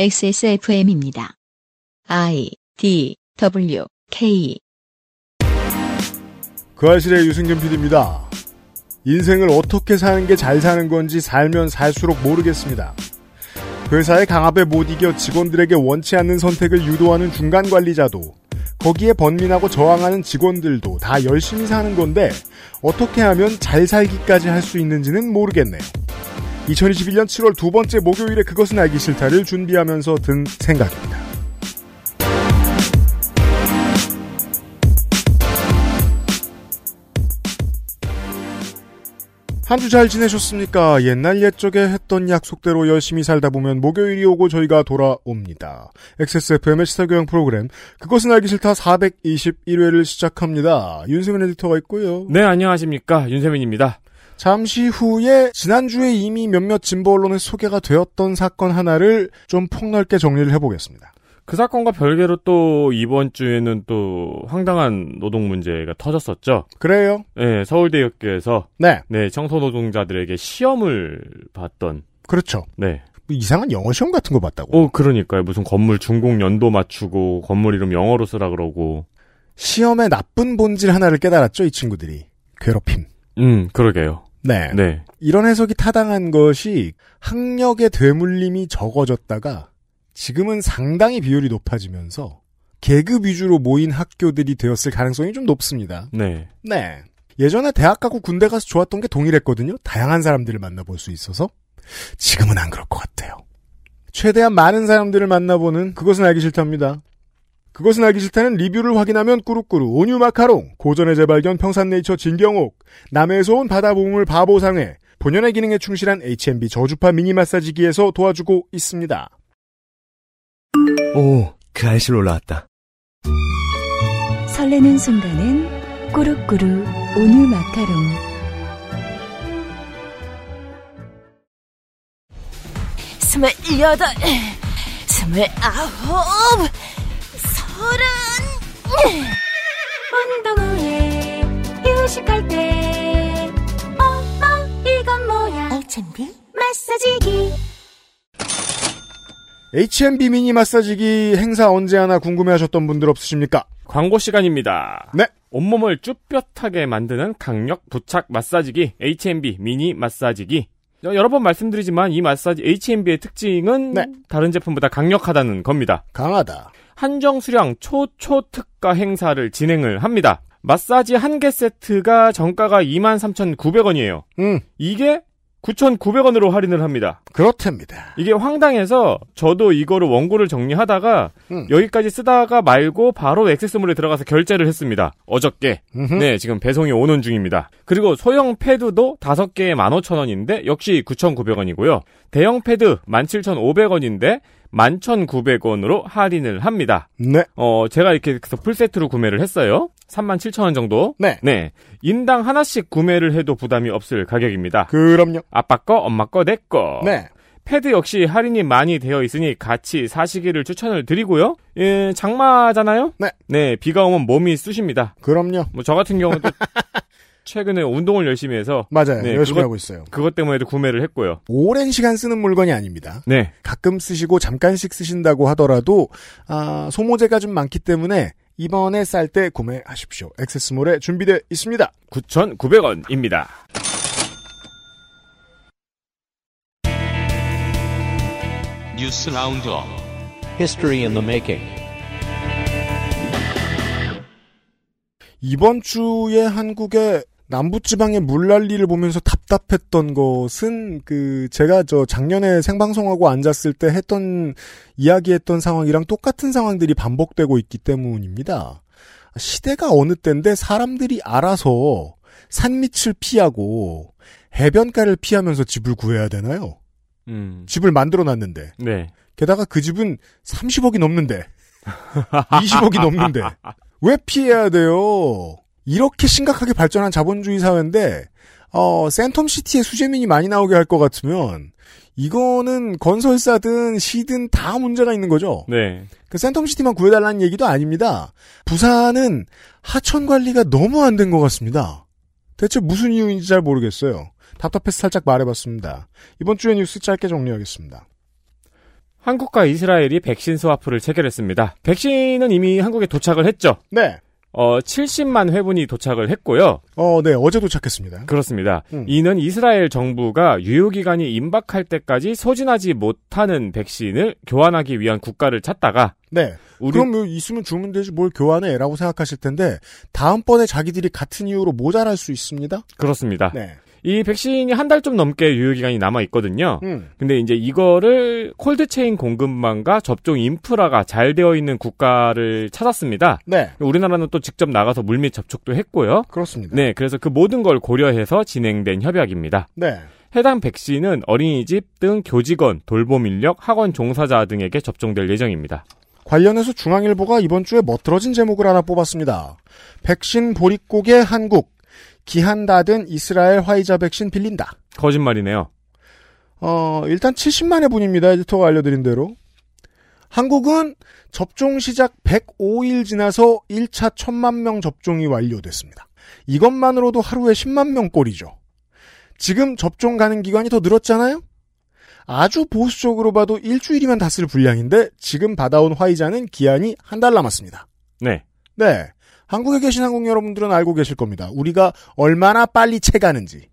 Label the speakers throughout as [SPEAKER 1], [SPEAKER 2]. [SPEAKER 1] XSFM입니다. I D W K
[SPEAKER 2] 그 아실의 유승균 PD입니다. 인생을 어떻게 사는 게 잘 사는 건지 살면 살수록 모르겠습니다. 그 회사의 강압에 못 이겨 직원들에게 원치 않는 선택을 유도하는 중간 관리자도 거기에 번민하고 저항하는 직원들도 다 열심히 사는 건데 어떻게 하면 잘 살기까지 할 수 있는지는 모르겠네요. 2021년 7월 두 번째 목요일에 그것은 알기 싫다를 준비하면서 든 생각입니다. 한 주 잘 지내셨습니까? 옛날 옛적에 했던 약속대로 열심히 살다 보면 목요일이 오고 저희가 돌아옵니다. XSFM의 시사교양 프로그램 그것은 알기 싫다 421회를 시작합니다. 윤세민 에디터가 있고요.
[SPEAKER 3] 네, 안녕하십니까. 윤세민입니다.
[SPEAKER 2] 잠시 후에 지난주에 이미 몇몇 진보 언론에 소개가 되었던 사건 하나를 좀 폭넓게 정리를 해보겠습니다.
[SPEAKER 3] 그 사건과 별개로 또 이번 주에는 또 황당한 노동 문제가 터졌었죠.
[SPEAKER 2] 그래요?
[SPEAKER 3] 네, 서울대학교에서
[SPEAKER 2] 네,
[SPEAKER 3] 네, 청소노동자들에게 시험을 봤던
[SPEAKER 2] 그렇죠.
[SPEAKER 3] 네.
[SPEAKER 2] 뭐 이상한 영어 시험 같은 거 봤다고.
[SPEAKER 3] 어, 그러니까요. 무슨 건물 준공 연도 맞추고 건물 이름 영어로 쓰라 그러고.
[SPEAKER 2] 시험의 나쁜 본질 하나를 깨달았죠, 이 친구들이. 괴롭힘.
[SPEAKER 3] 음, 그러게요.
[SPEAKER 2] 네.
[SPEAKER 3] 네.
[SPEAKER 2] 이런 해석이 타당한 것이 학력의 되물림이 적어졌다가 지금은 상당히 비율이 높아지면서 계급 위주로 모인 학교들이 되었을 가능성이 좀 높습니다.
[SPEAKER 3] 네.
[SPEAKER 2] 네. 예전에 대학 가고 군대 가서 좋았던 게 동일했거든요. 다양한 사람들을 만나볼 수 있어서. 지금은 안 그럴 것 같아요. 최대한 많은 사람들을 만나보는 그것은 알기 싫답니다. 그것은 알기 싫다는 리뷰를 확인하면 꾸루꾸루, 온유 마카롱, 고전의 재발견 평산네이처 진경옥, 남해에서 온 바다 보물 바보상회, 본연의 기능에 충실한 HMB 저주파 미니 마사지기에서 도와주고 있습니다.
[SPEAKER 4] 오, 그 알실 올라왔다.
[SPEAKER 5] 설레는 순간은 꾸룩꾸룩 온유 마카롱
[SPEAKER 6] 스물여덟, 스물아홉, 서른. 운동회 휴식할 때 엄마 이건 뭐야? 알찬비 마사지기.
[SPEAKER 2] HMB 미니 마사지기 행사 언제 하나 궁금해하셨던 분들 없으십니까?
[SPEAKER 3] 광고 시간입니다.
[SPEAKER 2] 네.
[SPEAKER 3] 온몸을 쭈뼛하게 만드는 강력 부착 마사지기 HMB 미니 마사지기. 여- 여러 번 말씀드리지만 이 마사지 HMB의 특징은
[SPEAKER 2] 네.
[SPEAKER 3] 다른 제품보다 강력하다는 겁니다.
[SPEAKER 2] 강하다.
[SPEAKER 3] 한정 수량 초초 특가 행사를 진행을 합니다. 마사지 한 개 세트가 정가가 23,900원이에요.
[SPEAKER 2] 음,
[SPEAKER 3] 이게 9,900원으로 할인을 합니다.
[SPEAKER 2] 그렇답니다.
[SPEAKER 3] 이게 황당해서 저도 이거를 원고를 정리하다가
[SPEAKER 2] 음.
[SPEAKER 3] 여기까지 쓰다가 말고 바로 액세스몰에 들어가서 결제를 했습니다. 어저께.
[SPEAKER 2] 음흠.
[SPEAKER 3] 네, 지금 배송이 오는 중입니다. 그리고 소형 패드도 5개에 15,000원인데 역시 9,900원이고요. 대형 패드 17,500원인데 11,900원으로 할인을 합니다.
[SPEAKER 2] 네.
[SPEAKER 3] 어, 제가 이렇게 그래서 풀세트로 구매를 했어요. 37,000원 정도.
[SPEAKER 2] 네.
[SPEAKER 3] 네. 인당 하나씩 구매를 해도 부담이 없을 가격입니다.
[SPEAKER 2] 그럼요.
[SPEAKER 3] 아빠 거, 엄마 거, 내 거.
[SPEAKER 2] 네.
[SPEAKER 3] 패드 역시 할인이 많이 되어 있으니 같이 사시기를 추천을 드리고요. 예, 장마잖아요?
[SPEAKER 2] 네.
[SPEAKER 3] 비가 오면 몸이 쑤십니다.
[SPEAKER 2] 그럼요.
[SPEAKER 3] 뭐, 저 같은 경우는 또 최근에 운동을 열심히 해서
[SPEAKER 2] 맞아요.
[SPEAKER 3] 네,
[SPEAKER 2] 열심히
[SPEAKER 3] 그것-
[SPEAKER 2] 하고 있어요.
[SPEAKER 3] 그것 때문에도 구매를 했고요.
[SPEAKER 2] 오랜 시간 쓰는 물건이 아닙니다.
[SPEAKER 3] 네.
[SPEAKER 2] 가끔 쓰시고 잠깐씩 쓰신다고 하더라도 아, 소모재가 좀 많기 때문에 이번에 쌀 때 구매하십시오. 액세스몰에 준비되어 있습니다.
[SPEAKER 3] 9,900원입니다.
[SPEAKER 7] 뉴스 라운드업
[SPEAKER 8] History in the making.
[SPEAKER 2] 이번 주에 한국의 남부지방의 물난리를 보면서 답답했던 것은 그 제가 저 작년에 생방송하고 앉았을 때 했던 이야기했던 상황이랑 똑같은 상황들이 반복되고 있기 때문입니다. 시대가 어느 때인데 사람들이 알아서 산밑을 피하고 해변가를 피하면서 집을 구해야 되나요?
[SPEAKER 3] 음.
[SPEAKER 2] 집을 만들어 놨는데
[SPEAKER 3] 네.
[SPEAKER 2] 게다가 그 집은 30억이 넘는데 20억이 넘는데 왜 피해야 돼요? 이렇게 심각하게 발전한 자본주의 사회인데 어, 센텀시티에 수재민이 많이 나오게 할 것 같으면 이거는 건설사든 시든 다 문제가 있는 거죠.
[SPEAKER 3] 네.
[SPEAKER 2] 그 센텀시티만 구해달라는 얘기도 아닙니다. 부산은 하천 관리가 너무 안 된 것 같습니다. 대체 무슨 이유인지 잘 모르겠어요. 답답해서 살짝 말해봤습니다. 이번 주의 뉴스 짧게 정리하겠습니다.
[SPEAKER 3] 한국과 이스라엘이 백신 스와프를 체결했습니다. 백신은 이미 한국에 도착을 했죠.
[SPEAKER 2] 네.
[SPEAKER 3] 어, 70만 회분이 도착을 했고요.
[SPEAKER 2] 어, 네. 어제 도착했습니다.
[SPEAKER 3] 그렇습니다.
[SPEAKER 2] 음.
[SPEAKER 3] 이는 이스라엘 정부가 유효기간이 임박할 때까지 소진하지 못하는 백신을 교환하기 위한 국가를 찾다가
[SPEAKER 2] 네.
[SPEAKER 3] 우리
[SPEAKER 2] 그럼 뭐 있으면 주면 되지 뭘 교환해? 라고 생각하실 텐데, 다음번에 자기들이 같은 이유로 모자랄 수 있습니다?
[SPEAKER 3] 그렇습니다.
[SPEAKER 2] 네.
[SPEAKER 3] 이 백신이 한 달 좀 넘게 유효기간이 남아 있거든요.
[SPEAKER 2] 음.
[SPEAKER 3] 근데 이제 이거를 콜드체인 공급망과 접종 인프라가 잘 되어 있는 국가를 찾았습니다.
[SPEAKER 2] 네.
[SPEAKER 3] 우리나라는 또 직접 나가서 물밑 접촉도 했고요.
[SPEAKER 2] 그렇습니다.
[SPEAKER 3] 네, 그래서 그 모든 걸 고려해서 진행된 협약입니다.
[SPEAKER 2] 네.
[SPEAKER 3] 해당 백신은 어린이집 등 교직원, 돌봄 인력, 학원 종사자 등에게 접종될 예정입니다.
[SPEAKER 2] 관련해서 중앙일보가 이번 주에 멋들어진 제목을 하나 뽑았습니다. 백신 보릿고개 한국. 기한 다 된 이스라엘 화이자 백신 빌린다.
[SPEAKER 3] 거짓말이네요.
[SPEAKER 2] 어, 일단 70만의 분입니다. 에디터가 알려드린 대로. 한국은 접종 시작 105일 지나서 1차 1000만 명 접종이 완료됐습니다. 이것만으로도 하루에 10만 명 꼴이죠. 지금 접종 가는 기간이 더 늘었잖아요? 아주 보수적으로 봐도 일주일이면 다 쓸 분량인데 지금 받아온 화이자는 기한이 한 달 남았습니다.
[SPEAKER 3] 네.
[SPEAKER 2] 네. 한국에 계신 한국 여러분들은 알고 계실 겁니다. 우리가 얼마나 빨리 채가는지.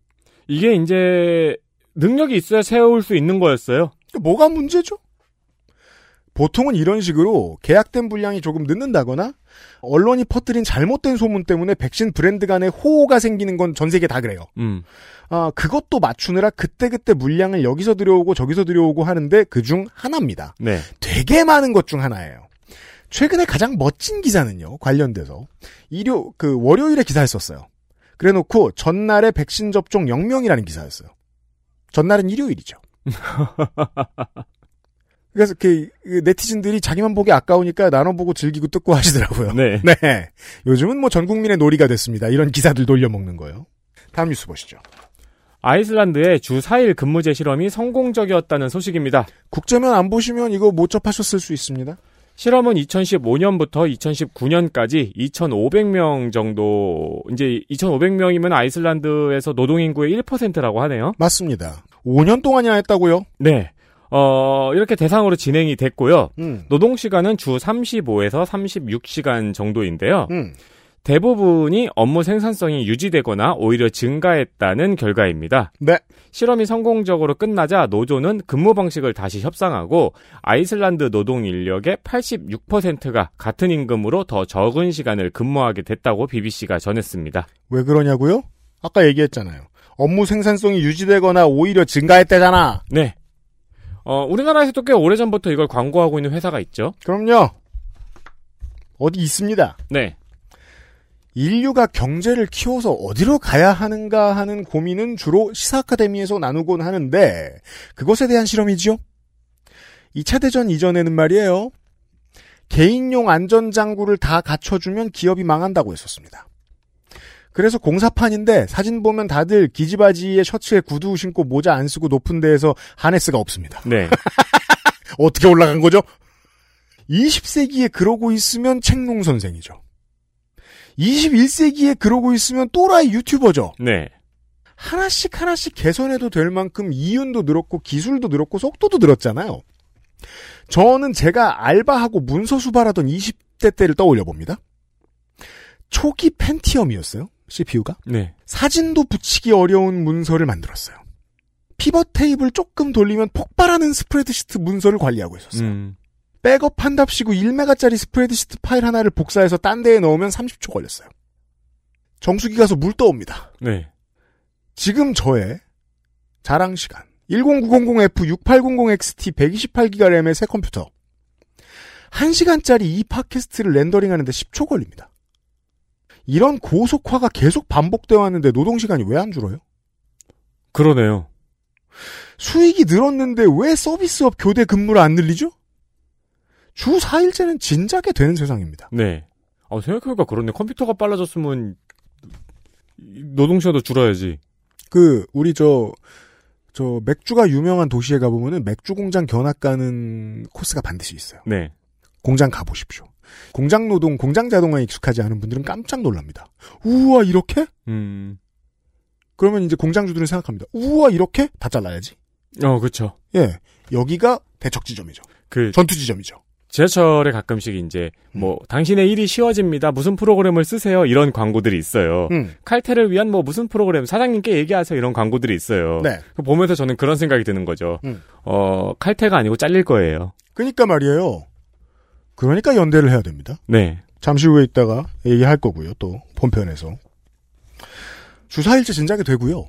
[SPEAKER 3] 이게 이제 능력이 있어야 세울 수 있는 거였어요.
[SPEAKER 2] 근데 그러니까 뭐가 문제죠? 보통은 이런 식으로 계약된 분량이 조금 늦는다거나 언론이 퍼뜨린 잘못된 소문 때문에 백신 브랜드 간에 호호가 생기는 건 전 세계 다 그래요.
[SPEAKER 3] 음.
[SPEAKER 2] 아, 그것도 맞추느라 그때그때 물량을 여기서 들여오고 저기서 들여오고 하는데 그 중 하나입니다.
[SPEAKER 3] 네.
[SPEAKER 2] 되게 많은 것 중 하나예요. 최근에 가장 멋진 기사는요, 관련돼서. 일요, 그, 월요일에 기사였었어요. 그래 놓고, 전날에 백신 접종 0명이라는 기사였어요. 전날은 일요일이죠. 그래서, 그, 그 네티즌들이 자기만 보기 아까우니까 나눠보고 즐기고 뜯고 하시더라고요.
[SPEAKER 3] 네.
[SPEAKER 2] 네. 요즘은 뭐 전 국민의 놀이가 됐습니다. 이런 기사들 돌려먹는 거요. 다음 뉴스 보시죠.
[SPEAKER 3] 아이슬란드의 주 4일 근무제 실험이 성공적이었다는 소식입니다.
[SPEAKER 2] 국제면 안 보시면 이거 못 접하셨을 수 있습니다.
[SPEAKER 3] 실험은 2015년부터 2019년까지 2,500명 정도, 이제 2,500명이면 아이슬란드에서 노동인구의 1%라고 하네요.
[SPEAKER 2] 맞습니다. 5년 동안이나 했다고요?
[SPEAKER 3] 네. 어, 이렇게 대상으로 진행이 됐고요.
[SPEAKER 2] 음.
[SPEAKER 3] 노동시간은 주 35에서 36시간 정도인데요.
[SPEAKER 2] 음.
[SPEAKER 3] 대부분이 업무 생산성이 유지되거나 오히려 증가했다는 결과입니다.
[SPEAKER 2] 네.
[SPEAKER 3] 실험이 성공적으로 끝나자 노조는 근무 방식을 다시 협상하고 아이슬란드 노동 인력의 86%가 같은 임금으로 더 적은 시간을 근무하게 됐다고 BBC가 전했습니다.
[SPEAKER 2] 왜 그러냐고요? 아까 얘기했잖아요. 업무 생산성이 유지되거나 오히려 증가했대잖아.
[SPEAKER 3] 네. 어, 우리나라에서도 꽤 오래전부터 이걸 광고하고 있는 회사가 있죠.
[SPEAKER 2] 그럼요. 어디 있습니다.
[SPEAKER 3] 네.
[SPEAKER 2] 인류가 경제를 키워서 어디로 가야 하는가 하는 고민은 주로 시사 아카데미에서 나누곤 하는데 그것에 대한 실험이지요. 2차 대전 이전에는 말이에요. 개인용 안전장구를 다 갖춰주면 기업이 망한다고 했었습니다. 그래서 공사판인데 사진 보면 다들 기지바지에 셔츠에 구두 신고 모자 안 쓰고 높은 데에서 하네스가 없습니다.
[SPEAKER 3] 네.
[SPEAKER 2] 어떻게 올라간 거죠? 20세기에 그러고 있으면 책농 선생이죠. 21세기에 그러고 있으면 또라이 유튜버죠.
[SPEAKER 3] 네.
[SPEAKER 2] 하나씩 하나씩 개선해도 될 만큼 이윤도 늘었고 기술도 늘었고 속도도 늘었잖아요. 저는 제가 알바하고 문서 수발하던 20대 때를 떠올려 봅니다. 초기 펜티엄이었어요. CPU가.
[SPEAKER 3] 네.
[SPEAKER 2] 사진도 붙이기 어려운 문서를 만들었어요. 피벗 테이블 조금 돌리면 폭발하는 스프레드시트 문서를 관리하고 있었어요.
[SPEAKER 3] 음.
[SPEAKER 2] 백업한답시고 1메가짜리 스프레드시트 파일 하나를 복사해서 딴 데에 넣으면 30초 걸렸어요. 정수기 가서 물 떠옵니다.
[SPEAKER 3] 네.
[SPEAKER 2] 지금 저의 자랑 시간. 10900F 6800XT 128기가 램의 새 컴퓨터. 1시간짜리 이 팟캐스트를 렌더링하는데 10초 걸립니다. 이런 고속화가 계속 반복되어 왔는데 노동시간이 왜 안 줄어요?
[SPEAKER 3] 그러네요.
[SPEAKER 2] 수익이 늘었는데 왜 서비스업 교대 근무를 안 늘리죠? 주 4일째는 진작에 되는 세상입니다.
[SPEAKER 3] 네. 아, 생각해보니까 그렇네. 컴퓨터가 빨라졌으면 노동시간도 줄어야지.
[SPEAKER 2] 그 우리 저 저 맥주가 유명한 도시에 가보면은 맥주 공장 견학 가는 코스가 반드시 있어요.
[SPEAKER 3] 네.
[SPEAKER 2] 공장 가보십시오. 공장 노동, 공장 자동화에 익숙하지 않은 분들은 깜짝 놀랍니다. 우와 이렇게?
[SPEAKER 3] 음.
[SPEAKER 2] 그러면 이제 공장주들은 생각합니다. 우와 이렇게? 다 잘라야지.
[SPEAKER 3] 어, 그쵸.
[SPEAKER 2] 예, 여기가 대척 지점이죠.
[SPEAKER 3] 그
[SPEAKER 2] 전투 지점이죠.
[SPEAKER 3] 지하철에 가끔씩 이제 뭐 당신의 일이 쉬워집니다. 무슨 프로그램을 쓰세요? 이런 광고들이 있어요.
[SPEAKER 2] 음.
[SPEAKER 3] 칼퇴를 위한 뭐 무슨 프로그램 사장님께 얘기하세요. 이런 광고들이 있어요.
[SPEAKER 2] 네.
[SPEAKER 3] 그거 보면서 저는 그런 생각이 드는 거죠.
[SPEAKER 2] 음.
[SPEAKER 3] 어, 칼퇴가 아니고 잘릴 거예요.
[SPEAKER 2] 그러니까 말이에요. 그러니까 연대를 해야 됩니다.
[SPEAKER 3] 네.
[SPEAKER 2] 잠시 후에 있다가 얘기할 거고요. 또 본편에서 주사일제 진작에 되고요.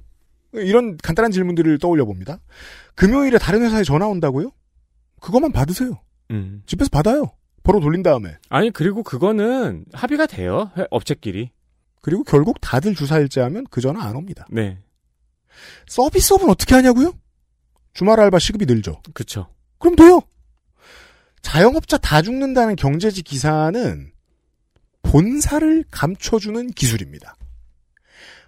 [SPEAKER 2] 이런 간단한 질문들을 떠올려 봅니다. 금요일에 다른 회사에 전화 온다고요? 그것만 받으세요.
[SPEAKER 3] 음.
[SPEAKER 2] 집에서 받아요. 번호 돌린 다음에
[SPEAKER 3] 아니 그리고 그거는 합의가 돼요. 회- 업체끼리.
[SPEAKER 2] 그리고 결국 다들 주사일제 하면 그 전화 안 옵니다.
[SPEAKER 3] 네.
[SPEAKER 2] 서비스업은 어떻게 하냐고요? 주말 알바 시급이 늘죠.
[SPEAKER 3] 그렇죠.
[SPEAKER 2] 그럼 돼요. 자영업자 다 죽는다는 경제지 기사는 본사를 감춰주는 기술입니다.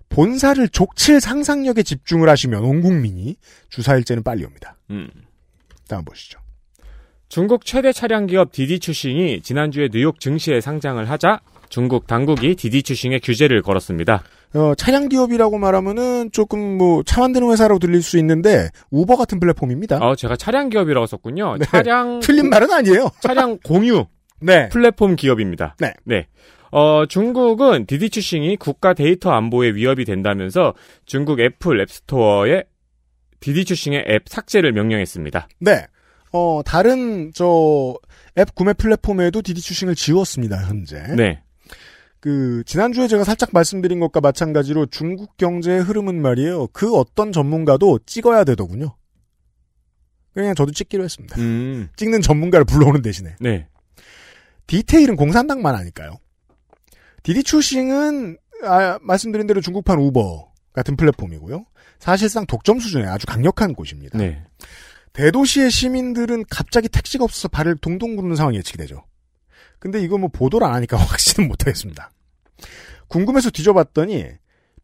[SPEAKER 2] 본사를 족칠 상상력에 집중을 하시면 온 국민이 주사일제는 빨리 옵니다.
[SPEAKER 3] 음.
[SPEAKER 2] 다음 보시죠.
[SPEAKER 3] 중국 최대 차량 기업 디디 추싱이 지난주에 뉴욕 증시에 상장을 하자 중국 당국이 디디 추싱에 규제를 걸었습니다.
[SPEAKER 2] 어, 차량 기업이라고 말하면은 조금 뭐 차 만드는 회사라고 들릴 수 있는데 우버 같은 플랫폼입니다.
[SPEAKER 3] 어, 제가 차량 기업이라고 썼군요.
[SPEAKER 2] 네.
[SPEAKER 3] 차량
[SPEAKER 2] 틀린 말은 아니에요.
[SPEAKER 3] 차량 공유
[SPEAKER 2] 네.
[SPEAKER 3] 플랫폼 기업입니다.
[SPEAKER 2] 네.
[SPEAKER 3] 어, 중국은 디디추싱이 국가 데이터 안보에 위협이 된다면서 중국 애플 앱스토어에 디디추싱의 앱 삭제를 명령했습니다.
[SPEAKER 2] 네. 어, 다른 저 앱 구매 플랫폼에도 디디 추싱을 지웠습니다. 현재.
[SPEAKER 3] 네.
[SPEAKER 2] 그 지난주에 제가 살짝 말씀드린 것과 마찬가지로 중국 경제의 흐름은 말이에요. 그 어떤 전문가도 찍어야 되더군요. 그냥 저도 찍기로 했습니다.
[SPEAKER 3] 음.
[SPEAKER 2] 찍는 전문가를 불러오는 대신에
[SPEAKER 3] 네.
[SPEAKER 2] 디테일은 공산당만 아니까요. 디디 추싱은 아, 말씀드린 대로 중국판 우버 같은 플랫폼이고요. 사실상 독점 수준의 아주 강력한 곳입니다.
[SPEAKER 3] 네.
[SPEAKER 2] 대도시의 시민들은 갑자기 택시가 없어서 발을 동동 구르는 상황이 예측되죠. 근데 이거 뭐 보도를 안 하니까 확신은 못하겠습니다. 궁금해서 뒤져봤더니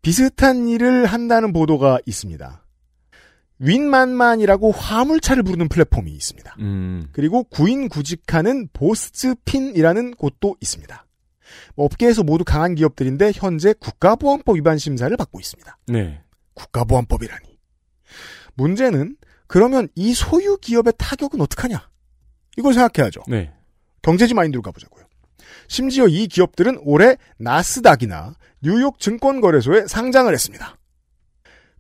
[SPEAKER 2] 비슷한 일을 한다는 보도가 있습니다. 윈만만이라고 화물차를 부르는 플랫폼이 있습니다.
[SPEAKER 3] 음.
[SPEAKER 2] 그리고 구인 구직하는 보스핀이라는 곳도 있습니다. 뭐 업계에서 모두 강한 기업들인데 현재 국가보안법 위반 심사를 받고 있습니다.
[SPEAKER 3] 네.
[SPEAKER 2] 국가보안법이라니. 문제는 그러면 이 소유 기업의 타격은 어떡하냐? 이걸 생각해야죠.
[SPEAKER 3] 네.
[SPEAKER 2] 경제지 마인드로 가보자고요. 심지어 이 기업들은 올해 나스닥이나 뉴욕 증권거래소에 상장을 했습니다.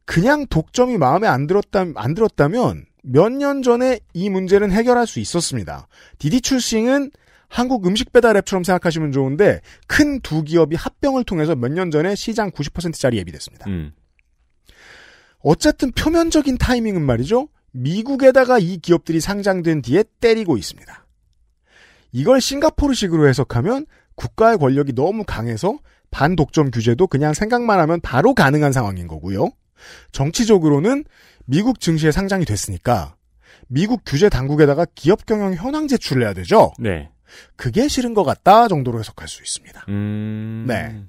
[SPEAKER 2] 그냥 독점이 마음에 안, 들었다, 안 들었다면 몇 년 전에 이 문제는 해결할 수 있었습니다. 디디 출싱은 한국 음식 배달 앱처럼 생각하시면 좋은데 큰 두 기업이 합병을 통해서 몇 년 전에 시장 90%짜리 앱이 됐습니다.
[SPEAKER 3] 음.
[SPEAKER 2] 어쨌든 표면적인 타이밍은 말이죠. 미국에다가 이 기업들이 상장된 뒤에 때리고 있습니다. 이걸 싱가포르식으로 해석하면 국가의 권력이 너무 강해서 반독점 규제도 그냥 생각만 하면 바로 가능한 상황인 거고요. 정치적으로는 미국 증시에 상장이 됐으니까 미국 규제 당국에다가 기업 경영 현황 제출을 해야 되죠.
[SPEAKER 3] 네.
[SPEAKER 2] 그게 싫은 것 같다 정도로 해석할 수 있습니다.
[SPEAKER 3] 음.
[SPEAKER 2] 네.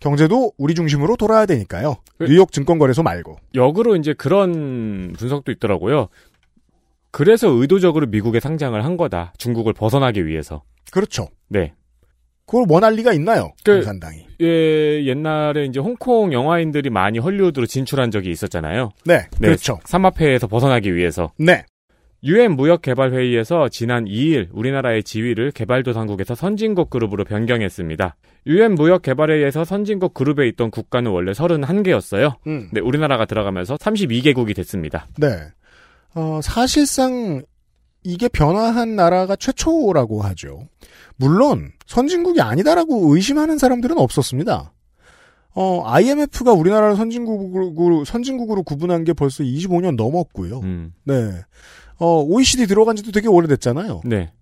[SPEAKER 2] 경제도 우리 중심으로 돌아야 되니까요.
[SPEAKER 3] 그-
[SPEAKER 2] 뉴욕 증권거래소 말고.
[SPEAKER 3] 역으로 이제 그런 분석도 있더라고요. 그래서 의도적으로 미국에 상장을 한 거다. 중국을 벗어나기 위해서.
[SPEAKER 2] 그렇죠.
[SPEAKER 3] 네.
[SPEAKER 2] 그걸 원할 리가 있나요?
[SPEAKER 3] 그-
[SPEAKER 2] 공산당이.
[SPEAKER 3] 예, 옛날에 이제 홍콩 영화인들이 많이 헐리우드로 진출한 적이 있었잖아요.
[SPEAKER 2] 네,
[SPEAKER 3] 네,
[SPEAKER 2] 그렇죠.
[SPEAKER 3] 삼합회에서 벗어나기 위해서.
[SPEAKER 2] 네,
[SPEAKER 3] UN 무역개발회의에서 지난 2일 우리나라의 지위를 개발도상국에서 선진국 그룹으로 변경했습니다. UN 무역개발회의에서 선진국 그룹에 있던 국가는 원래 31개였어요.
[SPEAKER 2] 음,
[SPEAKER 3] 네, 우리나라가 들어가면서 32개국이 됐습니다.
[SPEAKER 2] 네. 어, 사실상 이게 변화한 나라가 최초라고 하죠. 물론 선진국이 아니다라고 의심하는 사람들은 없었습니다. 어, IMF가 우리나라를 선진국으로 선진국으로 구분한 게 벌써 25년 넘었고요.
[SPEAKER 3] 음,
[SPEAKER 2] 네. 어, OECD 들어간 지도 되게 오래됐잖아요.
[SPEAKER 3] 네.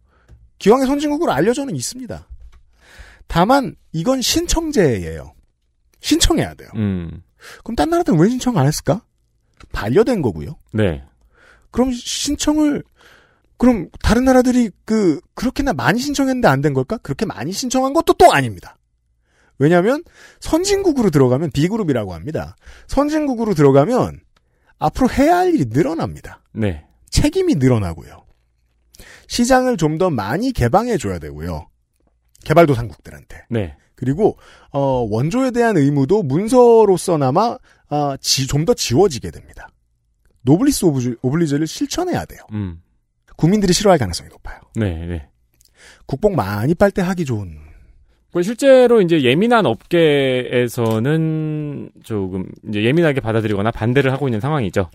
[SPEAKER 2] 기왕의 선진국으로 알려져는 있습니다. 다만 이건 신청제예요. 신청해야 돼요.
[SPEAKER 3] 음,
[SPEAKER 2] 그럼 딴 나라들은 왜 신청 안 했을까? 반려된 거고요.
[SPEAKER 3] 네.
[SPEAKER 2] 그럼 신청을 그럼 다른 나라들이 그 그렇게나 많이 신청했는데 안 된 걸까? 그렇게 많이 신청한 것도 또 아닙니다. 왜냐하면 선진국으로 들어가면 B그룹이라고 합니다. 선진국으로 들어가면 앞으로 해야 할 일이 늘어납니다.
[SPEAKER 3] 네.
[SPEAKER 2] 책임이 늘어나고요. 시장을 좀 더 많이 개방해 줘야 되고요. 개발도상국들한테.
[SPEAKER 3] 네.
[SPEAKER 2] 그리고 어, 원조에 대한 의무도 문서로서나마 아, 좀 더 지워지게 됩니다. 노블리스 오블리제를 실천해야 돼요.
[SPEAKER 3] 음.
[SPEAKER 2] 국민들이 싫어할 가능성이 높아요.
[SPEAKER 3] 네, 네.
[SPEAKER 2] 국뽕 많이 빨 때 하기 좋은.
[SPEAKER 3] 그 실제로 이제 예민한 업계에서는 조금 이제 예민하게 받아들이거나 반대를 하고 있는 상황이죠.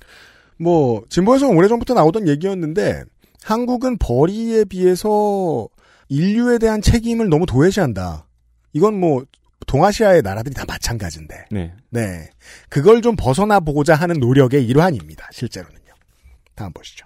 [SPEAKER 2] 뭐 진보에서 오래전부터 나오던 얘기였는데 한국은 벌이에 비해서 인류에 대한 책임을 너무 도외시한다. 이건 뭐 동아시아의 나라들이 다 마찬가지인데.
[SPEAKER 3] 네.
[SPEAKER 2] 네. 그걸 좀 벗어나 보고자 하는 노력의 일환입니다. 실제로는요. 다음 보시죠.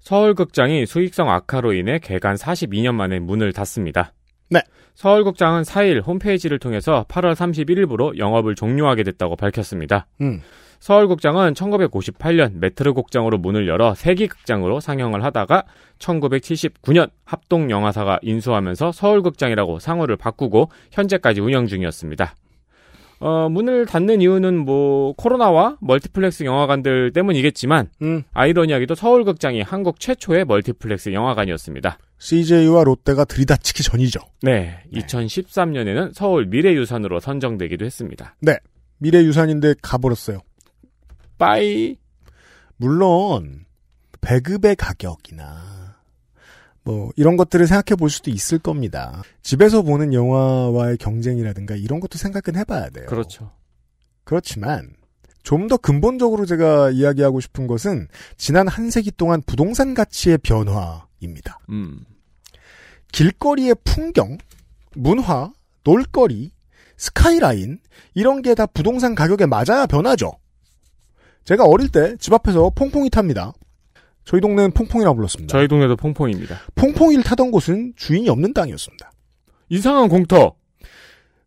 [SPEAKER 3] 서울극장이 수익성 악화로 인해 개간 42년 만에 문을 닫습니다.
[SPEAKER 2] 네.
[SPEAKER 3] 서울극장은 4일 홈페이지를 통해서 8월 31일부로 영업을 종료하게 됐다고 밝혔습니다.
[SPEAKER 2] 음.
[SPEAKER 3] 서울극장은 1958년 메트로 극장으로 문을 열어 세기극장으로 상영을 하다가 1979년 합동영화사가 인수하면서 서울극장이라고 상호를 바꾸고 현재까지 운영 중이었습니다. 어, 문을 닫는 이유는 뭐 코로나와 멀티플렉스 영화관들 때문이겠지만
[SPEAKER 2] 음.
[SPEAKER 3] 아이러니하게도 서울극장이 한국 최초의 멀티플렉스 영화관이었습니다.
[SPEAKER 2] CJ와 롯데가 들이다치기 전이죠.
[SPEAKER 3] 네, 2013년에는 서울 미래유산으로 선정되기도 했습니다.
[SPEAKER 2] 미래 유산인데 가버렸어요.
[SPEAKER 3] 빠이.
[SPEAKER 2] 물론 배급의 가격이나 뭐 이런 것들을 생각해 볼 수도 있을 겁니다. 집에서 보는 영화와의 경쟁이라든가 이런 것도 생각은 해봐야 돼요.
[SPEAKER 3] 그렇죠.
[SPEAKER 2] 그렇지만 좀 더 근본적으로 제가 이야기하고 싶은 것은 지난 한 세기 동안 부동산 가치의 변화입니다.
[SPEAKER 3] 음.
[SPEAKER 2] 길거리의 풍경, 문화, 놀거리, 스카이라인 이런 게 다 부동산 가격에 맞아야 변하죠. 제가 어릴 때 집 앞에서 퐁퐁이 탑니다. 저희 동네는 퐁퐁이라고 불렀습니다.
[SPEAKER 3] 저희 동네도 퐁퐁입니다.
[SPEAKER 2] 퐁퐁이를 타던 곳은 주인이 없는 땅이었습니다.
[SPEAKER 3] 이상한 공터.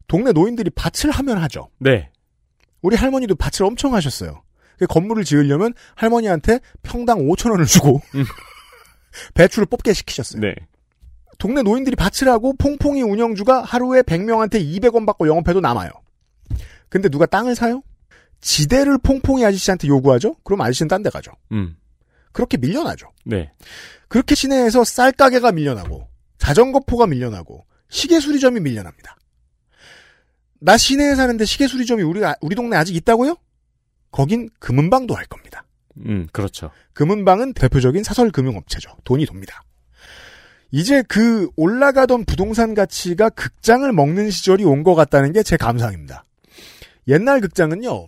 [SPEAKER 2] 동네 노인들이 밭을 하면 하죠.
[SPEAKER 3] 네.
[SPEAKER 2] 우리 할머니도 밭을 엄청 하셨어요. 그 건물을 지으려면 할머니한테 평당 5천 원을 주고
[SPEAKER 3] 음.
[SPEAKER 2] 배추를 뽑게 시키셨어요.
[SPEAKER 3] 네.
[SPEAKER 2] 동네 노인들이 밭을 하고 퐁퐁이 운영주가 하루에 100명한테 200원 받고 영업해도 남아요. 근데 누가 땅을 사요? 지대를 퐁퐁이 아저씨한테 요구하죠? 그럼 아저씨는 딴 데 가죠.
[SPEAKER 3] 음.
[SPEAKER 2] 그렇게 밀려나죠.
[SPEAKER 3] 네.
[SPEAKER 2] 그렇게 시내에서 쌀가게가 밀려나고 자전거포가 밀려나고 시계수리점이 밀려납니다. 나 시내에 사는데 시계수리점이 우리 아- 우리 동네 아직 있다고요? 거긴 금은방도 할 겁니다.
[SPEAKER 3] 음, 그렇죠.
[SPEAKER 2] 금은방은 대표적인 사설 금융업체죠. 돈이 돕니다. 이제 그 올라가던 부동산 가치가 극장을 먹는 시절이 온 것 같다는 게 제 감상입니다. 옛날 극장은요,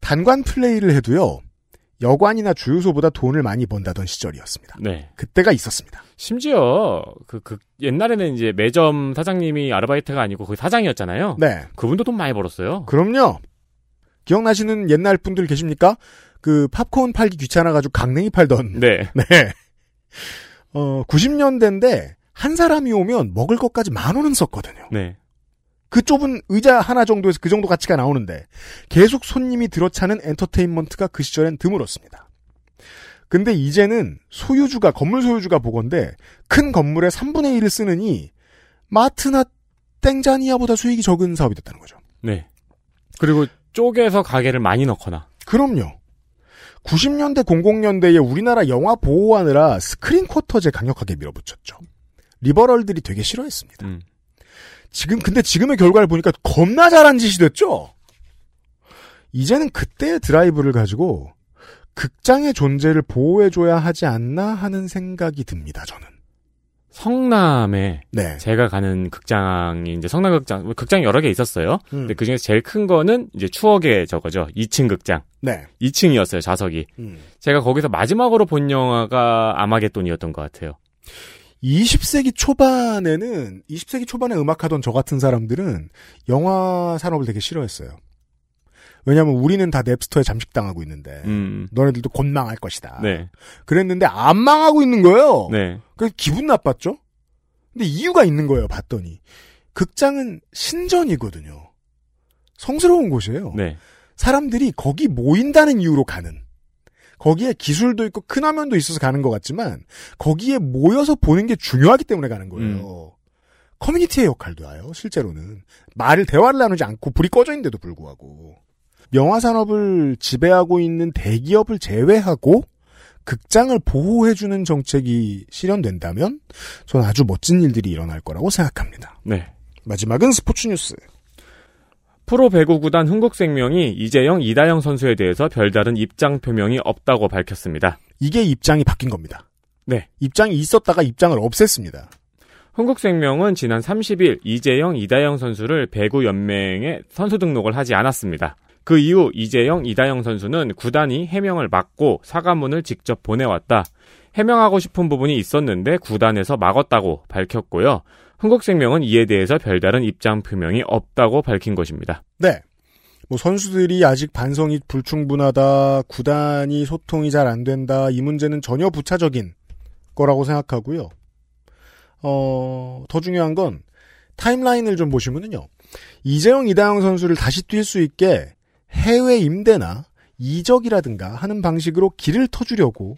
[SPEAKER 2] 단관 플레이를 해도요, 여관이나 주유소보다 돈을 많이 번다던 시절이었습니다.
[SPEAKER 3] 네.
[SPEAKER 2] 그때가 있었습니다.
[SPEAKER 3] 심지어 그, 그 옛날에는 이제 매점 사장님이 아르바이트가 아니고 그 사장이었잖아요.
[SPEAKER 2] 네.
[SPEAKER 3] 그분도 돈 많이 벌었어요.
[SPEAKER 2] 그럼요. 기억나시는 옛날 분들 계십니까? 그 팝콘 팔기 귀찮아가지고 강냉이 팔던
[SPEAKER 3] 네.
[SPEAKER 2] 네. 어, 90년대인데 한 사람이 오면 먹을 것까지 만 원은 썼거든요.
[SPEAKER 3] 네.
[SPEAKER 2] 그 좁은 의자 하나 정도에서 그 정도 가치가 나오는데 계속 손님이 들어차는 엔터테인먼트가 그 시절엔 드물었습니다. 근데 이제는 소유주가 건물 소유주가 보건데 큰 건물의 3분의 1을 쓰느니 마트나 땡자니아보다 수익이 적은 사업이 됐다는 거죠.
[SPEAKER 3] 네. 그리고 쪼개서 가게를 많이 넣거나.
[SPEAKER 2] 그럼요. 90년대 00년대에 우리나라 영화 보호하느라 스크린 쿼터제 강력하게 밀어붙였죠. 리버럴들이 되게 싫어했습니다.
[SPEAKER 3] 음.
[SPEAKER 2] 지금 근데 지금의 결과를 보니까 겁나 잘한 짓이 됐죠. 이제는 그때의 드라이브를 가지고 극장의 존재를 보호해줘야 하지 않나 하는 생각이 듭니다. 저는.
[SPEAKER 3] 성남에
[SPEAKER 2] 네.
[SPEAKER 3] 제가 가는 극장이 이제 성남극장 극장 여러 개 있었어요.
[SPEAKER 2] 음,
[SPEAKER 3] 근데 그 중에서 제일 큰 거는 이제 추억의 저거죠. 2층 극장.
[SPEAKER 2] 네.
[SPEAKER 3] 2층이었어요 좌석이.
[SPEAKER 2] 음.
[SPEAKER 3] 제가 거기서 마지막으로 본 영화가 아마겟돈이었던 것 같아요.
[SPEAKER 2] 20세기 초반에는 20세기 초반에 음악하던 저 같은 사람들은 영화 산업을 되게 싫어했어요. 왜냐하면 우리는 다 넵스터에 잠식당하고 있는데
[SPEAKER 3] 음.
[SPEAKER 2] 너네들도 아, 곧 망할 것이다.
[SPEAKER 3] 네.
[SPEAKER 2] 그랬는데 안 망하고 있는 거예요.
[SPEAKER 3] 네.
[SPEAKER 2] 그래서 기분 나빴죠. 근데 이유가 있는 거예요. 봤더니 극장은 신전이거든요. 성스러운 곳이에요.
[SPEAKER 3] 네.
[SPEAKER 2] 사람들이 거기 모인다는 이유로 가는. 거기에 기술도 있고 큰 화면도 있어서 가는 것 같지만 거기에 모여서 보는 게 중요하기 때문에 가는 거예요. 커뮤니티의 역할도 와요. 실제로는 말을 대화를 나누지 않고 불이 꺼져 있는데도 불구하고 영화 산업을 지배하고 있는 대기업을 제외하고 극장을 보호해주는 정책이 실현된다면 저는 아주 멋진 일들이 일어날 거라고 생각합니다.
[SPEAKER 3] 네.
[SPEAKER 2] 마지막은 스포츠 뉴스.
[SPEAKER 3] 프로 배구 구단 흥국생명이 이재영, 이다영 선수에 대해서 별다른 입장 표명이 없다고 밝혔습니다.
[SPEAKER 2] 이게 입장이 바뀐 겁니다.
[SPEAKER 3] 네.
[SPEAKER 2] 입장이 있었다가 입장을 없앴습니다.
[SPEAKER 3] 흥국생명은 지난 30일 이재영, 이다영 선수를 배구연맹에 선수 등록을 하지 않았습니다. 그 이후 이재영, 이다영 선수는 구단이 해명을 막고 사과문을 직접 보내왔다. 해명하고 싶은 부분이 있었는데 구단에서 막았다고 밝혔고요. 흥국생명은 이에 대해서 별다른 입장 표명이 없다고 밝힌 것입니다.
[SPEAKER 2] 네. 뭐 선수들이 아직 반성이 불충분하다, 구단이 소통이 잘 안 된다, 이 문제는 전혀 부차적인 거라고 생각하고요. 어, 더 중요한 건 타임라인을 좀 보시면은요. 이재영, 이다영 선수를 다시 뛸 수 있게 해외 임대나 이적이라든가 하는 방식으로 길을 터주려고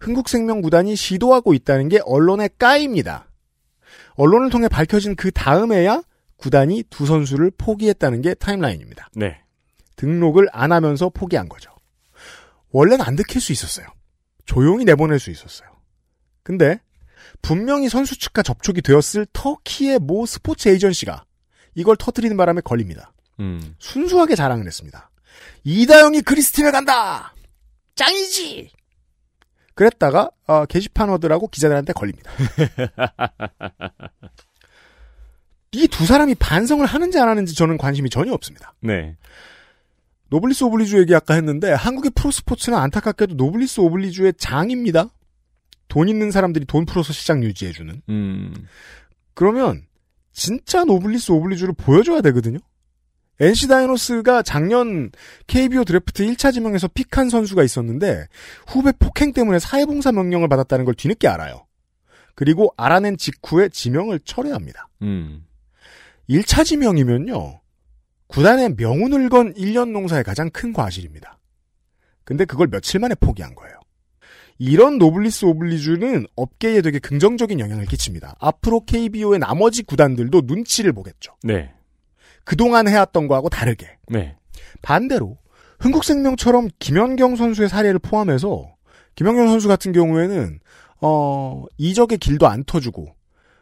[SPEAKER 2] 흥국생명 구단이 시도하고 있다는 게 언론의 까입니다. 언론을 통해 밝혀진 그 다음에야 구단이 두 선수를 포기했다는 게 타임라인입니다.
[SPEAKER 3] 네.
[SPEAKER 2] 등록을 안 하면서 포기한 거죠. 원래는 안 들킬 수 있었어요. 조용히 내보낼 수 있었어요. 근데 분명히 선수 측과 접촉이 되었을 터키의 모 스포츠 에이전시가 이걸 터뜨리는 바람에 걸립니다.
[SPEAKER 3] 음.
[SPEAKER 2] 순수하게 자랑을 했습니다. 이다영이 그리스틴에 간다! 짱이지! 그랬다가 어, 게시판 워드라고 기자들한테 걸립니다. 이 두 사람이 반성을 하는지 안 하는지 저는 관심이 전혀 없습니다.
[SPEAKER 3] 네.
[SPEAKER 2] 노블리스 오블리주 얘기 아까 했는데 한국의 프로스포츠는 안타깝게도 노블리스 오블리주의 장입니다. 돈 있는 사람들이 돈 풀어서 시장 유지해주는.
[SPEAKER 3] 음.
[SPEAKER 2] 그러면 진짜 노블리스 오블리주를 보여줘야 되거든요. NC 다이노스가 작년 KBO 드래프트 1차 지명에서 픽한 선수가 있었는데 후배 폭행 때문에 사회봉사 명령을 받았다는 걸 뒤늦게 알아요. 그리고 알아낸 직후에 지명을 철회합니다.
[SPEAKER 3] 음.
[SPEAKER 2] 1차 지명이면요. 구단의 명운을 건 1년 농사의 가장 큰 과실입니다. 근데 그걸 며칠 만에 포기한 거예요. 이런 노블리스 오블리주는 업계에 되게 긍정적인 영향을 끼칩니다. 앞으로 KBO의 나머지 구단들도 눈치를 보겠죠.
[SPEAKER 3] 네.
[SPEAKER 2] 그동안 해왔던 거하고 다르게.
[SPEAKER 3] 네.
[SPEAKER 2] 반대로 흥국생명처럼 김연경 선수의 사례를 포함해서 김연경 선수 같은 경우에는 어, 이적의 길도 안 터주고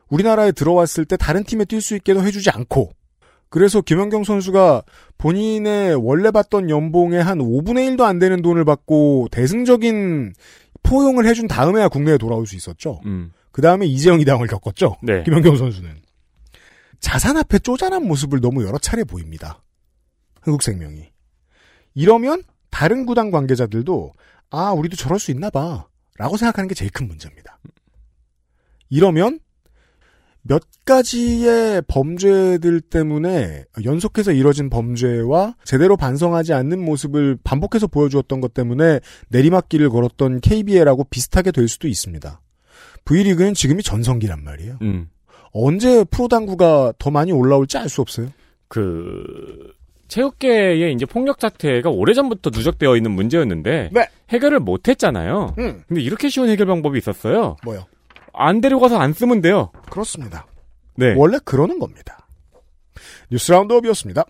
[SPEAKER 2] 우리나라에 들어왔을 때 다른 팀에 뛸 수 있게도 해주지 않고 그래서 김연경 선수가 본인의 원래 받던 연봉의 한 5분의 1도 안 되는 돈을 받고 대승적인 포용을 해준 다음에야 국내에 돌아올 수 있었죠.
[SPEAKER 3] 음.
[SPEAKER 2] 그 다음에 이재영 이당을 겪었죠.
[SPEAKER 3] 네.
[SPEAKER 2] 김연경 선수는 자산 앞에 쪼잔한 모습을 너무 여러 차례 보입니다. 한국생명이 이러면 다른 구단 관계자들도 아 우리도 저럴 수 있나봐라고 생각하는 게 제일 큰 문제입니다. 이러면 몇 가지의 범죄들 때문에 연속해서 이뤄진 범죄와 제대로 반성하지 않는 모습을 반복해서 보여주었던 것 때문에 내리막길을 걸었던 KBL하고 비슷하게 될 수도 있습니다. V리그는 지금이 전성기란 말이에요.
[SPEAKER 3] 음.
[SPEAKER 2] 언제 프로당구가 더 많이 올라올지 알 수 없어요.
[SPEAKER 3] 그 체육계의 이제 폭력 사태가 오래전부터 누적되어 있는 문제였는데
[SPEAKER 2] 네.
[SPEAKER 3] 해결을 못 했잖아요.
[SPEAKER 2] 음.
[SPEAKER 3] 근데 이렇게 쉬운 해결 방법이 있었어요.
[SPEAKER 2] 뭐요?
[SPEAKER 3] 안 데려가서 안 쓰면 돼요.
[SPEAKER 2] 그렇습니다.
[SPEAKER 3] 네.
[SPEAKER 2] 원래 그러는 겁니다. 뉴스 라운드업이었습니다.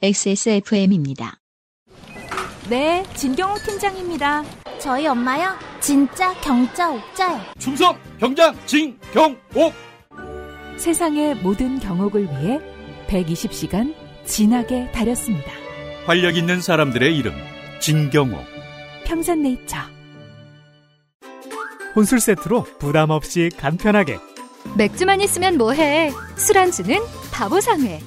[SPEAKER 1] XSFM입니다.
[SPEAKER 6] 네, 진경옥 팀장입니다. 저희 엄마요? 진짜 경자 옥자요.
[SPEAKER 4] 충성 경장 진경옥
[SPEAKER 5] 세상의 모든 경옥을 위해 120시간 진하게 다렸습니다.
[SPEAKER 4] 활력 있는 사람들의 이름 진경옥
[SPEAKER 5] 평산네이처
[SPEAKER 9] 혼술 세트로 부담 없이 간편하게
[SPEAKER 10] 맥주만 있으면 뭐해? 술안주는 바보상회.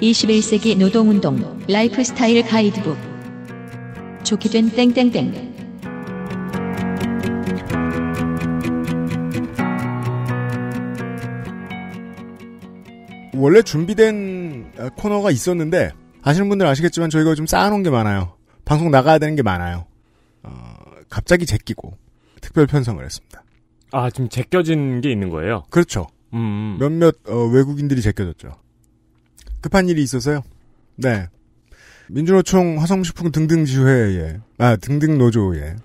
[SPEAKER 1] 이 21세기 노동운동 라이프스타일 가이드북 좋게 된 땡땡땡
[SPEAKER 2] 원래 준비된 어, 코너가 있었는데 아시는 분들 아시겠지만 저희가 좀 쌓아놓은 게 많아요. 방송 나가야 되는 게 많아요. 어, 갑자기 제끼고 특별 편성을 했습니다.
[SPEAKER 3] 아 지금 제껴진 게 있는 거예요.
[SPEAKER 2] 그렇죠.
[SPEAKER 3] 음.
[SPEAKER 2] 몇몇 어, 외국인들이 제껴졌죠. 급한 일이 있어서요. 네. 민주노총 화성식품 등등 지회에 아 등등 노조에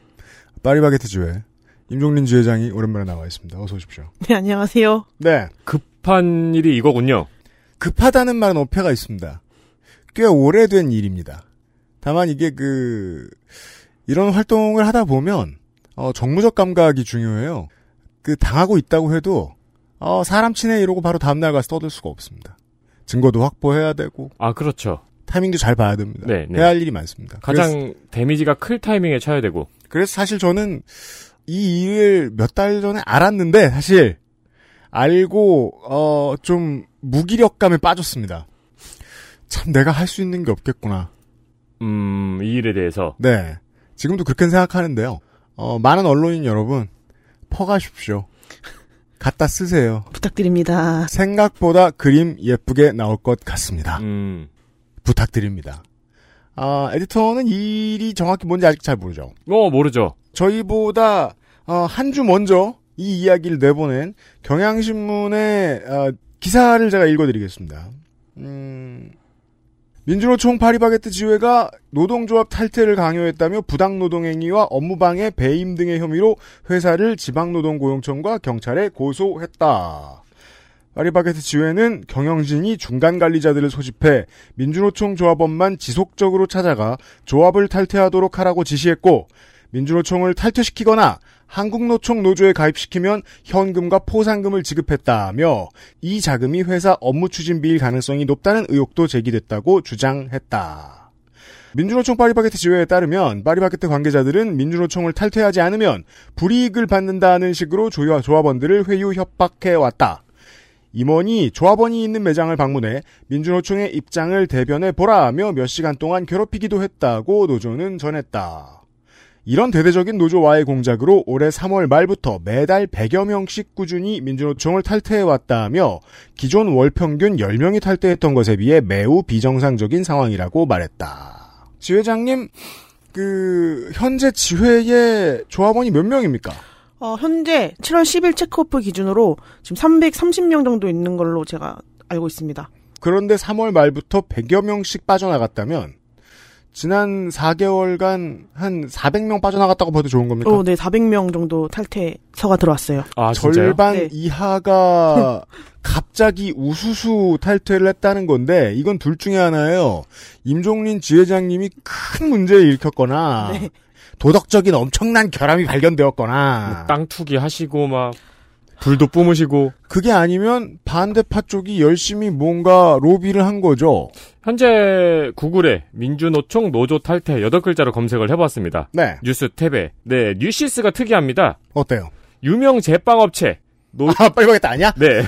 [SPEAKER 2] 파리바게트 지회 임종린 지회장이 오랜만에 나와 있습니다. 어서 오십시오.
[SPEAKER 11] 네, 안녕하세요.
[SPEAKER 2] 네.
[SPEAKER 3] 급한 일이 이거군요.
[SPEAKER 2] 급하다는 말은 어폐가 있습니다. 꽤 오래된 일입니다. 다만 이게 그 이런 활동을 하다 보면 어, 정무적 감각이 중요해요. 그 당하고 있다고 해도 어, 사람 친해 이러고 바로 다음날 가서 떠들 수가 없습니다. 증거도 확보해야 되고
[SPEAKER 3] 아, 그렇죠.
[SPEAKER 2] 타이밍도 잘 봐야 됩니다.
[SPEAKER 3] 네, 네.
[SPEAKER 2] 해야 할 일이 많습니다.
[SPEAKER 3] 가장
[SPEAKER 2] 그래서,
[SPEAKER 3] 데미지가 클 타이밍에 쳐야 되고.
[SPEAKER 2] 그래서 사실 저는 이 일을 몇 달 전에 알았는데 사실 알고 어, 좀 무기력감에 빠졌습니다. 참 내가 할 수 있는 게 없겠구나.
[SPEAKER 3] 음, 이 일에 대해서.
[SPEAKER 2] 네. 지금도 그렇게 생각하는데요. 어, 많은 언론인 여러분, 퍼가십시오. 갖다 쓰세요.
[SPEAKER 11] 부탁드립니다.
[SPEAKER 2] 생각보다 그림 예쁘게 나올 것 같습니다.
[SPEAKER 3] 음.
[SPEAKER 2] 부탁드립니다. 아, 에디터는 이 일이 정확히 뭔지 아직 잘 모르죠.
[SPEAKER 3] 어, 모르죠.
[SPEAKER 2] 저희보다 어, 한 주 먼저 이 이야기를 내보낸 경향신문의 어, 기사를 제가 읽어드리겠습니다. 음, 민주노총 파리바게트 지회가 노동조합 탈퇴를 강요했다며 부당노동행위와 업무방해, 배임 등의 혐의로 회사를 지방노동고용청과 경찰에 고소했다. 파리바게트 지회는 경영진이 중간관리자들을 소집해 민주노총 조합원만 지속적으로 찾아가 조합을 탈퇴하도록 하라고 지시했고 민주노총을 탈퇴시키거나 한국노총 노조에 가입시키면 현금과 포상금을 지급했다며 이 자금이 회사 업무 추진비일 가능성이 높다는 의혹도 제기됐다고 주장했다. 민주노총 파리바게트 지회에 따르면 파리바게트 관계자들은 민주노총을 탈퇴하지 않으면 불이익을 받는다는 식으로 조여- 조합원들을 회유 협박해왔다. 임원이 조합원이 있는 매장을 방문해 민주노총의 입장을 대변해 보라며 몇 시간 동안 괴롭히기도 했다고 노조는 전했다. 이런 대대적인 노조와의 공작으로 올해 3월 말부터 매달 100여 명씩 꾸준히 민주노총을 탈퇴해왔다며 기존 월 평균 10명이 탈퇴했던 것에 비해 매우 비정상적인 상황이라고 말했다. 지회장님, 그, 현재 지회에 조합원이 몇 명입니까?
[SPEAKER 11] 어, 현재 7월 10일 체크오프 기준으로 지금 330명 정도 있는 걸로 제가 알고 있습니다.
[SPEAKER 2] 그런데 3월 말부터 100여 명씩 빠져나갔다면, 지난 4개월간 한 400명 빠져나갔다고 봐도 좋은 겁니까?
[SPEAKER 11] 어, 네, 400명 정도 탈퇴서가 들어왔어요.
[SPEAKER 3] 아, 진짜요?
[SPEAKER 2] 절반
[SPEAKER 11] 네.
[SPEAKER 2] 이하가 갑자기 우수수 탈퇴를 했다는 건데 이건 둘 중에 하나예요. 임종린 지회장님이 큰 문제에 일으켰거나
[SPEAKER 11] 네.
[SPEAKER 2] 도덕적인 엄청난 결함이 발견되었거나
[SPEAKER 3] 뭐 땅 투기 하시고 막 불도 뿜으시고
[SPEAKER 2] 그게 아니면 반대파 쪽이 열심히 뭔가 로비를 한 거죠.
[SPEAKER 3] 현재 구글에 민주노총 노조 탈퇴 여덟 글자로 검색을 해봤습니다.
[SPEAKER 2] 네,
[SPEAKER 3] 뉴스 탭에 네 뉴시스가 특이합니다.
[SPEAKER 2] 어때요?
[SPEAKER 3] 유명 제빵업체 노
[SPEAKER 2] 아, 빨리 가겠다 아니야?
[SPEAKER 3] 네.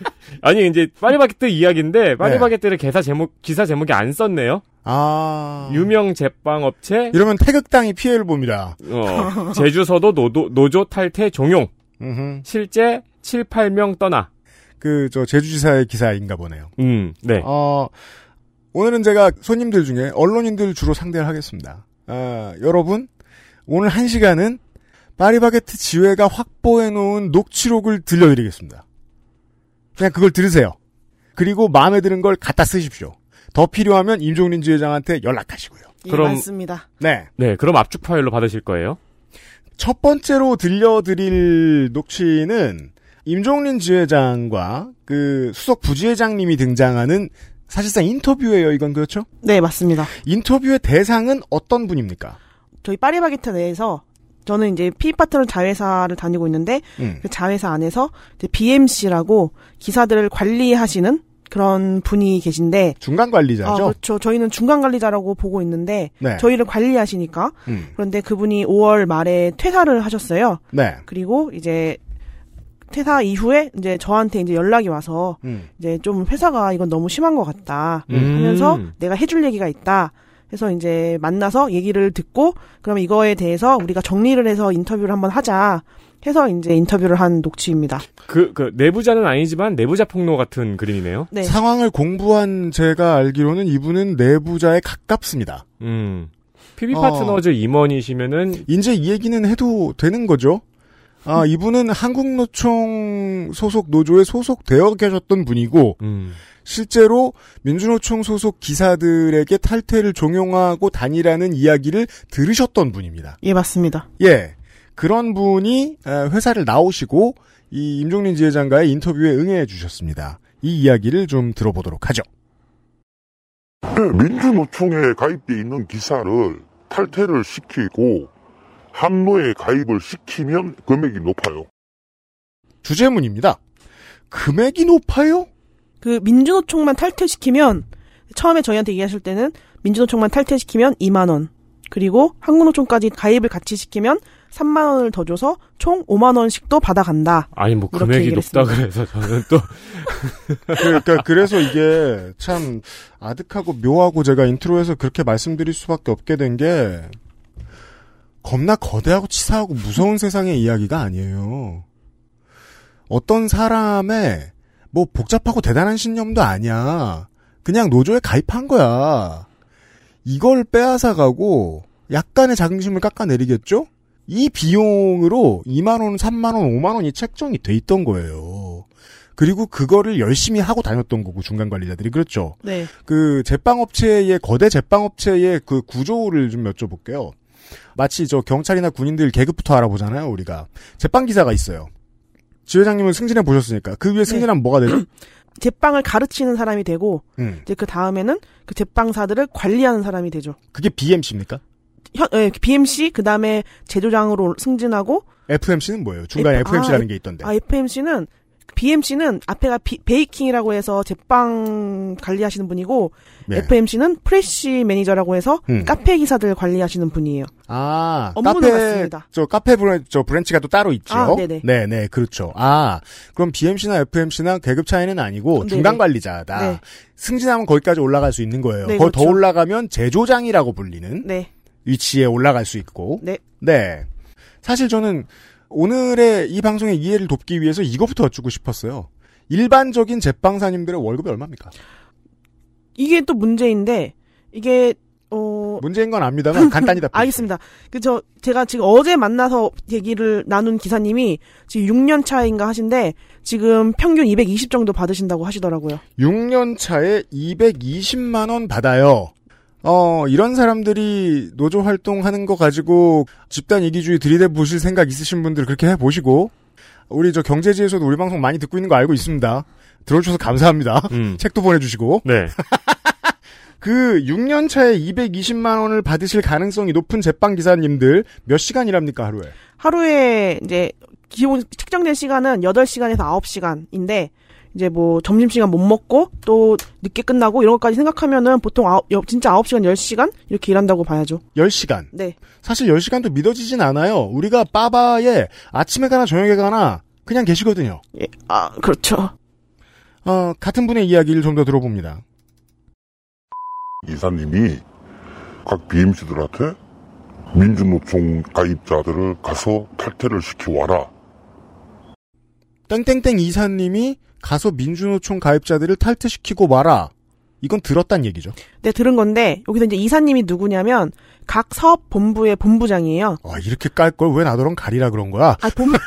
[SPEAKER 3] 아니 이제 파리바게트 이야기인데 파리바게트를
[SPEAKER 11] 네.
[SPEAKER 3] 기사 제목 기사 제목에 안 썼네요.
[SPEAKER 11] 어.
[SPEAKER 2] 아,
[SPEAKER 3] 유명 제빵업체
[SPEAKER 2] 이러면 태극당이 피해를 봅니다.
[SPEAKER 3] 어, 제주서도 노도, 노조 탈퇴 종용
[SPEAKER 2] 음흠.
[SPEAKER 3] 실제 7, 8명 떠나.
[SPEAKER 2] 그, 저, 제주지사의 기사인가 보네요.
[SPEAKER 3] 음, 네.
[SPEAKER 2] 어, 오늘은 제가 손님들 중에 언론인들 주로 상대를 하겠습니다. 아, 여러분, 오늘 한 시간은 파리바게트 지회가 확보해놓은 녹취록을 들려드리겠습니다. 그냥 그걸 들으세요. 그리고 마음에 드는 걸 갖다 쓰십시오. 더 필요하면 임종린 지회장한테 연락하시고요.
[SPEAKER 11] 예,
[SPEAKER 3] 그럼-
[SPEAKER 11] 맞습니다.
[SPEAKER 2] 네.
[SPEAKER 3] 네, 그럼 압축 파일로 받으실 거예요.
[SPEAKER 2] 첫 번째로 들려드릴 녹취는 임종린 지회장과 그 수석 부지회장님이 등장하는 사실상 인터뷰예요. 이건 그렇죠?
[SPEAKER 11] 네, 맞습니다.
[SPEAKER 2] 인터뷰의 대상은 어떤 분입니까?
[SPEAKER 11] 저희 파리바게트 내에서 저는 이제 피파트너 자회사를 다니고 있는데
[SPEAKER 2] 음.
[SPEAKER 11] 그 자회사 안에서 이제 BMC라고 기사들을 관리하시는 그런 분이 계신데
[SPEAKER 2] 중간
[SPEAKER 11] 아,
[SPEAKER 2] 관리자죠.
[SPEAKER 11] 그렇죠. 저희는 중간 관리자라고 보고 있는데
[SPEAKER 2] 네.
[SPEAKER 11] 저희를 관리하시니까
[SPEAKER 2] 음.
[SPEAKER 11] 그런데 그분이 5월 말에 퇴사를 하셨어요.
[SPEAKER 2] 네.
[SPEAKER 11] 그리고 이제 퇴사 이후에 이제 저한테 이제 연락이 와서
[SPEAKER 2] 음.
[SPEAKER 11] 이제 좀 회사가 이건 너무 심한 것 같다
[SPEAKER 3] 음.
[SPEAKER 11] 하면서 내가 해줄 얘기가 있다 해서 이제 만나서 얘기를 듣고 그러면 이거에 대해서 우리가 정리를 해서 인터뷰를 한번 하자 해서 이제 인터뷰를 한 녹취입니다.
[SPEAKER 3] 그, 그, 내부자는 아니지만 내부자 폭로 같은 그림이네요.
[SPEAKER 11] 네.
[SPEAKER 2] 상황을 공부한 제가 알기로는 이분은 내부자에 가깝습니다.
[SPEAKER 3] 음. PB
[SPEAKER 11] 어.
[SPEAKER 3] 파트너즈 임원이시면은,
[SPEAKER 2] 이제 이 얘기는 해도 되는 거죠? 아, 이분은 한국노총 소속 노조에 소속되어 계셨던 분이고,
[SPEAKER 3] 음.
[SPEAKER 2] 실제로 민주노총 소속 기사들에게 탈퇴를 종용하고 다니라는 이야기를 들으셨던 분입니다.
[SPEAKER 11] 예 맞습니다.
[SPEAKER 2] 예. 그런 분이 어, 회사를 나오시고 이 임종린 지회장과의 인터뷰에 응해 주셨습니다. 이 이야기를 좀 들어보도록 하죠.
[SPEAKER 12] 네, 민주노총에 가입돼 있는 기사를 탈퇴를 시키고 한노에 가입을 시키면 금액이 높아요.
[SPEAKER 2] 주제문입니다. 금액이 높아요?
[SPEAKER 11] 그 민주노총만 탈퇴시키면 처음에 저희한테 얘기하실 때는 민주노총만 탈퇴시키면 2만 원 그리고 한국노총까지 가입을 같이 시키면 3만 원을 더 줘서 총 5만 원씩도 받아간다.
[SPEAKER 3] 아니 뭐
[SPEAKER 11] 이렇게
[SPEAKER 3] 금액이
[SPEAKER 11] 얘기를
[SPEAKER 3] 높다
[SPEAKER 11] 했습니다.
[SPEAKER 3] 그래서 저는 또
[SPEAKER 2] 그러니까 그래서 이게 참 아득하고 묘하고 제가 인트로에서 그렇게 말씀드릴 수밖에 없게 된 게 겁나 거대하고 치사하고 무서운 세상의 이야기가 아니에요. 어떤 사람의 뭐 복잡하고 대단한 신념도 아니야. 그냥 노조에 가입한 거야. 이걸 빼앗아 가고 약간의 자긍심을 깎아내리겠죠? 이 비용으로 2만 원, 3만 원, 5만 원이 책정이 돼 있던 거예요. 그리고 그거를 열심히 하고 다녔던 거고 중간 관리자들이 그렇죠.
[SPEAKER 11] 네.
[SPEAKER 2] 그 제빵업체의 거대 제빵업체의 그 구조를 좀 여쭤볼게요. 마치 저 경찰이나 군인들 계급부터 알아보잖아요. 우리가 제빵 기사가 있어요. 지회장님은 승진해 보셨으니까
[SPEAKER 11] 네.
[SPEAKER 2] 그 위에 승진하면 뭐가 되죠?
[SPEAKER 11] 제빵을 가르치는 사람이 되고
[SPEAKER 2] 음.
[SPEAKER 11] 이제 그 다음에는 그 제빵사들을 관리하는 사람이 되죠.
[SPEAKER 2] 그게 BMC입니까?
[SPEAKER 11] 현, 예, BMC 그 다음에 제조장으로 승진하고
[SPEAKER 2] FMC는 뭐예요? 중간에
[SPEAKER 11] F-
[SPEAKER 2] FMC라는
[SPEAKER 11] 아,
[SPEAKER 2] 게 있던데.
[SPEAKER 11] 아 FMC는 BMC는 앞에가 비- 베이킹이라고 해서 제빵 관리하시는 분이고
[SPEAKER 2] 예.
[SPEAKER 11] FMC는 프레시 매니저라고 해서
[SPEAKER 2] 음.
[SPEAKER 11] 카페 기사들 관리하시는 분이에요.
[SPEAKER 2] 아,
[SPEAKER 11] 업무는
[SPEAKER 2] 카페,
[SPEAKER 11] 같습니다.
[SPEAKER 2] 저 카페 브랜, 저 브랜치가 또 따로 있죠.
[SPEAKER 11] 아, 네네.
[SPEAKER 2] 네네, 그렇죠. 아, 그럼 BMC나 FMC나 계급 차이는 아니고
[SPEAKER 11] 네네.
[SPEAKER 2] 중간 관리자다.
[SPEAKER 11] 네.
[SPEAKER 2] 승진하면 거기까지 올라갈 수 있는 거예요.
[SPEAKER 11] 네,
[SPEAKER 2] 거기 더
[SPEAKER 11] 그렇죠.
[SPEAKER 2] 올라가면 제조장이라고 불리는
[SPEAKER 11] 네.
[SPEAKER 2] 위치에 올라갈 수 있고.
[SPEAKER 11] 네.
[SPEAKER 2] 사실 저는 오늘의 이 방송의 이해를 돕기 위해서 이거부터 여쭙고 싶었어요. 일반적인 제빵사님들의 월급이 얼마입니까?
[SPEAKER 11] 이게 또 문제인데 이게 어
[SPEAKER 2] 문제인 건 압니다만 간단히 답해.
[SPEAKER 11] 알겠습니다. 그저 제가 지금 어제 만나서 얘기를 나눈 기사님이 지금 6년 차인가 하신데 지금 평균 220 정도 받으신다고 하시더라고요.
[SPEAKER 2] 6년 차에 220만 원 받아요. 어, 이런 사람들이 노조 활동하는 거 가지고 집단 이기주의 들이대 보실 생각 있으신 분들 그렇게 해 보시고 우리 저 경제지에서도 우리 방송 많이 듣고 있는 거 알고 있습니다. 들어주셔서 감사합니다.
[SPEAKER 3] 음.
[SPEAKER 2] 책도 보내주시고.
[SPEAKER 3] 네.
[SPEAKER 2] 그 6년 차에 220만 원을 받으실 가능성이 높은 제빵 기사님들 몇 시간 일합니까 하루에?
[SPEAKER 11] 하루에 이제 기본 측정된 시간은 8시간에서 9시간인데 이제 뭐 점심시간 못 먹고 또 늦게 끝나고 이런 것까지 생각하면은 보통 아홉- 여- 진짜 9시간 10시간 이렇게 일한다고 봐야죠.
[SPEAKER 2] 10시간.
[SPEAKER 11] 네.
[SPEAKER 2] 사실 10시간도 믿어지진 않아요. 우리가 빠바에 아침에 가나 저녁에 가나 그냥 계시거든요.
[SPEAKER 11] 예, 아, 그렇죠.
[SPEAKER 2] 어, 같은 분의 이야기를 좀 더 들어봅니다.
[SPEAKER 12] 이사님이 각 BMC들한테 민주노총 가입자들을 가서 탈퇴를 시켜와라.
[SPEAKER 2] 땡땡땡 이사님이 가서 민주노총 가입자들을 탈퇴시키고 마라. 이건 들었단 얘기죠.
[SPEAKER 11] 네, 들은 건데 여기서 이제 이사님이 누구냐면 각 사업 본부의 본부장이에요.
[SPEAKER 2] 아, 이렇게 깔 걸 왜 나더러 가리라 그런 거야?
[SPEAKER 11] 아, 본 아,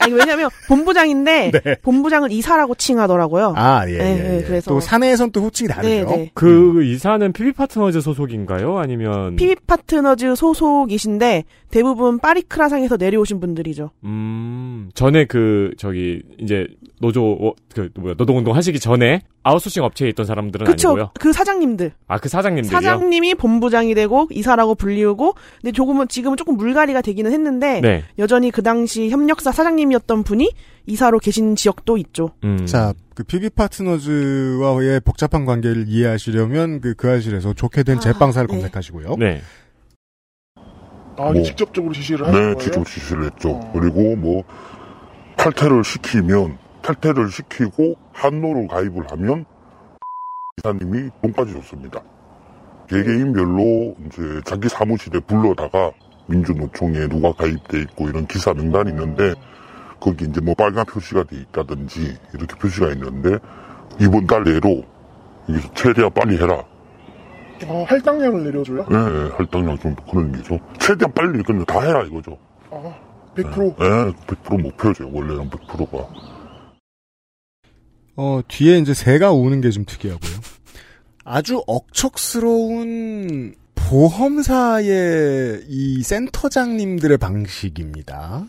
[SPEAKER 11] 아니 왜냐면 본부장인데
[SPEAKER 3] 네.
[SPEAKER 11] 본부장을 이사라고 칭하더라고요.
[SPEAKER 2] 아, 예,
[SPEAKER 11] 네,
[SPEAKER 2] 예,
[SPEAKER 11] 네,
[SPEAKER 2] 예.
[SPEAKER 11] 그래서
[SPEAKER 2] 또 사내에선 또 호칭이 다르죠.
[SPEAKER 11] 네, 네.
[SPEAKER 3] 그 이사는 PB 파트너즈 소속인가요? 아니면
[SPEAKER 11] PB 파트너즈 소속이신데 대부분 파리크라상에서 내려오신 분들이죠.
[SPEAKER 3] 음, 전에 그 저기 이제 노조 어, 그 뭐야 노동운동 하시기 전에 아웃소싱 업체에 있던 사람들은
[SPEAKER 11] 그쵸?
[SPEAKER 3] 아니고요.
[SPEAKER 11] 그 사장님들.
[SPEAKER 3] 아 그 사장님들이요.
[SPEAKER 11] 사장님이 본부장이 되고 이사라고 불리우고 근데 조금은 지금은 조금 물갈이가 되기는 했는데
[SPEAKER 3] 네.
[SPEAKER 11] 여전히 그 당시 협력사 사장님이었던 분이 이사로 계신 지역도 있죠.
[SPEAKER 3] 음.
[SPEAKER 2] 자, 그 PB 파트너즈와의 복잡한 관계를 이해하시려면 그, 그 아실에서 좋게 된 제빵사를 검색하시고요.
[SPEAKER 11] 어?
[SPEAKER 3] 네.
[SPEAKER 12] 아,
[SPEAKER 13] 직접적으로 지시를 어.
[SPEAKER 12] 네, 직접 지시를 했죠. 그리고 뭐 탈퇴를 시키면 탈퇴를 시키고 한노로 가입을 하면 이사님이 돈까지 줬습니다. 개개인별로 이제 자기 사무실에 불러다가 민주노총에 누가 가입돼 있고 이런 기사 명단이 있는데 거기 이제 뭐 빨간 표시가 돼 있다든지 이렇게 표시가 있는데 이번 달 내로 여기서 최대한 빨리 해라
[SPEAKER 13] 아, 할당량을 내려줘요?
[SPEAKER 12] 예, 예, 할당량 좀 그런 게죠. 최대한 빨리 그냥 다 해라 이거죠.
[SPEAKER 13] 아,
[SPEAKER 12] 예,
[SPEAKER 13] 100%.
[SPEAKER 12] 예, 100% 목표죠. 원래는 100%가.
[SPEAKER 2] 어, 뒤에 이제 새가 우는 게 좀 특이하고요. 아주 억척스러운 보험사의 이 센터장님들의 방식입니다.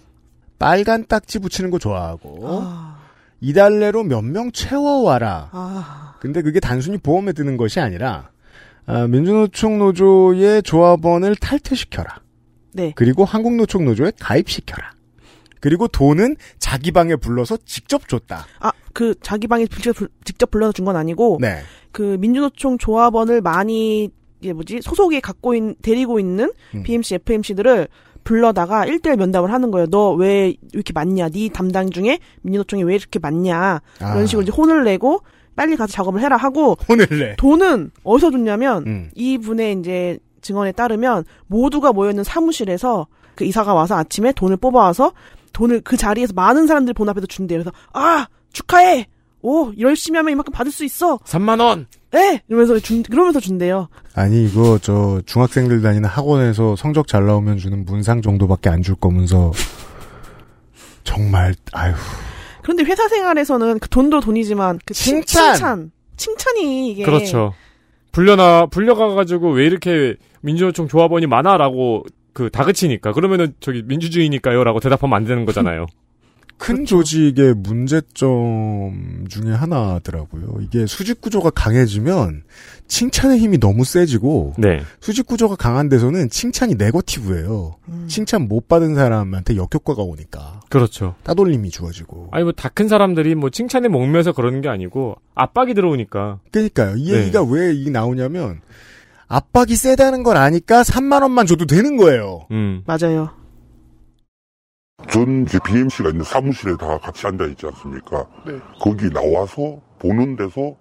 [SPEAKER 2] 빨간 딱지 붙이는 거 좋아하고, 이달 내로 몇 명 채워와라.
[SPEAKER 11] 아,
[SPEAKER 2] 근데 그게 단순히 보험에 드는 것이 아니라, 아, 민주노총 노조의 조합원을 탈퇴시켜라.
[SPEAKER 11] 네.
[SPEAKER 2] 그리고 한국노총 노조에 가입시켜라. 그리고 돈은 자기 방에 불러서 직접 줬다.
[SPEAKER 11] 아, 그 자기 방에 직접, 불- 직접 불러서 준 건 아니고
[SPEAKER 2] 네.
[SPEAKER 11] 그 민주노총 조합원을 많이 이게 뭐지 소속이 갖고 있 데리고 있는
[SPEAKER 3] 음.
[SPEAKER 11] BMC, FMC들을 불러다가 일대일 면담을 하는 거예요. 너 왜 이렇게 많냐? 네 담당 중에 민주노총이 왜 이렇게 많냐?
[SPEAKER 2] 아.
[SPEAKER 11] 이런 식으로 이제 혼을 내고 빨리 가서 작업을 해라 하고
[SPEAKER 2] 혼을 내.
[SPEAKER 11] 돈은 어디서 줬냐면
[SPEAKER 2] 음.
[SPEAKER 11] 이 분의 이제 증언에 따르면 모두가 모여 있는 사무실에서 그 이사가 와서 아침에 돈을 뽑아와서 돈을 그 자리에서 많은 사람들 본 앞에서 준대요. 그래서 아 축하해. 오 열심히 하면 이만큼 받을 수 있어.
[SPEAKER 3] 3만 원.
[SPEAKER 11] 네 이러면서 준 그러면서 준대요.
[SPEAKER 2] 아니 이거 저 중학생들 다니는 학원에서 성적 잘 나오면 주는 문상 정도밖에 안 줄 거면서 정말 아휴
[SPEAKER 11] 그런데 회사 생활에서는 그 돈도 돈이지만 그 칭-
[SPEAKER 2] 칭찬!
[SPEAKER 11] 칭찬 칭찬이
[SPEAKER 2] 예.
[SPEAKER 11] 이게
[SPEAKER 3] 그렇죠. 불려나 불려가가지고 왜 이렇게 민주노총 조합원이 많아라고 그 다그치니까 그러면은 저기 민주주의니까요라고 대답하면 안 되는 거잖아요.
[SPEAKER 2] 큰그 조직의 문제점 중에 하나더라고요. 이게 수직 구조가 강해지면 칭찬의 힘이 너무 세지고
[SPEAKER 3] 네.
[SPEAKER 2] 수직 구조가 강한 데서는 칭찬이 네거티브예요. 칭찬 못 받은 사람한테 역효과가 오니까
[SPEAKER 3] 그렇죠.
[SPEAKER 2] 따돌림이 주어지고
[SPEAKER 3] 아니 뭐 다 큰 사람들이 뭐 칭찬에 목매서 그러는 게 아니고 압박이 들어오니까.
[SPEAKER 2] 그러니까요. 이
[SPEAKER 3] 네.
[SPEAKER 2] 얘기가 왜 이 나오냐면 압박이 세다는 걸 아니까 3만 원만 줘도 되는 거예요.
[SPEAKER 3] 음.
[SPEAKER 11] 맞아요.
[SPEAKER 12] 전 이제 BMC가 있는 사무실에 다 같이 앉아 있지 않습니까?
[SPEAKER 13] 네.
[SPEAKER 12] 거기 나와서 보는 데서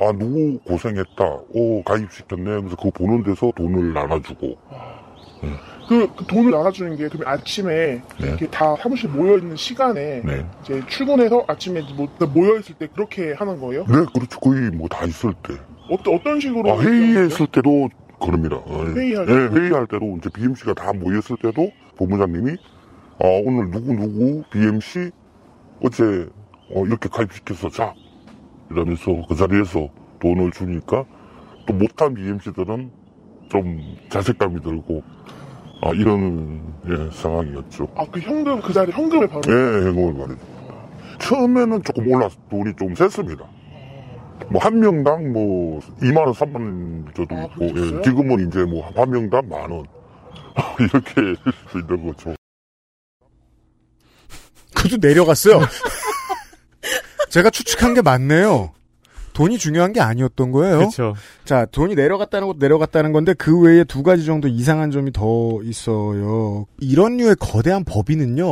[SPEAKER 12] 아 누구 고생했다, 오 가입시켰네 하면서 그거 보는 데서 돈을 나눠주고
[SPEAKER 13] 그, 그 돈을 나눠주는 게 그럼 아침에
[SPEAKER 12] 네.
[SPEAKER 13] 이렇게 다 사무실 모여 있는 시간에
[SPEAKER 12] 네.
[SPEAKER 13] 이제 출근해서 아침에 뭐 모여 있을 때 그렇게 하는 거예요?
[SPEAKER 12] 네 그렇죠 거의 뭐 다 있을 때
[SPEAKER 13] 어떤 어떤 식으로
[SPEAKER 12] 아, 회의했을 때도 그럽니다. 어, 예.
[SPEAKER 13] 회의할
[SPEAKER 12] 예,
[SPEAKER 13] 때도?
[SPEAKER 12] 회의할 때도 이제 BMC가 다 모였을 때도 본부장님이 아, 오늘 누구 누구 BMC 어제 어, 이렇게 가입시켜서 자 이러면서 그 자리에서 돈을 주니까 또 못한 BMC들은 좀 자책감이 들고 아, 이런 예, 상황이었죠.
[SPEAKER 13] 아그 현금 그 자리 현금을 바로
[SPEAKER 12] 예, 행복을 말이죠. 처음에는 조금 올라서 돈이 좀 셌습니다. 뭐, 한 명당 뭐, 2만원, 3만원 저도 있고, 예, 지금은 이제 뭐, 한 명당 만원. 이렇게 있는 거죠.
[SPEAKER 2] 그래도 내려갔어요. 제가 추측한 게 맞네요. 돈이 중요한 게 아니었던 거예요.
[SPEAKER 3] 그렇죠.
[SPEAKER 2] 자, 돈이 내려갔다는 것도 내려갔다는 건데 그 외에 두 가지 정도 이상한 점이 더 있어요. 이런 류의 거대한 법인은요.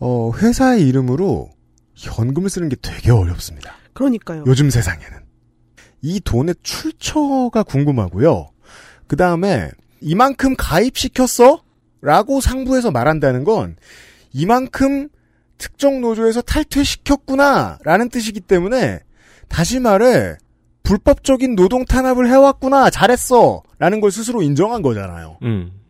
[SPEAKER 2] 어, 회사의 이름으로 현금을 쓰는 게 되게 어렵습니다.
[SPEAKER 11] 그러니까요.
[SPEAKER 2] 요즘 세상에는. 이 돈의 출처가 궁금하고요. 그 다음에 이만큼 가입시켰어? 라고 상부에서 말한다는 건 이만큼 특정 노조에서 탈퇴시켰구나 라는 뜻이기 때문에 다시 말해 불법적인 노동 탄압을 해왔구나 잘했어 라는 걸 스스로 인정한 거잖아요.
[SPEAKER 3] 음.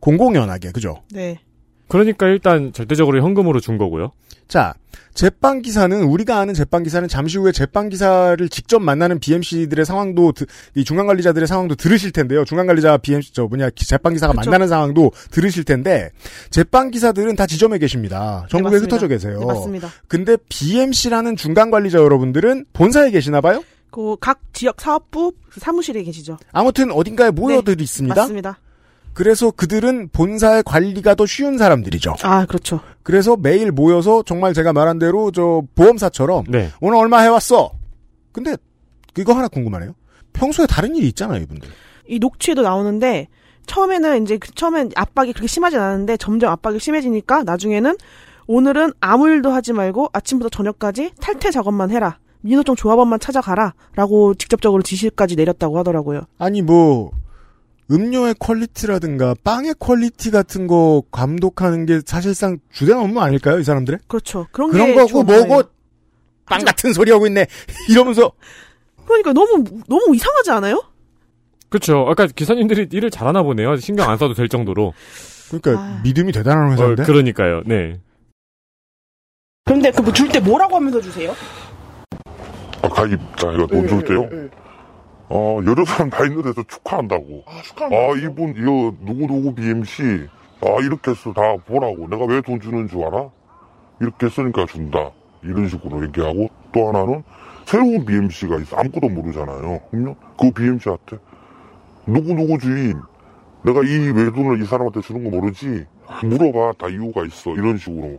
[SPEAKER 2] 공공연하게 그죠?
[SPEAKER 11] 네.
[SPEAKER 3] 그러니까 일단 절대적으로 현금으로 준 거고요.
[SPEAKER 2] 자, 제빵 기사는 우리가 아는 제빵 기사는 잠시 후에 제빵 기사를 직접 만나는 BMC들의 상황도 드- 이 중간 관리자들의 상황도 들으실 텐데요. 중간 관리자 BMC 저 뭐냐 기- 제빵 기사가
[SPEAKER 11] 그쵸.
[SPEAKER 2] 만나는 상황도 들으실 텐데 제빵 기사들은 다 지점에 계십니다. 전국에
[SPEAKER 11] 맞습니다.
[SPEAKER 2] 흩어져 계세요.
[SPEAKER 11] 네, 맞습니다.
[SPEAKER 2] 근데 BMC라는 중간 관리자 여러분들은 본사에 계시나 봐요?
[SPEAKER 11] 그 각 지역 사업부 그 사무실에 계시죠.
[SPEAKER 2] 아무튼 어딘가에 모여들 있습니다.
[SPEAKER 11] 네, 맞습니다.
[SPEAKER 2] 그래서 그들은 본사의 관리가 더 쉬운 사람들이죠.
[SPEAKER 11] 아, 그렇죠.
[SPEAKER 2] 그래서 매일 모여서 정말 제가 말한 대로 저 보험사처럼
[SPEAKER 3] 네.
[SPEAKER 2] 오늘 얼마 해왔어. 근데 이거 하나 궁금하네요. 평소에 다른 일이 있잖아요, 이분들.
[SPEAKER 11] 이 녹취에도 나오는데 처음에는 이제 그 처음엔 압박이 그렇게 심하진 않은데 점점 압박이 심해지니까 나중에는 오늘은 아무 일도 하지 말고 아침부터 저녁까지 탈퇴 작업만 해라. 민노총 조합원만 찾아가라라고 직접적으로 지시까지 내렸다고 하더라고요.
[SPEAKER 2] 아니 뭐 음료의 퀄리티라든가 빵의 퀄리티 같은 거 감독하는 게 사실상 주된 업무 아닐까요, 이 사람들의?
[SPEAKER 11] 그렇죠. 그런,
[SPEAKER 2] 그런
[SPEAKER 11] 게
[SPEAKER 2] 거고
[SPEAKER 11] 좋은 거예요.
[SPEAKER 2] 뭐고 빵 같은 소리 하고 있네. 이러면서
[SPEAKER 11] 그러니까 너무 너무 이상하지 않아요?
[SPEAKER 3] 그렇죠. 아까 기사님들이 일을 잘하나 보네요. 신경 안 써도 될 정도로.
[SPEAKER 2] 그러니까
[SPEAKER 11] 아.
[SPEAKER 2] 믿음이 대단한
[SPEAKER 3] 어,
[SPEAKER 2] 회사인데.
[SPEAKER 3] 그러니까요. 네.
[SPEAKER 11] 그런데 그 줄 때 뭐라고 하면서 주세요?
[SPEAKER 12] 아, 가입자가 돈 줄 때요?
[SPEAKER 13] 예, 예, 예.
[SPEAKER 12] 어, 여러 사람 다 있는 데서 축하한다고.
[SPEAKER 13] 아, 축하합니다.
[SPEAKER 12] 아, 이분, 이거, 누구누구 BMC. 아, 이렇게 해서 다 보라고. 내가 왜 돈 주는 줄 알아? 이렇게 했으니까 준다. 이런 식으로 얘기하고, 또 하나는, 새로운 BMC가 있어. 아무것도 모르잖아요. 그럼요? 그 BMC한테, 누구누구 주인. 내가 이 외돈을 이 사람한테 주는 거 모르지? 물어봐. 다 이유가 있어. 이런 식으로.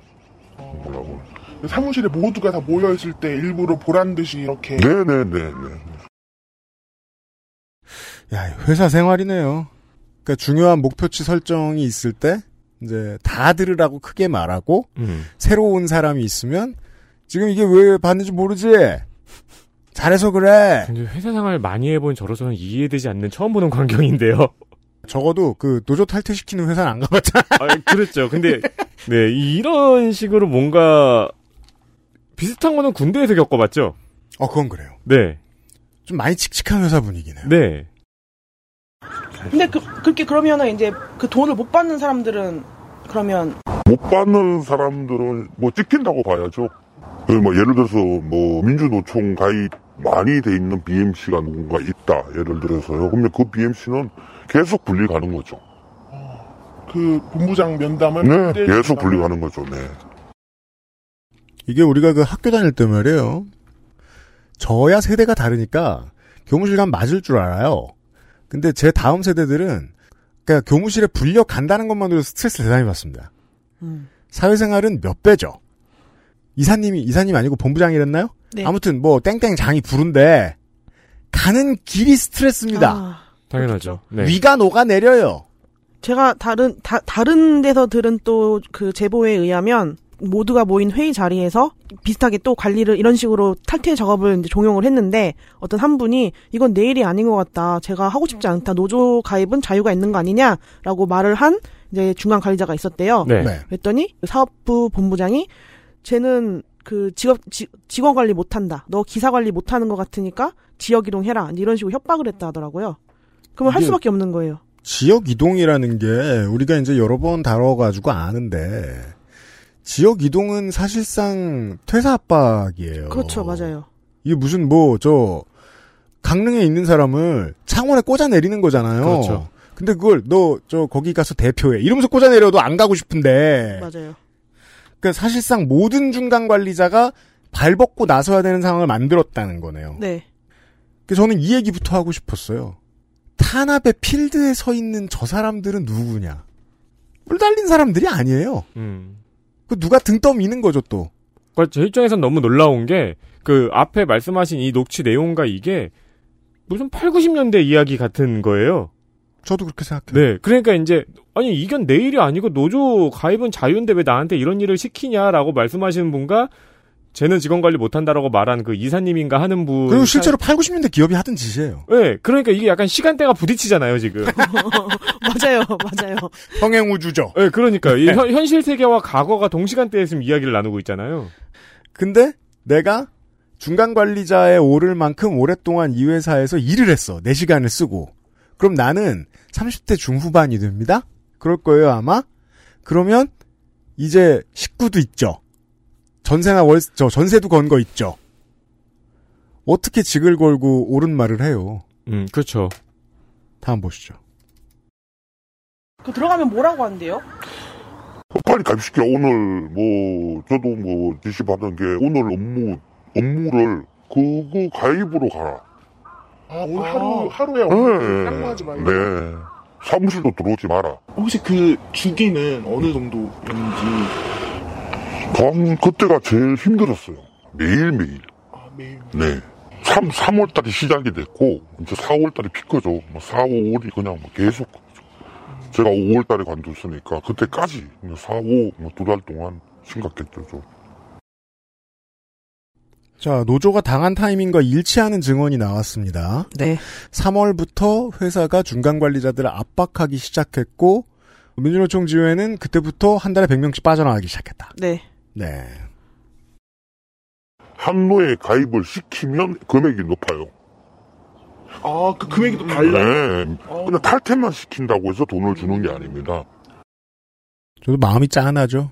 [SPEAKER 12] 뭐라고.
[SPEAKER 13] 사무실에 모두가 다 모여있을 때 일부러 보란 듯이 이렇게.
[SPEAKER 12] 네네네네.
[SPEAKER 2] 야, 회사 생활이네요. 그러니까 중요한 목표치 설정이 있을 때 이제 다 들으라고 크게 말하고
[SPEAKER 3] 음.
[SPEAKER 2] 새로운 사람이 있으면 지금 이게 왜 봤는지 모르지. 잘해서 그래.
[SPEAKER 3] 근데 회사 생활 많이 해본 저로서는 이해되지 않는 처음 보는 광경인데요.
[SPEAKER 2] 적어도 그 노조 탈퇴시키는 회사는 안 가봤잖아.
[SPEAKER 3] 그랬죠. 근데 네 이런 식으로 뭔가 비슷한 거는 군대에서 겪어봤죠.
[SPEAKER 2] 어, 그건 그래요.
[SPEAKER 3] 네,
[SPEAKER 2] 좀 많이 칙칙한 회사 분위기네요.
[SPEAKER 3] 네.
[SPEAKER 11] 근데 그, 그렇게 그러면은 이제 그 돈을 못 받는 사람들은 그러면
[SPEAKER 12] 못 받는 사람들은 뭐 찍힌다고 봐야죠. 그래서 뭐 예를 들어서 뭐 민주노총 가입 많이 돼 있는 BMC가 누군가 있다. 예를 들어서요. 그러면 그 BMC는 계속 분리 가는 거죠.
[SPEAKER 13] 그 본부장 면담을.
[SPEAKER 12] 네,
[SPEAKER 13] 그때
[SPEAKER 12] 계속 분리 가는 거죠. 네.
[SPEAKER 2] 이게 우리가 그 학교 다닐 때 말이에요. 저야 세대가 다르니까 교무실 가면 맞을 줄 알아요. 근데 제 다음 세대들은 그러니까 교무실에 불려 간다는 것만으로 스트레스를 대단히 받습니다.
[SPEAKER 11] 음.
[SPEAKER 2] 사회생활은 몇 배죠. 이사님이 이사님 아니고 본부장이랬나요?
[SPEAKER 11] 네.
[SPEAKER 2] 아무튼 뭐 땡땡 장이 부른데 가는 길이 스트레스입니다.
[SPEAKER 11] 아.
[SPEAKER 3] 당연하죠. 네.
[SPEAKER 2] 위가 녹아 내려요.
[SPEAKER 11] 제가 다른 다, 다른 데서 들은 또 그 제보에 의하면 모두가 모인 회의 자리에서 비슷하게 또 관리를 이런 식으로 탈퇴 작업을 이제 종용을 했는데 어떤 한 분이 이건 내일이 아닌 것 같다. 제가 하고 싶지 않다. 노조 가입은 자유가 있는 거 아니냐라고 말을 한 이제 중간 관리자가 있었대요.
[SPEAKER 3] 네.
[SPEAKER 2] 네.
[SPEAKER 11] 그랬더니 사업부 본부장이 쟤는 그 직업 지- 직원 관리 못한다. 너 기사 관리 못하는 것 같으니까 지역 이동해라. 이제 이런 식으로 협박을 했다 하더라고요. 그러면 할
[SPEAKER 2] 이게-
[SPEAKER 11] 수밖에 없는 거예요.
[SPEAKER 2] 지역 이동이라는 게 우리가 이제 여러 번 다뤄가지고 아는데 지역 이동은 사실상 퇴사 압박이에요.
[SPEAKER 11] 그렇죠, 맞아요.
[SPEAKER 2] 이게 무슨 뭐 저 강릉에 있는 사람을 창원에 꽂아 내리는 거잖아요.
[SPEAKER 3] 그렇죠.
[SPEAKER 2] 근데 그걸 너 저 거기 가서 대표해 이러면서 꽂아 내려도 안 가고 싶은데.
[SPEAKER 11] 맞아요.
[SPEAKER 2] 그러니까 사실상 모든 중간 관리자가 발벗고 나서야 되는 상황을 만들었다는 거네요.
[SPEAKER 11] 네.
[SPEAKER 2] 그래서 저는 이 얘기부터 하고 싶었어요. 탄압의 필드에 서 있는 저 사람들은 누구냐? 뿔 달린 사람들이 아니에요.
[SPEAKER 3] 음.
[SPEAKER 2] 그 누가 등 떠미는 거죠 또.
[SPEAKER 3] 그러니까 제 입장에선 너무 놀라운 게 그 앞에 말씀하신 이 녹취 내용과 이게 무슨 8, 90년대 이야기 같은 거예요.
[SPEAKER 2] 저도 그렇게 생각해요.
[SPEAKER 3] 네. 그러니까 이제, 아니, 이건 내 일이 아니고 노조 가입은 자유인데 왜 나한테 이런 일을 시키냐라고 말씀하시는 분과 쟤는 직원 관리 못한다라고 말한 그 이사님인가 하는 분.
[SPEAKER 2] 그리고 실제로 8, 90년대 기업이 하던 짓이에요.
[SPEAKER 3] 네. 그러니까 이게 약간 시간대가 부딪히잖아요, 지금.
[SPEAKER 11] 맞아요, 맞아요.
[SPEAKER 2] 평행 우주죠.
[SPEAKER 3] 네. 그러니까. 이 현, 현실 세계와 과거가 동시간대에 지금 이야기를 나누고 있잖아요.
[SPEAKER 2] 근데 내가 중간 관리자에 오를 만큼 오랫동안 이 회사에서 일을 했어. 내 시간을 쓰고. 그럼 나는 30대 중후반이 됩니다. 그럴 거예요, 아마. 그러면 이제 식구도 있죠. 전세나 월, 저 전세도 건 거 있죠. 어떻게 직을 걸고 옳은 말을 해요.
[SPEAKER 3] 음, 그렇죠.
[SPEAKER 2] 다음 보시죠.
[SPEAKER 11] 그 들어가면 뭐라고 한대요?
[SPEAKER 12] 빨리 가입시켜. 오늘 뭐 저도 뭐 지시 받은 게 오늘 업무 업무를 그거 가입으로 가라.
[SPEAKER 13] 아, 오늘 하루, 하루에
[SPEAKER 12] 네.
[SPEAKER 13] 업무를 낭하지 말고.
[SPEAKER 12] 네. 사무실도 들어오지 마라.
[SPEAKER 13] 혹시 그 주기는 어느 정도였는지.
[SPEAKER 12] 전 그때가 제일 힘들었어요. 매일매일.
[SPEAKER 13] 아, 매일.
[SPEAKER 12] 네. 3, 3월달이 시작이 됐고, 이제 4월달이 피크죠. 뭐 4, 5월이 그냥 뭐 계속. 그죠. 제가 5월달에 관뒀으니까, 그때까지, 그냥 4, 5, 뭐두 달 동안 심각했죠. 좀.
[SPEAKER 2] 자, 노조가 당한 타이밍과 일치하는 증언이 나왔습니다.
[SPEAKER 11] 네.
[SPEAKER 2] 3월부터 회사가 중간 관리자들을 압박하기 시작했고 민주노총 지회는 그때부터 한 달에 100명씩 빠져나가기 시작했다.
[SPEAKER 11] 네.
[SPEAKER 2] 네.
[SPEAKER 12] 한노에 가입을 시키면 금액이 높아요.
[SPEAKER 13] 아, 그 금액이 또 달라요.
[SPEAKER 12] 네. 그냥 탈퇴만 시킨다고 해서 돈을 주는 게 아닙니다.
[SPEAKER 2] 저도 마음이 짠하죠.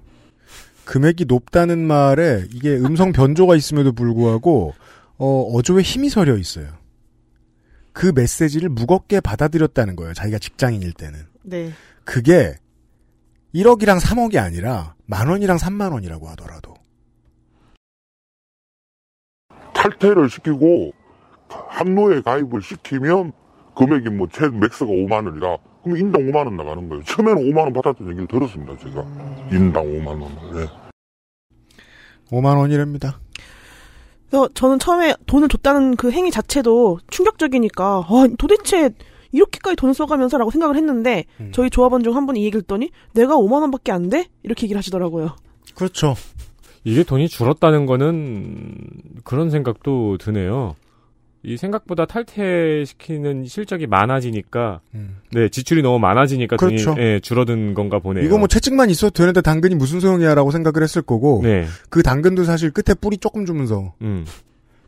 [SPEAKER 2] 금액이 높다는 말에 이게 음성 변조가 있음에도 불구하고 어, 어조에 힘이 서려 있어요. 그 메시지를 무겁게 받아들였다는 거예요. 자기가 직장인일 때는.
[SPEAKER 11] 네.
[SPEAKER 2] 그게 1억이랑 3억이 아니라 만 원이랑 3만 원이라고 하더라도
[SPEAKER 12] 탈퇴를 시키고, 한노에 가입을 시키면, 금액이 뭐, 최 맥스가 5만원이라, 그럼 인당 5만원 나가는 거예요. 처음에는 5만원 받았던 얘기를 들었습니다, 제가. 인당 5만원. 네.
[SPEAKER 2] 5만 원이랍니다.
[SPEAKER 11] 그래서 저는 처음에 돈을 줬다는 그 행위 자체도 충격적이니까 아, 도대체 이렇게까지 돈을 써가면서라고 생각을 했는데
[SPEAKER 2] 음.
[SPEAKER 11] 저희 조합원 중 한 분이 이 얘기를 했더니 내가 5만 원밖에 안 돼? 이렇게 얘기를 하시더라고요.
[SPEAKER 2] 그렇죠.
[SPEAKER 3] 이게 돈이 줄었다는 거는 그런 생각도 드네요. 이 생각보다 탈퇴시키는 실적이 많아지니까
[SPEAKER 2] 음.
[SPEAKER 3] 네 지출이 너무 많아지니까
[SPEAKER 2] 그렇죠.
[SPEAKER 3] 돈이 예, 줄어든 건가 보네요.
[SPEAKER 2] 이거 뭐 채찍만 있어도 되는데 당근이 무슨 소용이야라고 생각을 했을 거고
[SPEAKER 3] 네.
[SPEAKER 2] 그 당근도 사실 끝에 뿌리 조금 주면서
[SPEAKER 3] 음.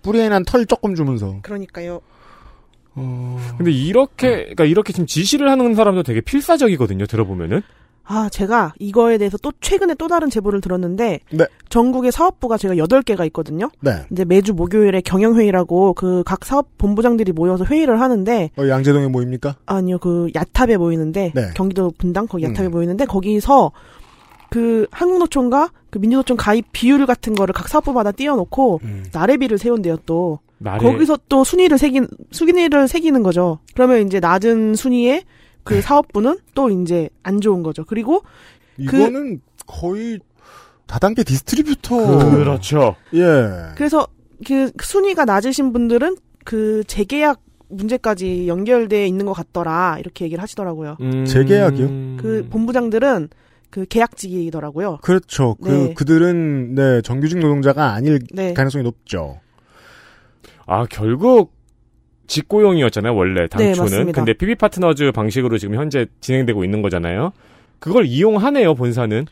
[SPEAKER 2] 뿌리에 난 털 조금 주면서
[SPEAKER 11] 그러니까요.
[SPEAKER 3] 근데 이렇게 그러니까 이렇게 지금 지시를 하는 사람도 되게 필사적이거든요. 들어보면은
[SPEAKER 11] 아, 제가 이거에 대해서 또 최근에 또 다른 제보를 들었는데
[SPEAKER 2] 네.
[SPEAKER 11] 전국의 사업부가 제가 8개가 있거든요.
[SPEAKER 2] 네.
[SPEAKER 11] 이제 매주 목요일에 경영회의라고 그 각 사업 본부장들이 모여서 회의를 하는데
[SPEAKER 2] 어, 양재동에 모입니까?
[SPEAKER 11] 아니요 그 야탑에 모이는데
[SPEAKER 2] 네. 음.
[SPEAKER 11] 경기도 분당 거기 야탑에 모이는데 거기서 그 한국노총과 그 민주노총 가입 비율 같은 거를 각 사업부마다 띄워놓고 나래비를 세운대요 또
[SPEAKER 3] 나래-
[SPEAKER 11] 거기서 또 순위를 새긴 순위를 새기는 거죠. 그러면 이제 낮은 순위에
[SPEAKER 3] 네.
[SPEAKER 11] 그 사업부는 또 이제 안 좋은 거죠. 그리고
[SPEAKER 2] 이거는 거의 다단계 디스트리뷰터
[SPEAKER 3] 그렇죠.
[SPEAKER 2] 예.
[SPEAKER 11] 그래서 그 순위가 낮으신 분들은 그 재계약 문제까지 연결돼 있는 것 같더라 이렇게 얘기를 하시더라고요.
[SPEAKER 3] 음.
[SPEAKER 2] 재계약이요?
[SPEAKER 11] 그 본부장들은 그 계약직이더라고요.
[SPEAKER 2] 그렇죠. 그
[SPEAKER 11] 네.
[SPEAKER 2] 그들은 네 정규직 노동자가 아닐
[SPEAKER 11] 네.
[SPEAKER 2] 가능성이 높죠.
[SPEAKER 3] 아 결국 직고용이었잖아요 원래 당초는.
[SPEAKER 11] 네, 맞습니다.
[SPEAKER 3] 근데 PB 파트너즈 방식으로 지금 현재 진행되고 있는 거잖아요. 그걸 이용하네요 본사는.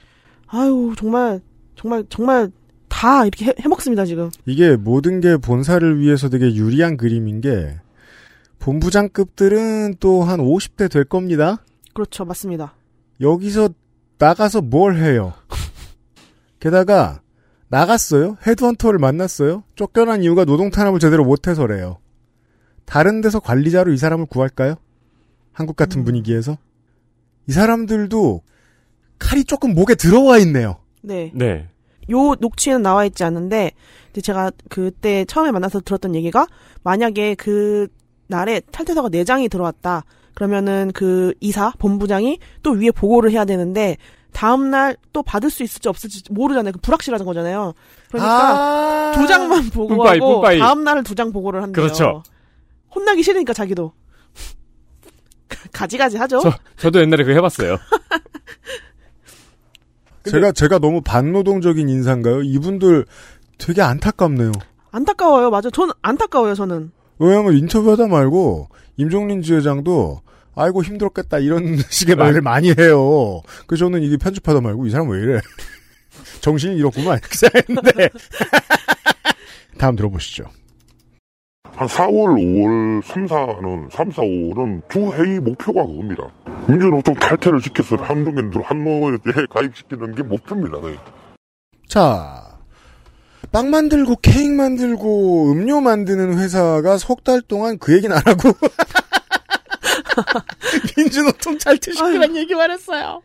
[SPEAKER 11] 아유 정말 정말 정말 다 이렇게 해, 해먹습니다 지금.
[SPEAKER 2] 이게 모든 게 본사를 위해서 되게 유리한 그림인 게 본부장급들은 또 한 50대 될 겁니다.
[SPEAKER 11] 그렇죠 맞습니다.
[SPEAKER 2] 여기서 나가서 뭘 해요? 게다가 나갔어요? 헤드헌터를 만났어요? 쫓겨난 이유가 노동 탄압을 제대로 못해서래요. 다른 데서 관리자로 이 사람을 구할까요? 한국 같은
[SPEAKER 11] 음.
[SPEAKER 2] 분위기에서 이 사람들도 칼이 조금 목에 들어와 있네요.
[SPEAKER 11] 네.
[SPEAKER 3] 네.
[SPEAKER 11] 요 녹취에는 나와 있지 않은데 이제 제가 그때 처음에 만나서 들었던 얘기가 만약에 그 날에 탈퇴서가 4장이 들어왔다. 그러면은 그 이사 본부장이 또 위에 보고를 해야 되는데 다음 날 또 받을 수 있을지 없을지 모르잖아요. 그 불확실한 거잖아요.
[SPEAKER 2] 아!
[SPEAKER 11] 그러니까 두 장만
[SPEAKER 3] 뿜빠이,
[SPEAKER 11] 보고하고
[SPEAKER 3] 뿜빠이.
[SPEAKER 11] 다음 날을 두 장 보고를 한대요.
[SPEAKER 3] 그렇죠.
[SPEAKER 11] 혼나기 싫으니까 자기도 가지가지 하죠.
[SPEAKER 3] 저 저도 옛날에 그거 해봤어요.
[SPEAKER 2] 제가 제가 너무 반노동적인 인사인가요? 이분들 되게 안타깝네요.
[SPEAKER 11] 안타까워요. 맞아. 전 안타까워요. 저는.
[SPEAKER 2] 왜냐하면 인터뷰하다 말고 임종린 지회장도 아이고 힘들었겠다 이런 식의 말을 많이 해요. 그래서 저는 이게 편집하다 말고 이 사람 왜 이래? 정신이 이렇구만 이렇게 생각했는데 다음 들어보시죠.
[SPEAKER 12] 한 4월, 5월, 3, 4는, 3, 4, 5월은 주 회의 목표가 그겁니다. 민주노총 탈퇴를 시켰을 한동인들 한노에 가입시키는 게 목표입니다. 거의.
[SPEAKER 2] 자, 빵 만들고 케이크 만들고 음료 만드는 회사가 석 달 동안 그 얘기는 안 하고 민주노총 탈퇴시키란 얘기만 했어요.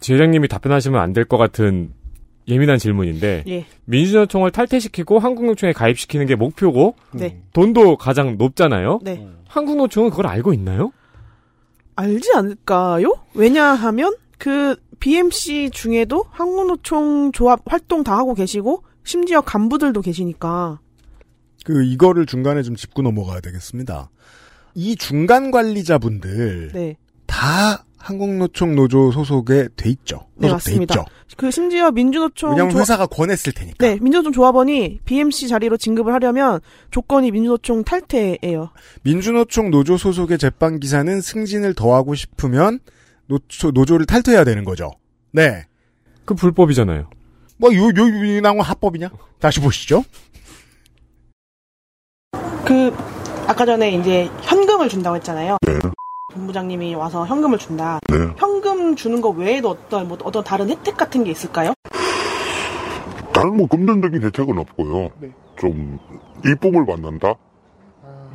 [SPEAKER 3] 지회장님이 답변하시면 안 될 것 같은 예민한 질문인데
[SPEAKER 11] 예.
[SPEAKER 3] 민주노총을 탈퇴시키고 한국노총에 가입시키는 게 목표고
[SPEAKER 11] 네.
[SPEAKER 3] 돈도 가장 높잖아요.
[SPEAKER 11] 네.
[SPEAKER 3] 한국노총은 그걸 알고 있나요?
[SPEAKER 11] 알지 않을까요? 왜냐하면 그 BMC 중에도 한국노총 조합 활동 다 하고 계시고 심지어 간부들도 계시니까
[SPEAKER 2] 그 이거를 중간에 좀 짚고 넘어가야 되겠습니다. 이 중간 관리자분들
[SPEAKER 11] 네,
[SPEAKER 2] 다 한국노총 노조 소속에 돼 있죠.
[SPEAKER 11] 네
[SPEAKER 2] 소속돼
[SPEAKER 11] 맞습니다.
[SPEAKER 2] 있죠.
[SPEAKER 11] 그 심지어 민주노총
[SPEAKER 2] 왜냐하면
[SPEAKER 11] 조합-
[SPEAKER 2] 회사가 권했을 테니까.
[SPEAKER 11] 네 민주노총 조합원이 BMC 자리로 진급을 하려면 조건이 민주노총 탈퇴예요.
[SPEAKER 2] 민주노총 노조 소속의 제빵 기사는 승진을 더하고 싶으면 노조, 노조를 탈퇴해야 되는 거죠. 네.
[SPEAKER 3] 그 불법이잖아요.
[SPEAKER 2] 뭐요요요 나온 합법이냐? 다시 보시죠.
[SPEAKER 11] 그 아까 전에 이제 현금을 준다고 했잖아요.
[SPEAKER 12] 네.
[SPEAKER 11] 본부장님이 와서 현금을 준다.
[SPEAKER 12] 네.
[SPEAKER 11] 현금 주는 거 외에도 어떤 뭐 어떤 다른 혜택 같은 게 있을까요?
[SPEAKER 12] 다른 뭐 금전적인 혜택은 없고요. 좀 이쁨을 받는다.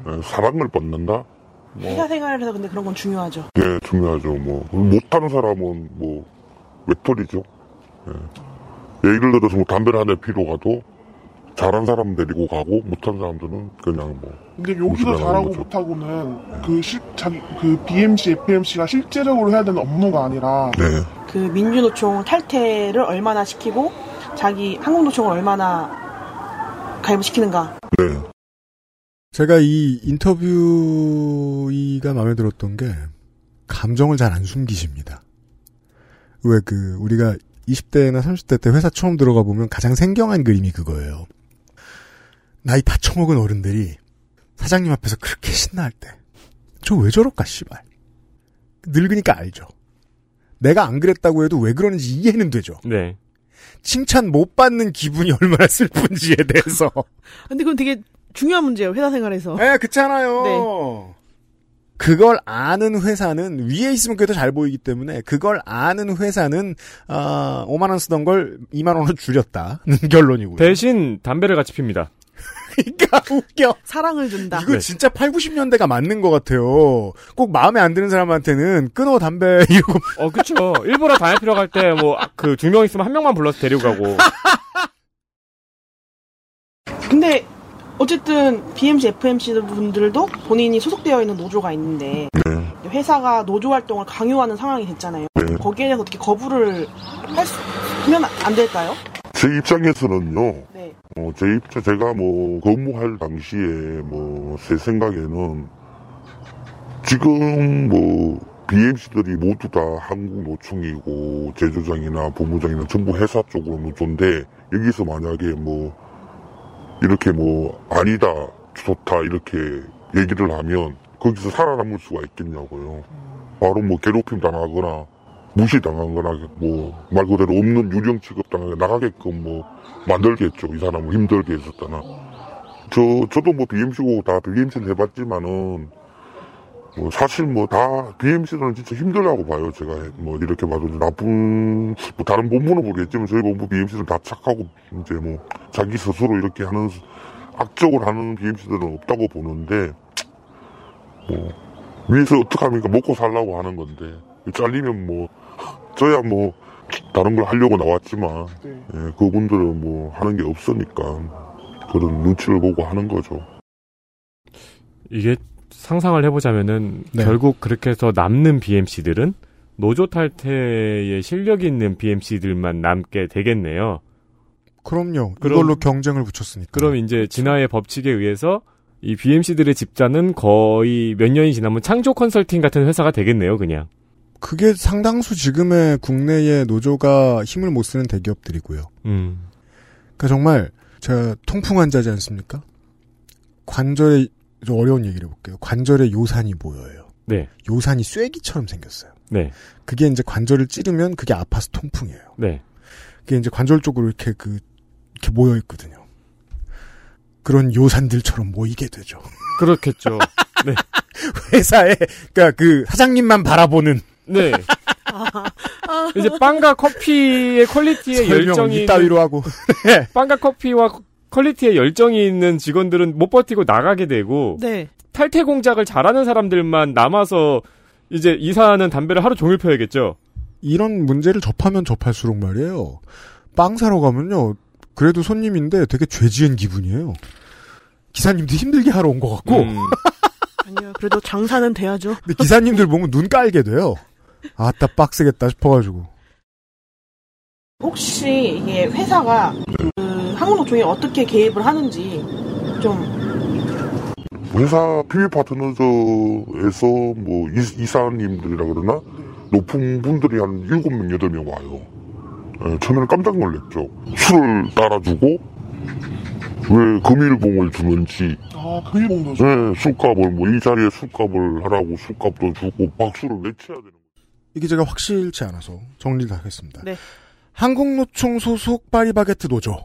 [SPEAKER 12] 네, 사랑을 받는다. 뭐
[SPEAKER 11] 회사 생활에서 근데 그런 건 중요하죠.
[SPEAKER 12] 예, 중요하죠. 뭐 못하는 사람은 뭐 외톨이죠. 예. 예, 예를 들어서 뭐 담배를 한 대 피러 가도 잘한 사람 데리고 가고 못한 사람들은 그냥 뭐
[SPEAKER 13] 근데
[SPEAKER 12] 무시당하는
[SPEAKER 13] 여기서 잘하고
[SPEAKER 12] 거죠.
[SPEAKER 13] 못하고는 그 실, 자기, 그 BMC, FMC가 실제적으로 해야 되는 업무가 아니라
[SPEAKER 12] 네.
[SPEAKER 11] 그 민주노총 탈퇴를 얼마나 시키고 자기 항공노총을 얼마나 가입을 시키는가.
[SPEAKER 12] 네.
[SPEAKER 2] 제가 이 인터뷰가 마음에 들었던 게 감정을 잘 안 숨기십니다. 왜 그 우리가 20대나 30대 때 회사 처음 들어가 보면 가장 생경한 그림이 그거예요. 나이 다 처먹은 어른들이 사장님 앞에서 그렇게 신나할 때, 저 왜 저럴까, 씨발. 늙으니까 알죠. 내가 안 그랬다고 해도 왜 그러는지 이해는 되죠.
[SPEAKER 3] 네.
[SPEAKER 2] 칭찬 못 받는 기분이 얼마나 슬픈지에 대해서.
[SPEAKER 11] 근데 그건 되게 중요한 문제예요, 회사 생활에서.
[SPEAKER 2] 예, 그렇잖아요. 네. 그걸 아는 회사는 위에 있으면 그게 더 잘 보이기 때문에 그걸 아는 회사는 아 5만 원 쓰던 걸 2만 원으로 줄였다는 결론이고요.
[SPEAKER 3] 네. 대신 담배를 같이 핍니다.
[SPEAKER 2] 그러니까 웃겨. 네.
[SPEAKER 11] 사랑을 준다.
[SPEAKER 2] 이거 진짜 8, 90년대가 맞는 것 같아요. 꼭 마음에 안 드는 사람한테는 끊어 담배 이러고
[SPEAKER 3] 어, 그쵸. 일부러 담배 피러 갈 때, 뭐, 그, 두 명 있으면 한 명만 불러서 데리고 가고.
[SPEAKER 11] 근데 어쨌든 BMC, FMC 분들도 본인이 소속되어 있는 노조가 있는데
[SPEAKER 12] 네.
[SPEAKER 11] 회사가 노조 활동을 강요하는 상황이 됐잖아요. 거기에 대해서 어떻게 거부를 할 수면 안 될까요?
[SPEAKER 12] 제 입장에서는요.
[SPEAKER 11] 네.
[SPEAKER 12] 어, 제 입장 제가 뭐 근무할 당시에 뭐 제 생각에는 지금 뭐 BMC들이 모두 다 한국 노총이고 제조장이나 본부장이나 전부 회사 쪽으로 노조인데 여기서 만약에 뭐 이렇게 뭐 아니다 좋다 이렇게 얘기를 하면 거기서 살아남을 수가 있겠냐고요. 바로 뭐 괴롭힘 당하거나 무시당한 거나 뭐 말 그대로 없는 유령 취급당하게 나가게끔 뭐 만들겠죠. 이 사람을 힘들게 했었다나. 저 저도 뭐 BMC고 다 BMC는 해봤지만은 뭐 사실 뭐 다 BMC는 진짜 힘들다고 봐요. 제가 뭐 이렇게 봐도 나쁜 뭐 다른 본부는 모르겠지만 저희 본부 BMC는 다 착하고 이제 뭐 자기 스스로 이렇게 하는 악적으로 하는 BMC들은 없다고 보는데 뭐 위에서 어떻게 합니까 먹고 살라고 하는 건데 잘리면 뭐 저야 뭐 다른 걸 하려고 나왔지만 예, 그분들은 뭐 하는 게 없으니까 그런 눈치를 보고 하는 거죠.
[SPEAKER 3] 이게 상상을 해보자면은,
[SPEAKER 12] 네.
[SPEAKER 3] 결국 그렇게 해서 남는 BMC들은, 노조 탈퇴에 실력 있는 BMC들만 남게 되겠네요.
[SPEAKER 2] 그럼요.
[SPEAKER 3] 그럼-
[SPEAKER 2] 이걸로 경쟁을 붙였으니까.
[SPEAKER 3] 네. 그럼 이제 진화의 법칙에 의해서, 이 BMC들의 집단은 거의 몇 년이 지나면 창조 컨설팅 같은 회사가 되겠네요, 그냥.
[SPEAKER 2] 그게 상당수 지금의 국내의 노조가 힘을 못 쓰는 대기업들이고요.
[SPEAKER 3] 음.
[SPEAKER 2] 그러니까 정말 제가 통풍 환자지 않습니까? 관절에 좀 어려운 얘기를 해볼게요. 관절에 요산이 보여요.
[SPEAKER 3] 네.
[SPEAKER 2] 요산이 쐐기처럼 생겼어요.
[SPEAKER 3] 네.
[SPEAKER 2] 그게 이제 관절을 찌르면 그게 아파서 통풍이에요.
[SPEAKER 3] 네.
[SPEAKER 2] 그게 이제 관절 쪽으로 이렇게 그 이렇게 모여 있거든요. 그런 요산들처럼 모이게 되죠.
[SPEAKER 3] 그렇겠죠. 네.
[SPEAKER 2] 회사에 그러니까 그 사장님만 바라보는
[SPEAKER 3] 네. 이제 빵과 커피의 퀄리티에
[SPEAKER 2] 설명은
[SPEAKER 3] 예, 열정이
[SPEAKER 2] 이따위로 하고 네.
[SPEAKER 3] 빵과 커피와 커- 퀄리티에 열정이 있는 직원들은 못 버티고 나가게 되고
[SPEAKER 11] 네.
[SPEAKER 3] 탈퇴 공작을 잘하는 사람들만 남아서 이제 이사하는 담배를 하루 종일 펴야겠죠.
[SPEAKER 2] 이런 문제를 접하면 접할수록 말이에요. 빵 사러 가면요. 그래도 손님인데 되게 죄 지은 기분이에요. 기사님도 힘들게 하러 온 것 같고.
[SPEAKER 3] 음.
[SPEAKER 11] 아니요. 그래도 장사는 돼야죠.
[SPEAKER 2] 근데 기사님들 보면 눈 깔게 돼요. 아따 빡세겠다 싶어가지고.
[SPEAKER 11] 혹시 이게 회사가 그 항공노총에 어떻게 개입을 하는지 좀
[SPEAKER 12] 회사 PB 파트너즈에서 뭐 이, 사님들이라 그러나
[SPEAKER 13] 네.
[SPEAKER 12] 높은 분들이 한 7명, 8명 와요. 예, 처음에는 깜짝 놀랐죠. 술을 따라주고 왜 금일봉을 주는지
[SPEAKER 13] 아, 그 일본도
[SPEAKER 12] 예, 술값을 뭐 이 자리에 술값을 하라고 술값도 주고 박수를 외쳐야 되는
[SPEAKER 2] 이게 제가 확실치 않아서 정리를 하겠습니다.
[SPEAKER 11] 네.
[SPEAKER 2] 한국노총 소속 파리바게트 노조.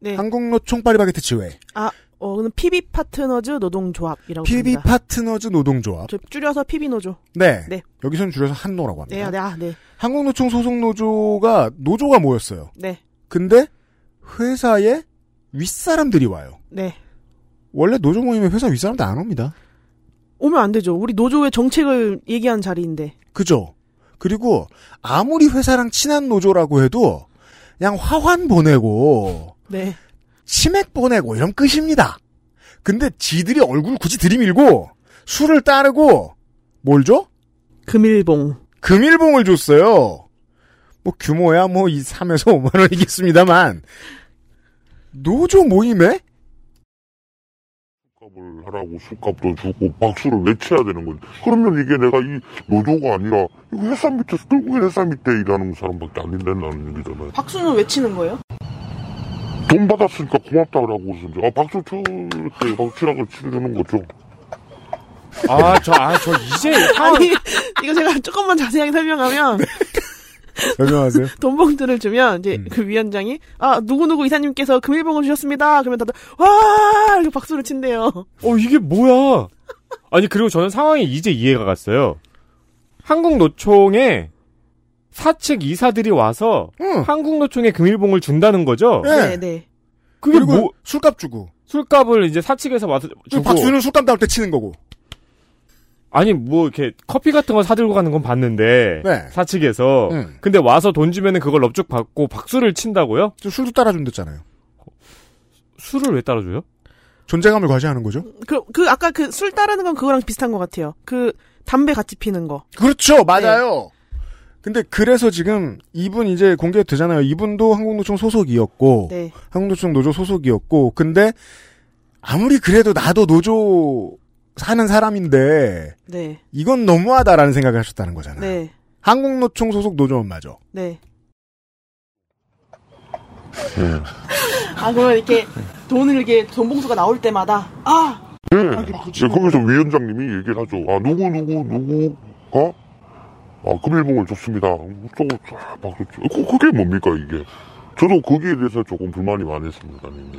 [SPEAKER 11] 네.
[SPEAKER 2] 한국노총 파리바게트 지회.
[SPEAKER 11] 아, 어, 그는 PB 파트너즈 노동조합이라고
[SPEAKER 2] PB
[SPEAKER 11] 합니다.
[SPEAKER 2] 파트너즈 노동조합.
[SPEAKER 11] 저 줄여서 PB 노조.
[SPEAKER 2] 네.
[SPEAKER 11] 네.
[SPEAKER 2] 여기선 줄여서 한노라고 합니다.
[SPEAKER 11] 네, 아, 네, 아, 네.
[SPEAKER 2] 한국노총 소속 노조가 노조가 모였어요.
[SPEAKER 11] 네.
[SPEAKER 2] 근데 회사에 윗사람들이 와요.
[SPEAKER 11] 네.
[SPEAKER 2] 원래 노조 모임에 회사 윗사람들 안 옵니다.
[SPEAKER 11] 오면 안 되죠. 우리 노조의 정책을 얘기한 자리인데.
[SPEAKER 2] 그죠? 그리고 아무리 회사랑 친한 노조라고 해도 그냥 화환 보내고
[SPEAKER 11] 네.
[SPEAKER 2] 치맥 보내고 이런 끝입니다. 근데 지들이 얼굴 굳이 들이밀고 술을 따르고 뭘 줘?
[SPEAKER 11] 금일봉.
[SPEAKER 2] 금일봉을 줬어요. 뭐 규모야 뭐 이 3에서 5만 원이겠습니다만 노조 모임에
[SPEAKER 12] 밥을 하라고 술값도 주고 박수를 외쳐야 되는 건데 그러면 이게 내가 이 노조가 아니라 이거 회사 밑에서 결국엔 회사 밑에 일하는 사람밖에 안 된다는 얘기잖아요
[SPEAKER 11] 박수는 외치는 거예요?
[SPEAKER 12] 돈 받았으니까 고맙다 그러고 그러는데 아 박수 칠때 박수라고 치르는 거죠
[SPEAKER 3] 아, 저, 아, 저 이제.
[SPEAKER 11] 아니 이거 제가 조금만 자세하게 설명하면
[SPEAKER 2] 설명하세요.
[SPEAKER 11] 돈봉투를 주면 이제 그 위원장이 아 누구 누구 이사님께서 금일봉을 주셨습니다. 그러면 다들 와 이렇게 박수를 친대요.
[SPEAKER 3] 어, 이게 뭐야? 아니, 그리고 저는 상황이 이제 이해가 갔어요. 한국노총에 사측 이사들이 와서 한국노총에 금일봉을 준다는 거죠?
[SPEAKER 11] 네, 네.
[SPEAKER 3] 그게
[SPEAKER 2] 그리고
[SPEAKER 3] 뭐-
[SPEAKER 2] 술값 주고
[SPEAKER 3] 술값을 이제 사측에서 와서 주고.
[SPEAKER 2] 박수는 술값 나올 때 치는 거고
[SPEAKER 3] 아니, 뭐, 이렇게 커피 같은 거 사들고 가는 건 봤는데.
[SPEAKER 2] 네.
[SPEAKER 3] 사측에서.
[SPEAKER 2] 음.
[SPEAKER 3] 근데 와서 돈 주면은 그걸 넙죽 받고 박수를 친다고요?
[SPEAKER 2] 저 술도 따라준댔잖아요.
[SPEAKER 3] 술을 왜 따라줘요?
[SPEAKER 2] 존재감을 과시하는 거죠.
[SPEAKER 11] 그, 그 아까 그 술 따르는 건 그거랑 비슷한 것 같아요. 그 담배 같이 피는 거.
[SPEAKER 2] 그렇죠, 맞아요. 근데 그래서 지금 이분 이제 공개되잖아요. 이분도 한국노총 소속이었고
[SPEAKER 11] 네.
[SPEAKER 2] 한국노총 노조 소속이었고 근데 아무리 그래도 나도 노조 사는 사람인데
[SPEAKER 11] 네.
[SPEAKER 2] 이건 너무하다라는 생각을 하셨다는 거잖아요.
[SPEAKER 11] 네.
[SPEAKER 2] 한국노총 소속 노조원 맞아.
[SPEAKER 11] 네. 아 그러면 이렇게 돈을 이렇게 돈봉투가 나올 때마다 아
[SPEAKER 12] 예 예, 거기서 위원장님이 얘기를 하죠 아 누구 누구 누구가 아 금일봉을 줬습니다 저거 쫙 박수 치- 그- 그게 뭡니까 이게 저도 거기에 대해서 조금 불만이 많았습니다 님.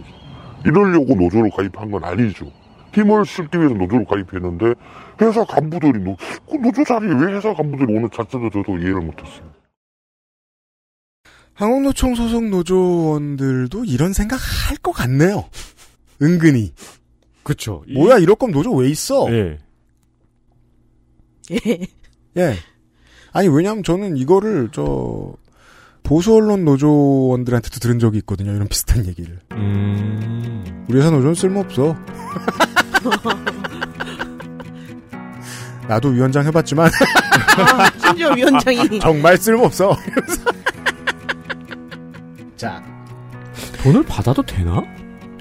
[SPEAKER 12] 이러려고 노조로 가입한 건 아니죠 힘을 쓰기 위해서 노조로 가입했는데 회사 간부들이 노, 그 노조 자리에 왜 회사 간부들이 오는 자체도 저도 이해를 못했어요
[SPEAKER 2] 한국노총 소속 노조원들도 이런 생각 할 것 같네요. 은근히.
[SPEAKER 3] 그쵸.
[SPEAKER 2] 뭐야, 이럴 거면 노조 왜 있어?
[SPEAKER 3] 예.
[SPEAKER 11] 예.
[SPEAKER 2] 예. 아니, 왜냐면 하 저는 이거를, 저, 보수 언론 노조원들한테도 들은 적이 있거든요. 이런 비슷한 얘기를.
[SPEAKER 3] 음.
[SPEAKER 2] 우리 회사 노조는 쓸모없어. 나도 위원장 해봤지만.
[SPEAKER 11] 아, 심지어 위원장이.
[SPEAKER 2] 정말 쓸모없어. 자.
[SPEAKER 3] 돈을 받아도 되나?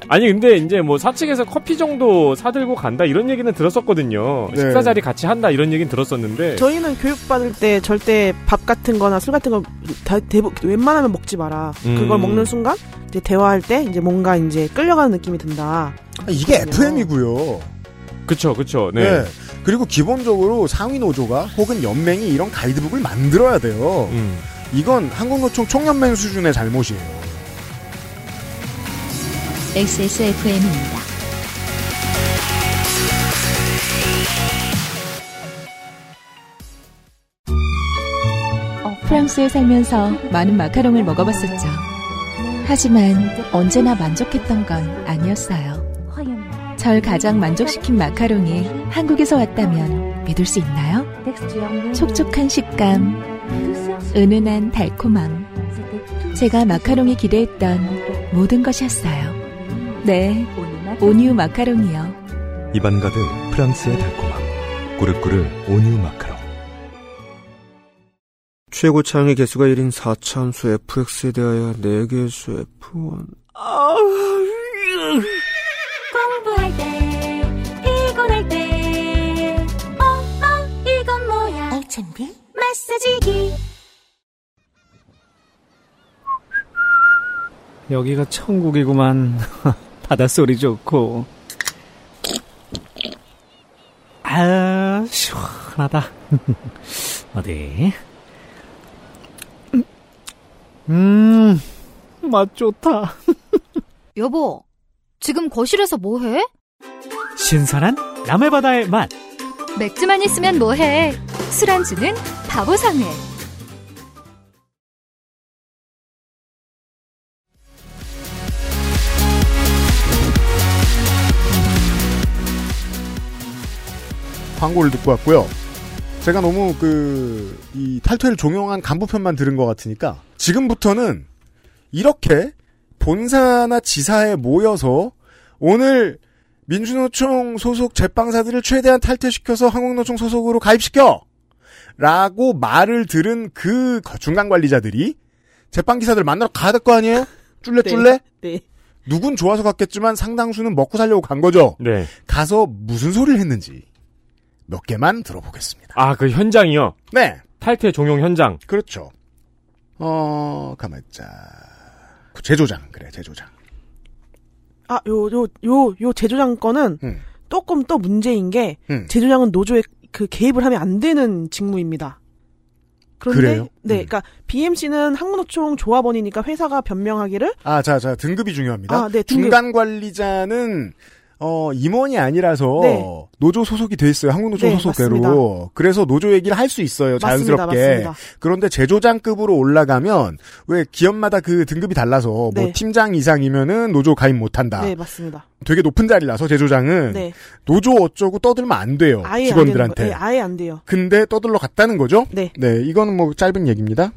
[SPEAKER 3] 아니 근데 이제 뭐 사측에서 커피 정도 사들고 간다 이런 얘기는 들었었거든요.
[SPEAKER 2] 네.
[SPEAKER 3] 식사 자리 같이 한다 이런 얘기는 들었었는데
[SPEAKER 11] 저희는 교육받을 때 절대 밥 같은 거나 술 같은 거 다, 대부, 웬만하면 먹지 마라.
[SPEAKER 3] 음.
[SPEAKER 11] 그걸 먹는 순간, 이제 대화할 때, 이제 뭔가 이제 끌려가는 느낌이 든다.
[SPEAKER 2] 아, 이게 FM이고요.
[SPEAKER 3] 그쵸 그쵸 네.
[SPEAKER 2] 네. 그리고 기본적으로 상위 노조가 혹은 연맹이 이런 가이드북을 만들어야 돼요.
[SPEAKER 3] 음.
[SPEAKER 2] 이건 한국노총 총연맹 수준의 잘못이에요.
[SPEAKER 1] XSFM입니다.
[SPEAKER 14] 프랑스에 살면서 많은 마카롱을 먹어봤었죠. 하지만 언제나 만족했던 건 아니었어요. 절 가장 만족시킨 마카롱이 한국에서 왔다면 믿을 수 있나요? 촉촉한 식감, 은은한 달콤함. 제가 마카롱이 기대했던 모든 것이었어요. 네, 온유 마카롱이요.
[SPEAKER 15] 입안 가득 프랑스의 달콤함. 꾸르꾸르 온유 마카롱.
[SPEAKER 16] 최고 창의 개수가 1인 4차함수 fx에 대하여 4개수 f1
[SPEAKER 17] 공부할 때 피곤할 때 엄마 이건 뭐야 알찬비 마사지기
[SPEAKER 9] 여기가 천국이구만. 바닷소리 좋고. 아, 시원하다. 어디? 음, 맛 좋다.
[SPEAKER 10] 여보, 지금 거실에서 뭐해?
[SPEAKER 9] 신선한 남해바다의 맛.
[SPEAKER 10] 맥주만 있으면 뭐해? 술안주는 바보상회.
[SPEAKER 2] 광고를 듣고 왔고요. 제가 너무 그, 이 탈퇴를 종용한 간부편만 들은 것 같으니까 지금부터는 이렇게 본사나 지사에 모여서 오늘 민주노총 소속 제빵사들을 최대한 탈퇴시켜서 한국노총 소속으로 가입시켜! 라고 말을 들은 그 중간 관리자들이 제빵 기사들 만나러 가야 될 거 아니에요? 쫄래 쫄래?
[SPEAKER 11] 네.
[SPEAKER 2] 누군 좋아서 갔겠지만 상당수는 먹고 살려고 간 거죠.
[SPEAKER 3] 네.
[SPEAKER 2] 가서 무슨 소리를 했는지 몇 개만 들어보겠습니다.
[SPEAKER 3] 아, 그 현장이요?
[SPEAKER 2] 네.
[SPEAKER 3] 탈퇴 종용 현장.
[SPEAKER 2] 그렇죠. 어, 가만있자. 그 제조장, 그래, 제조장.
[SPEAKER 11] 아, 요, 요, 요, 요 제조장 거는
[SPEAKER 2] 음.
[SPEAKER 11] 조금 또 문제인 게
[SPEAKER 2] 음.
[SPEAKER 11] 제조장은 노조에 그 개입을 하면 안 되는 직무입니다. 그런데
[SPEAKER 2] 그래요? 음.
[SPEAKER 11] 네, 그러니까 BMC는 항문노총 조합원이니까 회사가 변명하기를
[SPEAKER 2] 아, 자, 자, 등급이 중요합니다.
[SPEAKER 11] 아, 네, 등급.
[SPEAKER 2] 중간 관리자는 어, 임원이 아니라서
[SPEAKER 11] 네.
[SPEAKER 2] 노조 소속이 돼 있어요. 한국노조
[SPEAKER 11] 네,
[SPEAKER 2] 소속대로.
[SPEAKER 11] 맞습니다.
[SPEAKER 2] 그래서 노조 얘기를 할 수 있어요.
[SPEAKER 11] 맞습니다,
[SPEAKER 2] 자연스럽게.
[SPEAKER 11] 맞습니다.
[SPEAKER 2] 그런데 제조장급으로 올라가면 왜 기업마다 그 등급이 달라서 뭐
[SPEAKER 11] 네.
[SPEAKER 2] 팀장 이상이면은 노조 가입 못 한다.
[SPEAKER 11] 네 맞습니다.
[SPEAKER 2] 되게 높은 자리라서 제조장은
[SPEAKER 11] 네,
[SPEAKER 2] 노조 음. 어쩌고 떠들면 안 돼요.
[SPEAKER 11] 아예 안
[SPEAKER 2] 직원들한테.
[SPEAKER 11] 되는 거, 네, 아예 안 돼요.
[SPEAKER 2] 근데 떠들러 갔다는 거죠?
[SPEAKER 11] 네.
[SPEAKER 2] 이거는 뭐 짧은 얘기입니다.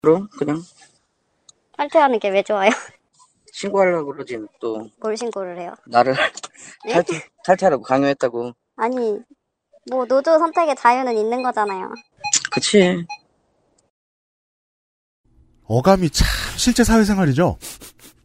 [SPEAKER 18] 그럼 그냥
[SPEAKER 19] 탈퇴하는 게 왜 좋아요?
[SPEAKER 18] 신고하려고 그러지 또
[SPEAKER 19] 뭘 신고를 해요?
[SPEAKER 18] 나를
[SPEAKER 19] 네?
[SPEAKER 18] 탈퇴, 탈퇴하라고 강요했다고
[SPEAKER 19] 아니, 뭐 노조 선택의 자유는 있는 거잖아요.
[SPEAKER 18] 그치
[SPEAKER 2] 어감이 참 실제 사회생활이죠.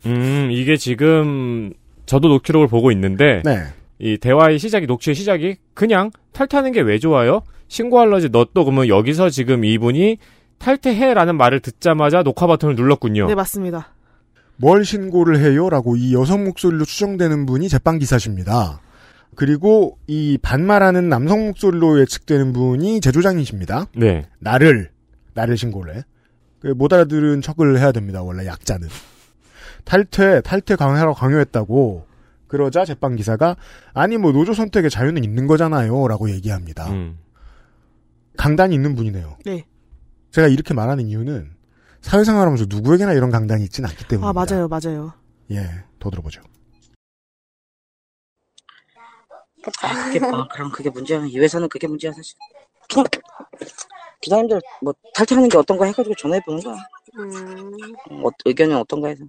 [SPEAKER 3] 음, 이게 지금 저도 녹취록을 보고 있는데
[SPEAKER 2] 네.
[SPEAKER 3] 이 대화의 시작이 녹취의 시작이 그냥 탈퇴하는 게 왜 좋아요? 신고할러지 너 또 그러면 여기서 지금 이분이 탈퇴해라는 말을 듣자마자 녹화 버튼을
[SPEAKER 2] 어.
[SPEAKER 3] 눌렀군요.
[SPEAKER 11] 네 맞습니다.
[SPEAKER 2] 뭘 신고를 해요라고 이 여성 목소리로 추정되는 분이 제빵 기사십니다. 그리고 이 반말하는 남성 목소리로 예측되는 분이 제조장이십니다.
[SPEAKER 3] 네.
[SPEAKER 2] 나를 나를 신고를 해. 그못 알아들은 척을 해야 됩니다. 원래 약자는 탈퇴 탈퇴 강요하라고 강요했다고 그러자 제빵 기사가 아니 뭐 노조 선택의 자유는 있는 거잖아요라고 얘기합니다.
[SPEAKER 3] 음.
[SPEAKER 2] 강단이 있는 분이네요.
[SPEAKER 11] 네.
[SPEAKER 2] 제가 이렇게 말하는 이유는 사회생활하면서 누구에게나 이런 강단이 있진 않기 때문에
[SPEAKER 11] 아 맞아요, 맞아요.
[SPEAKER 2] 예, 더 들어보죠.
[SPEAKER 19] 그쵸?
[SPEAKER 18] 아, 그게, 아, 그럼 그게 문제야 이 회사는 그게 문제야 사실 좀 기사님들 뭐 탈퇴하는 게 어떤가 해가지고 전화해보는 거야
[SPEAKER 19] 음,
[SPEAKER 18] 어, 의견이 어떤가 해서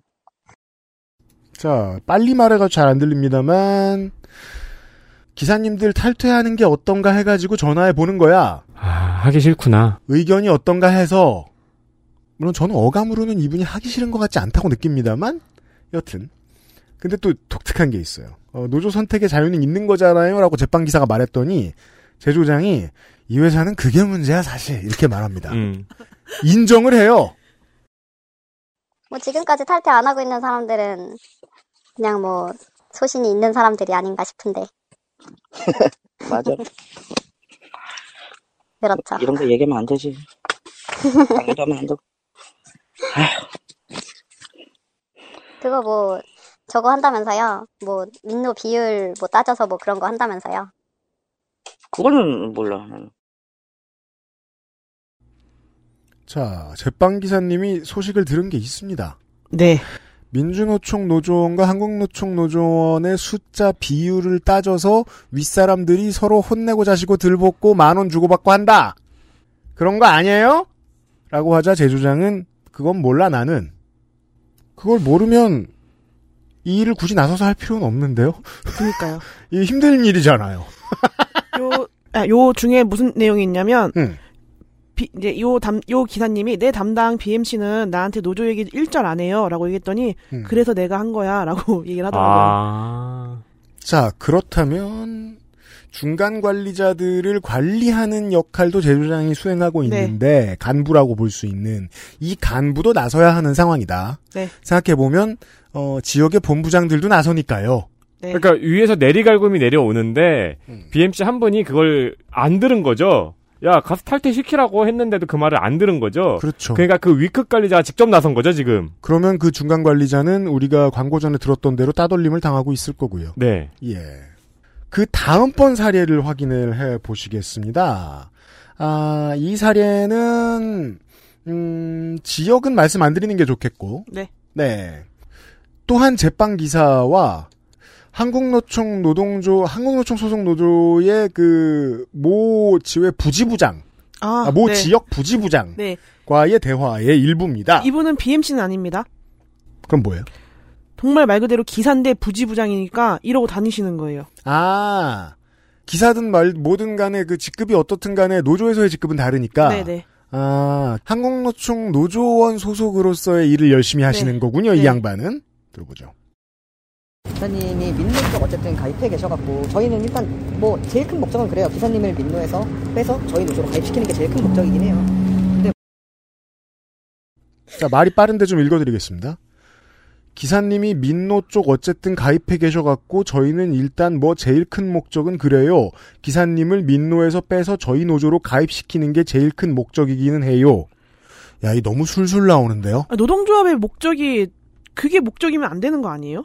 [SPEAKER 2] 자, 빨리 말해가 잘 안 들립니다만 기사님들 탈퇴하는 게 어떤가 해가지고 전화해 보는 거야.
[SPEAKER 3] 아, 하기 싫구나.
[SPEAKER 2] 의견이 어떤가 해서 물론 저는 어감으로는 이분이 하기 싫은 것 같지 않다고 느낍니다만 여튼 근데 또 독특한 게 있어요. 어, 노조 선택의 자유는 있는 거잖아요라고 제빵 기사가 말했더니 제조장이 이 회사는 그게 문제야 사실 이렇게
[SPEAKER 11] 음.
[SPEAKER 2] 말합니다.
[SPEAKER 3] 음.
[SPEAKER 2] 인정을 해요.
[SPEAKER 19] 뭐 지금까지 탈퇴 안 하고 있는 사람들은 그냥 뭐 소신이 있는 사람들이 아닌가 싶은데.
[SPEAKER 18] 맞아
[SPEAKER 19] 그렇죠.
[SPEAKER 18] 이런 거 얘기하면 안 되지 강요도 하면 안 되고
[SPEAKER 19] 그거 뭐 저거 한다면서요. 뭐 민노 비율 뭐 따져서 뭐 그런 거 한다면서요.
[SPEAKER 18] 그거는 몰라 나는.
[SPEAKER 2] 자, 제빵 기사님이 소식을 들은 게 있습니다.
[SPEAKER 11] 네.
[SPEAKER 2] 민주노총 노조원과 한국노총 노조원의 숫자 비율을 따져서 윗사람들이 서로 혼내고 자시고 들볶고 만 원 주고받고 한다. 그런 거 아니에요? 라고 하자 제조장은 그건 몰라 나는. 그걸 모르면 이 일을 굳이 나서서 할 필요는 없는데요.
[SPEAKER 11] 그러니까요.
[SPEAKER 2] 이 힘든 일이잖아요.
[SPEAKER 11] 요, 아, 요 중에 무슨 내용이 있냐면,
[SPEAKER 2] 음.
[SPEAKER 11] 비- 이제 요 담, 요 기사님이 내 담당 BMC는 나한테 노조 얘기 일절 안 해요. 라고 얘기했더니,
[SPEAKER 2] 음.
[SPEAKER 11] 그래서 내가 한 거야. 라고 얘기를 하더라고요.
[SPEAKER 3] 아.
[SPEAKER 2] 자, 그렇다면 중간 관리자들을 관리하는 역할도 제조장이 수행하고
[SPEAKER 11] 네.
[SPEAKER 2] 있는데 간부라고 볼 수 있는 이 간부도 나서야 하는 상황이다.
[SPEAKER 11] 네.
[SPEAKER 2] 생각해 보면 어, 지역의 본부장들도 나서니까요.
[SPEAKER 11] 네.
[SPEAKER 3] 그러니까 위에서 내리갈굼이 내려오는데 BMC 한 분이 그걸 안 들은 거죠. 야 가서 탈퇴 시키라고 했는데도 그 말을 안 들은 거죠.
[SPEAKER 2] 그렇죠.
[SPEAKER 3] 그러니까 그 위급 관리자가 직접 나선 거죠 지금.
[SPEAKER 2] 그러면 그 중간 관리자는 우리가 광고 전에 들었던 대로 따돌림을 당하고 있을 거고요.
[SPEAKER 3] 네.
[SPEAKER 2] 예. 그 다음번 사례를 확인을 해 보시겠습니다. 아, 이 사례는 음, 지역은 말씀 안 드리는 게 좋겠고.
[SPEAKER 11] 네.
[SPEAKER 2] 네. 또한 제빵 기사와 한국노총 노동조 한국노총 소속 노조의 그 모 지회 부지부장,
[SPEAKER 11] 아,
[SPEAKER 2] 아, 모
[SPEAKER 11] 네.
[SPEAKER 2] 지역 부지부장과의
[SPEAKER 11] 네.
[SPEAKER 2] 대화의 일부입니다.
[SPEAKER 11] 이분은 BMC는 아닙니다.
[SPEAKER 2] 그럼 뭐예요?
[SPEAKER 11] 정말 말 그대로 기사인데 부지부장이니까 이러고 다니시는 거예요.
[SPEAKER 2] 아, 기사든 말 뭐든 간에 그 직급이 어떻든 간에 노조에서의 직급은 다르니까
[SPEAKER 11] 네네.
[SPEAKER 2] 아 한국노총 노조원 소속으로서의 일을 열심히 하시는 거군요 이 양반은 들어보죠.
[SPEAKER 20] 기사님이 민노 쪽 어쨌든 가입해 계셔갖고 저희는 일단 뭐 제일 큰 목적은 그래요. 기사님을 민노에서 빼서 저희 노조로 가입시키는 게 제일 큰 목적이긴 해요.
[SPEAKER 2] 자, 말이 빠른데 좀 읽어드리겠습니다. 기사님이 민노 쪽 어쨌든 가입해 계셔갖고 저희는 일단 뭐 제일 큰 목적은 그래요. 기사님을 민노에서 빼서 저희 노조로 가입시키는 게 제일 큰 목적이기는 해요. 야, 이 너무 술술 나오는데요?
[SPEAKER 11] 아, 노동조합의 목적이 그게 목적이면 안 되는 거 아니에요?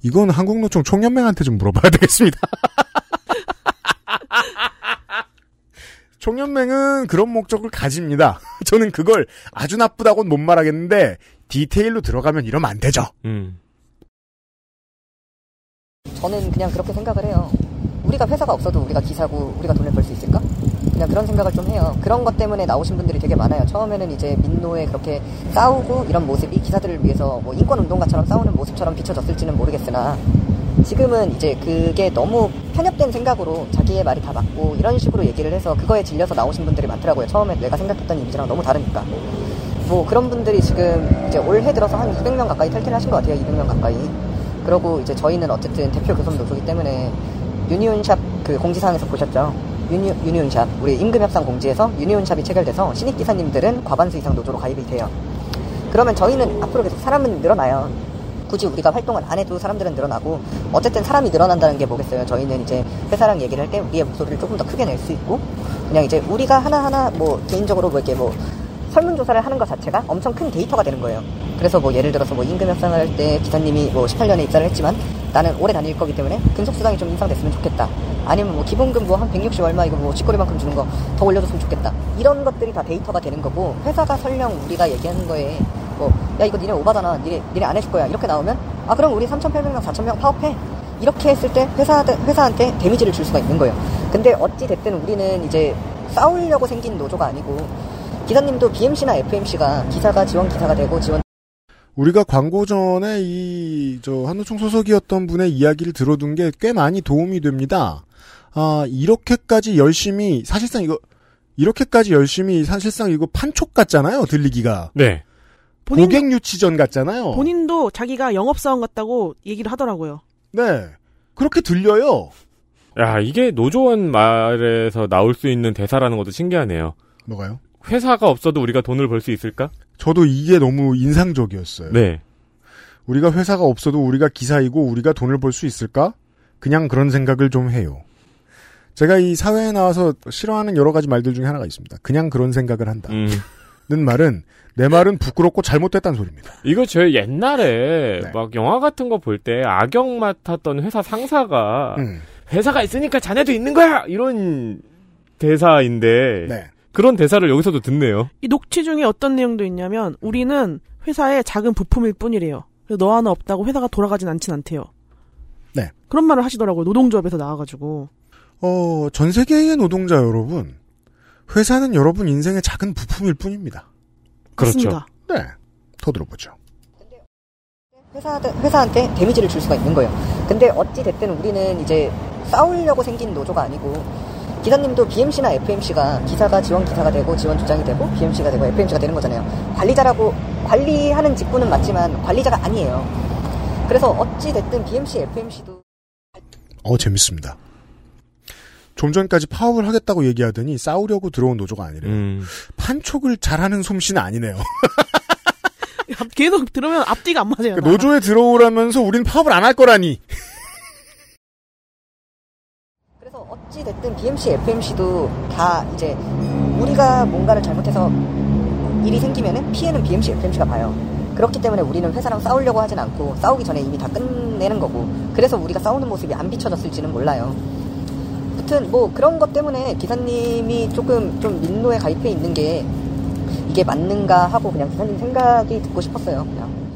[SPEAKER 2] 이건 한국노총 총연맹한테 좀 물어봐야 되겠습니다. 총연맹은 그런 목적을 가집니다. 저는 그걸 아주 나쁘다고는 못 말하겠는데 디테일로 들어가면 이러면 안 되죠.
[SPEAKER 11] 음.
[SPEAKER 20] 저는 그냥 그렇게 생각을 해요. 우리가 회사가 없어도 우리가 기사고 우리가 돈을 벌 수 있을까? 그냥 그런 생각을 좀 해요. 그런 것 때문에 나오신 분들이 되게 많아요. 처음에는 이제 민노에 그렇게 싸우고 이런 모습이 기사들을 위해서 뭐 인권 운동가처럼 싸우는 모습처럼 비춰졌을지는 모르겠으나 지금은 이제 그게 너무 편협된 생각으로 자기의 말이 다 맞고 이런 식으로 얘기를 해서 그거에 질려서 나오신 분들이 많더라고요. 처음에 내가 생각했던 이미지랑 너무 다르니까. 뭐 그런 분들이 지금 이제 올해 들어서 한 200명 가까이 탈퇴하신 것 같아요. 200명 가까이. 그러고 이제 저희는 어쨌든 대표 교섭 노조기 때문에 유니온샵 그 공지사항에서 보셨죠? 유니, 유니온샵 우리 임금 협상 공지에서 유니온샵이 체결돼서 신입 기사님들은 과반수 이상 노조로 가입이 돼요. 그러면 저희는 앞으로 계속 사람은 늘어나요. 굳이 우리가 활동을 안 해도 사람들은 늘어나고 어쨌든 사람이 늘어난다는 게 뭐겠어요. 저희는 이제 회사랑 얘기를 할 때 우리의 목소리를 조금 더 크게 낼 수 있고 그냥 이제 우리가 하나하나 뭐 개인적으로 뭐 이렇게 뭐 설문조사를 하는 것 자체가 엄청 큰 데이터가 되는 거예요. 그래서 뭐 예를 들어서 뭐 임금 협상을 할 때 기사님이 뭐 18년에 입사를 했지만 나는 오래 다닐 거기 때문에 근속 수당이 좀 인상됐으면 좋겠다. 아니면 뭐 기본금 뭐 한 160 얼마 이거 뭐 치꼬리만큼 주는 거 더 올려줬으면 좋겠다. 이런 것들이 다 데이터가 되는 거고 회사가 설령 우리가 얘기하는 거에 뭐 야 이거 니네 오바잖아. 니네 니네 안 해줄 거야. 이렇게 나오면 아 그럼 우리 3,800명 4,000명 파업해. 이렇게 했을 때 회사 회사한테 데미지를 줄 수가 있는 거예요. 근데 어찌 됐든 우리는 이제 싸우려고 생긴 노조가 아니고 기사님도 BMC나 FMC가 아, 기사가 지원 기사가 되고 지원
[SPEAKER 2] 우리가 광고 전에 이, 저, 한노총 소속이었던 분의 이야기를 들어둔 게 꽤 많이 도움이 됩니다. 아, 이렇게까지 열심히, 사실상 이거, 이렇게까지 열심히, 사실상 이거 판촉 같잖아요, 들리기가.
[SPEAKER 3] 네.
[SPEAKER 2] 고객 유치전 같잖아요.
[SPEAKER 11] 본인도 자기가 영업사원 같다고 얘기를 하더라고요.
[SPEAKER 2] 네. 그렇게 들려요.
[SPEAKER 3] 야, 이게 노조원 말에서 나올 수 있는 대사라는 것도 신기하네요.
[SPEAKER 2] 뭐가요?
[SPEAKER 3] 회사가 없어도 우리가 돈을 벌 수 있을까?
[SPEAKER 2] 저도 이게 너무 인상적이었어요.
[SPEAKER 3] 네.
[SPEAKER 2] 우리가 회사가 없어도 우리가 기사이고 우리가 돈을 벌 수 있을까? 그냥 그런 생각을 좀 해요. 제가 이 사회에 나와서 싫어하는 여러 가지 말들 중에 하나가 있습니다. 그냥 그런 생각을 한다.
[SPEAKER 3] 음.
[SPEAKER 2] 는 말은 내 말은 부끄럽고 잘못됐다는 소리입니다.
[SPEAKER 3] 이거 제 옛날에 막 영화 같은 거 볼 때 악역 맡았던 회사 상사가
[SPEAKER 2] 음.
[SPEAKER 3] 회사가 있으니까 자네도 있는 거야! 이런 대사인데
[SPEAKER 2] 네.
[SPEAKER 3] 그런 대사를 여기서도 듣네요.
[SPEAKER 11] 이 녹취 중에 어떤 내용도 있냐면 우리는 회사의 작은 부품일 뿐이래요. 그래서 너 하나 없다고 회사가 돌아가진 않진 않대요.
[SPEAKER 2] 네.
[SPEAKER 11] 그런 말을 하시더라고요. 노동조합에서 나와가지고.
[SPEAKER 2] 어, 전 세계의 노동자 여러분, 회사는 여러분 인생의 작은 부품일 뿐입니다.
[SPEAKER 11] 그렇죠.
[SPEAKER 2] 네. 더 들어보죠.
[SPEAKER 20] 회사, 회사한테 데미지를 줄 수가 있는 거예요. 근데 어찌 됐든 우리는 이제 싸우려고 생긴 노조가 아니고 기사님도 BMC나 FMC가 기사가 지원 기사가 되고 지원 주장이 되고 BMC가 되고 FMC가 되는 거잖아요. 관리자라고 관리하는 직군은 맞지만 관리자가 아니에요. 그래서 어찌 됐든 BMC, FMC도
[SPEAKER 2] 어, 재밌습니다. 좀 전까지 파업을 하겠다고 얘기하더니 싸우려고 들어온 노조가
[SPEAKER 3] 음.
[SPEAKER 2] 아니래요. 판촉을 잘하는 솜씨는 아니네요.
[SPEAKER 11] 계속 들으면 앞뒤가 안 맞아요.
[SPEAKER 2] 그러니까 노조에 들어오라면서 우린 파업을 안 할 거라니.
[SPEAKER 20] 어찌 됐든 BMC, FMC도 다 이제 우리가 뭔가를 잘못해서 일이 생기면은 피해는 BMC, FMC가 봐요. 그렇기 때문에 우리는 회사랑 싸우려고 하진 않고 싸우기 전에 이미 다 끝내는 거고 그래서 우리가 싸우는 모습이 안 비춰졌을지는 몰라요. 아무튼 뭐 그런 것 때문에 기사님이 조금 좀 민노에 가입해 있는 게 이게 맞는가 하고 그냥 기사님 생각이 듣고 싶었어요. 그냥.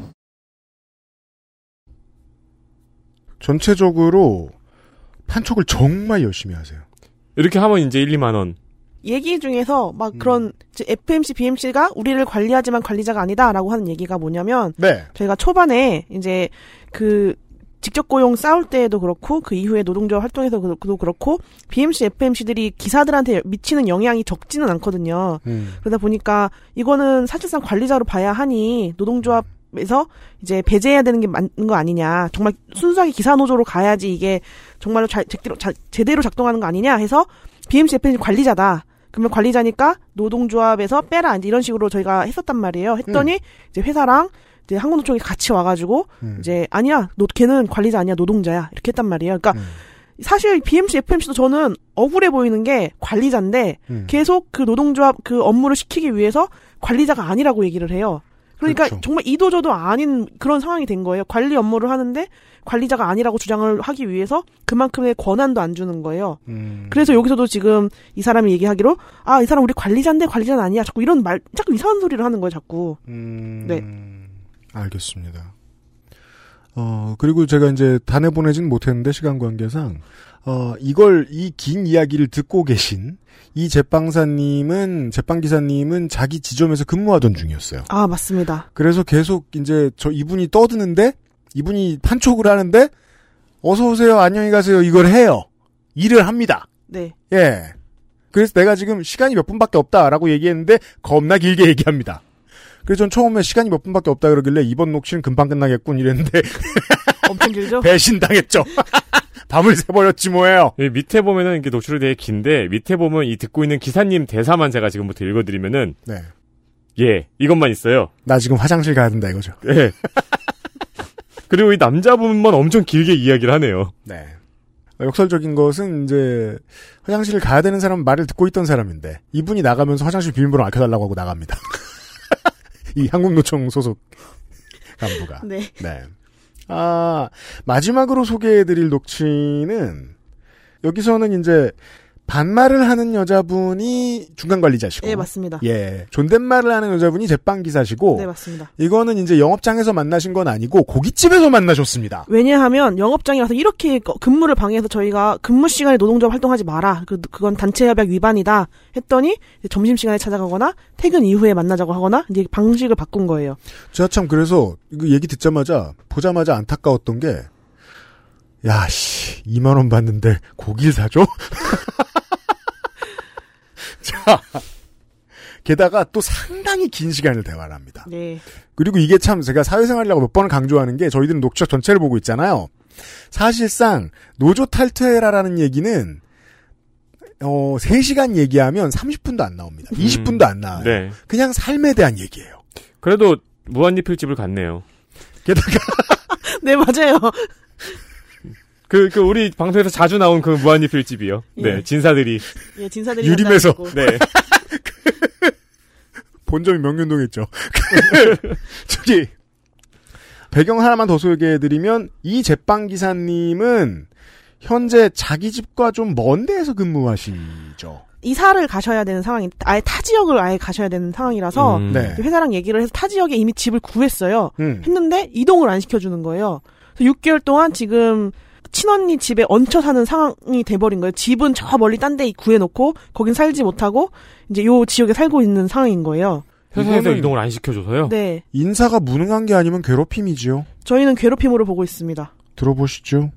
[SPEAKER 2] 전체적으로 판촉을 정말 열심히 하세요.
[SPEAKER 3] 이렇게 하면 이제 1, 2만 원.
[SPEAKER 11] 얘기 중에서
[SPEAKER 2] 음.
[SPEAKER 11] 막 그런 이제 FMC, BMC가 우리를 관리하지만 관리자가 아니다라고 하는 얘기가 뭐냐면
[SPEAKER 2] 네.
[SPEAKER 11] 저희가 초반에 이제 그 직접 고용 싸울 때에도 그렇고 그 이후에 노동조 활동에서도 그렇고 BMC, FMC들이 기사들한테 미치는 영향이 적지는 않거든요.
[SPEAKER 2] 음.
[SPEAKER 11] 그러다 보니까 이거는 사실상 관리자로 봐야 하니 노동조합에서 이제 배제해야 되는 게 맞는 거 아니냐. 정말 순수하게 기사 노조로 가야지 이게 정말로 잘 제대로, 자- 제대로 작동하는 거 아니냐 해서 BMC, FMC 관리자다. 그러면 관리자니까 노동조합에서 빼라 이제 이런 식으로 저희가 했었단 말이에요. 했더니 이제 회사랑 이제 한국노총이 같이 와가지고
[SPEAKER 2] 음.
[SPEAKER 11] 이제 아니야 너 걔는 관리자 아니야 노동자야 이렇게 했단 말이에요.
[SPEAKER 2] 음.
[SPEAKER 11] 그러니까 사실 BMC, FMC도 저는 억울해 보이는 게 관리자인데
[SPEAKER 17] 음.
[SPEAKER 11] 계속 그 노동조합 그 업무를 시키기 위해서 관리자가 아니라고 얘기를 해요. 그러니까
[SPEAKER 17] 그렇죠.
[SPEAKER 11] 정말 이도저도 아닌 그런 상황이 된 거예요. 관리 업무를 하는데 관리자가 아니라고 주장을 하기 위해서 그만큼의 권한도 안 주는 거예요.
[SPEAKER 2] 음.
[SPEAKER 11] 그래서 여기서도 지금 이 사람이 얘기하기로 아 이 사람 우리 관리자인데 관리자는 아니야. 자꾸 이런 말 자꾸 이상한 소리를 하는 거예요. 자꾸. 네.
[SPEAKER 2] 음. 알겠습니다. 어, 그리고 제가 이제 단에 보내진 못했는데 시간 관계상, 어, 이걸, 이 긴 이야기를 듣고 계신 이 제빵사님은, 제빵기사님은 자기 지점에서 근무하던 중이었어요.
[SPEAKER 11] 아 맞습니다.
[SPEAKER 2] 그래서 계속 이제 저 이분이 떠드는데, 이분이 판촉을 하는데, 어서오세요, 안녕히 가세요, 이걸 해요. 일을 합니다.
[SPEAKER 11] 네.
[SPEAKER 2] 예. 그래서 내가 지금 시간이 몇 분밖에 없다라고 얘기했는데 겁나 길게 얘기합니다. 그래서 전 처음에 시간이 몇 분밖에 없다 그러길래 이번 녹취는 금방 끝나겠군 이랬는데
[SPEAKER 11] 엄청 길죠?
[SPEAKER 2] 배신당했죠. 밤을 새버렸지 뭐예요.
[SPEAKER 3] 예, 밑에 보면은 이게 녹취록이 되게 긴데 밑에 보면 이 듣고 있는 기사님 대사만 제가 지금부터 읽어드리면은
[SPEAKER 2] 네.
[SPEAKER 3] 예 이것만 있어요.
[SPEAKER 2] 나 지금 화장실 가야 된다 이거죠.
[SPEAKER 3] 예. 그리고 이 남자분만 엄청 길게 이야기를 하네요.
[SPEAKER 2] 네. 역설적인 것은 이제 화장실을 가야 되는 사람 말을 듣고 있던 사람인데 이분이 나가면서 화장실 비밀번호 알려달라고 하고 나갑니다. 이 한국노총 소속 간부가.
[SPEAKER 17] 네.
[SPEAKER 2] 네. 아, 마지막으로 소개해드릴 녹취는, 여기서는 이제, 반말을 하는 여자분이 중간 관리자시고.
[SPEAKER 11] 예, 맞습니다.
[SPEAKER 2] 예. 존댓말을 하는 여자분이 제빵기사시고.
[SPEAKER 11] 네 맞습니다.
[SPEAKER 2] 이거는 이제 영업장에서 만나신 건 아니고, 고깃집에서 만나셨습니다.
[SPEAKER 11] 왜냐하면 영업장에 와서 이렇게 거- 근무를 방해해서 저희가 근무 시간에 노동조합 활동하지 마라. 그, 그건 단체 협약 위반이다. 했더니 점심 시간에 찾아가거나 퇴근 이후에 만나자고 하거나 이제 방식을 바꾼 거예요.
[SPEAKER 2] 제가 참 그래서, 이거 얘기 듣자마자, 보자마자 안타까웠던 게, 야, 씨, 2만원 받는데 고기를 사줘? 자, 게다가 또 상당히 긴 시간을 대화를 합니다.
[SPEAKER 11] 네.
[SPEAKER 2] 그리고 이게 참 제가 사회생활이라고 몇 번을 강조하는 게 저희들은 녹취록 전체를 보고 있잖아요. 사실상 노조 탈퇴라라는 얘기는 어 3시간 얘기하면 30분도 안 나옵니다. 20분도 안 나와요.
[SPEAKER 3] 네.
[SPEAKER 2] 그냥 삶에 대한 얘기예요.
[SPEAKER 3] 그래도 무한리필집을 갔네요.
[SPEAKER 2] 게다가
[SPEAKER 11] 네 맞아요.
[SPEAKER 3] 그, 그, 우리 방송에서 자주 나온 그 무한리필집이요. 네, 진사들이.
[SPEAKER 11] 예, 진사들이
[SPEAKER 2] 유림에서.
[SPEAKER 11] 간다고.
[SPEAKER 3] 네.
[SPEAKER 2] 본점이 명륜동에 있죠. 저기 배경 하나만 더 소개해드리면 이 제빵 기사님은 현재 자기 집과 좀 먼 데에서 근무하시죠.
[SPEAKER 11] 이사를 가셔야 되는 상황이 아예 타 지역을 아예 가셔야 되는 상황이라서
[SPEAKER 2] 음. 네.
[SPEAKER 11] 회사랑 얘기를 해서 타 지역에 이미 집을 구했어요.
[SPEAKER 2] 음.
[SPEAKER 11] 했는데 이동을 안 시켜주는 거예요. 그래서 6개월 동안 지금 친언니 집에 얹혀 사는 상황이 돼버린 거예요. 집은 저 멀리 딴 데 구해놓고 거긴 살지 못하고 이제 요 지역에 살고 있는 상황인 거예요.
[SPEAKER 3] 회사에서 이동을 안
[SPEAKER 2] 그렇죠.
[SPEAKER 3] 시켜줘서요.
[SPEAKER 11] 네,
[SPEAKER 2] 인사가 무능한 게 아니면 괴롭힘이지요.
[SPEAKER 11] 저희는 괴롭힘으로 보고 있습니다.
[SPEAKER 2] 들어보시죠.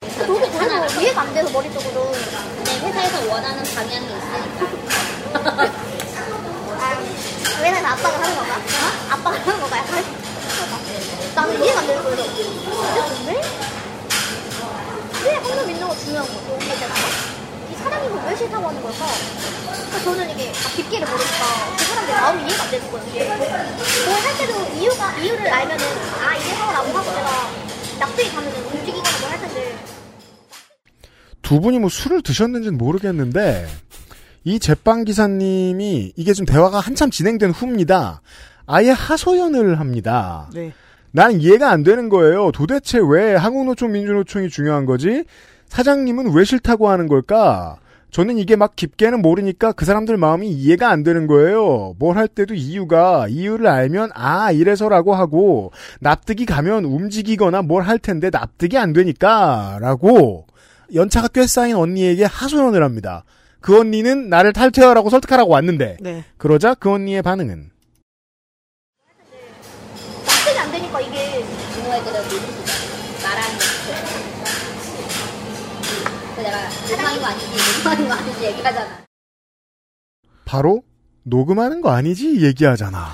[SPEAKER 21] 그게 하나 이해가 안 돼서 머리 쪽으로 내 회사에서 원하는 방향이 있으니까
[SPEAKER 19] 아, 왜냐면 아빠가 하는 건가? 어? 아빠가 하는 건가? 약간 나는 이해가 안 되는 거예요. 근데 왜? 왜 항상 믿는 거 중요한 거고 이제는 이 사람이 이걸 왜 싫다고 하는 걸까? 그러니까 저는 이게 다 깊이를 모르니까 그 사람들 마음이 이해가 안 되는 거예요. 이게. 그걸 할 때도 이유가 이유를 알면은 아 이게 하라고 하고 내가 납득이 가면은 움직이거나 뭘 할 텐데
[SPEAKER 2] 두 분이 뭐 술을 드셨는지는 모르겠는데 이 제빵 기사님이 이게 좀 대화가 한참 진행된 후입니다. 아예 하소연을 합니다.
[SPEAKER 11] 네.
[SPEAKER 2] 난 이해가 안 되는 거예요. 도대체 왜 한국노총 민주노총이 중요한 거지? 사장님은 왜 싫다고 하는 걸까? 저는 이게 막 깊게는 모르니까 그 사람들 마음이 이해가 안 되는 거예요. 뭘 할 때도 이유가 이유를 알면 아 이래서라고 하고 납득이 가면 움직이거나 뭘 할 텐데 납득이 안 되니까라고 연차가 꽤 쌓인 언니에게 하소연을 합니다. 그 언니는 나를 탈퇴하라고 설득하라고 왔는데
[SPEAKER 11] 네.
[SPEAKER 2] 그러자 그 언니의 반응은
[SPEAKER 19] 납득이 안 되니까 이게
[SPEAKER 21] 그래서 내가 녹음하는 거 아니지, 녹음하는 거 아니지 얘기하잖아.
[SPEAKER 2] 바로 녹음하는 거 아니지 얘기하잖아.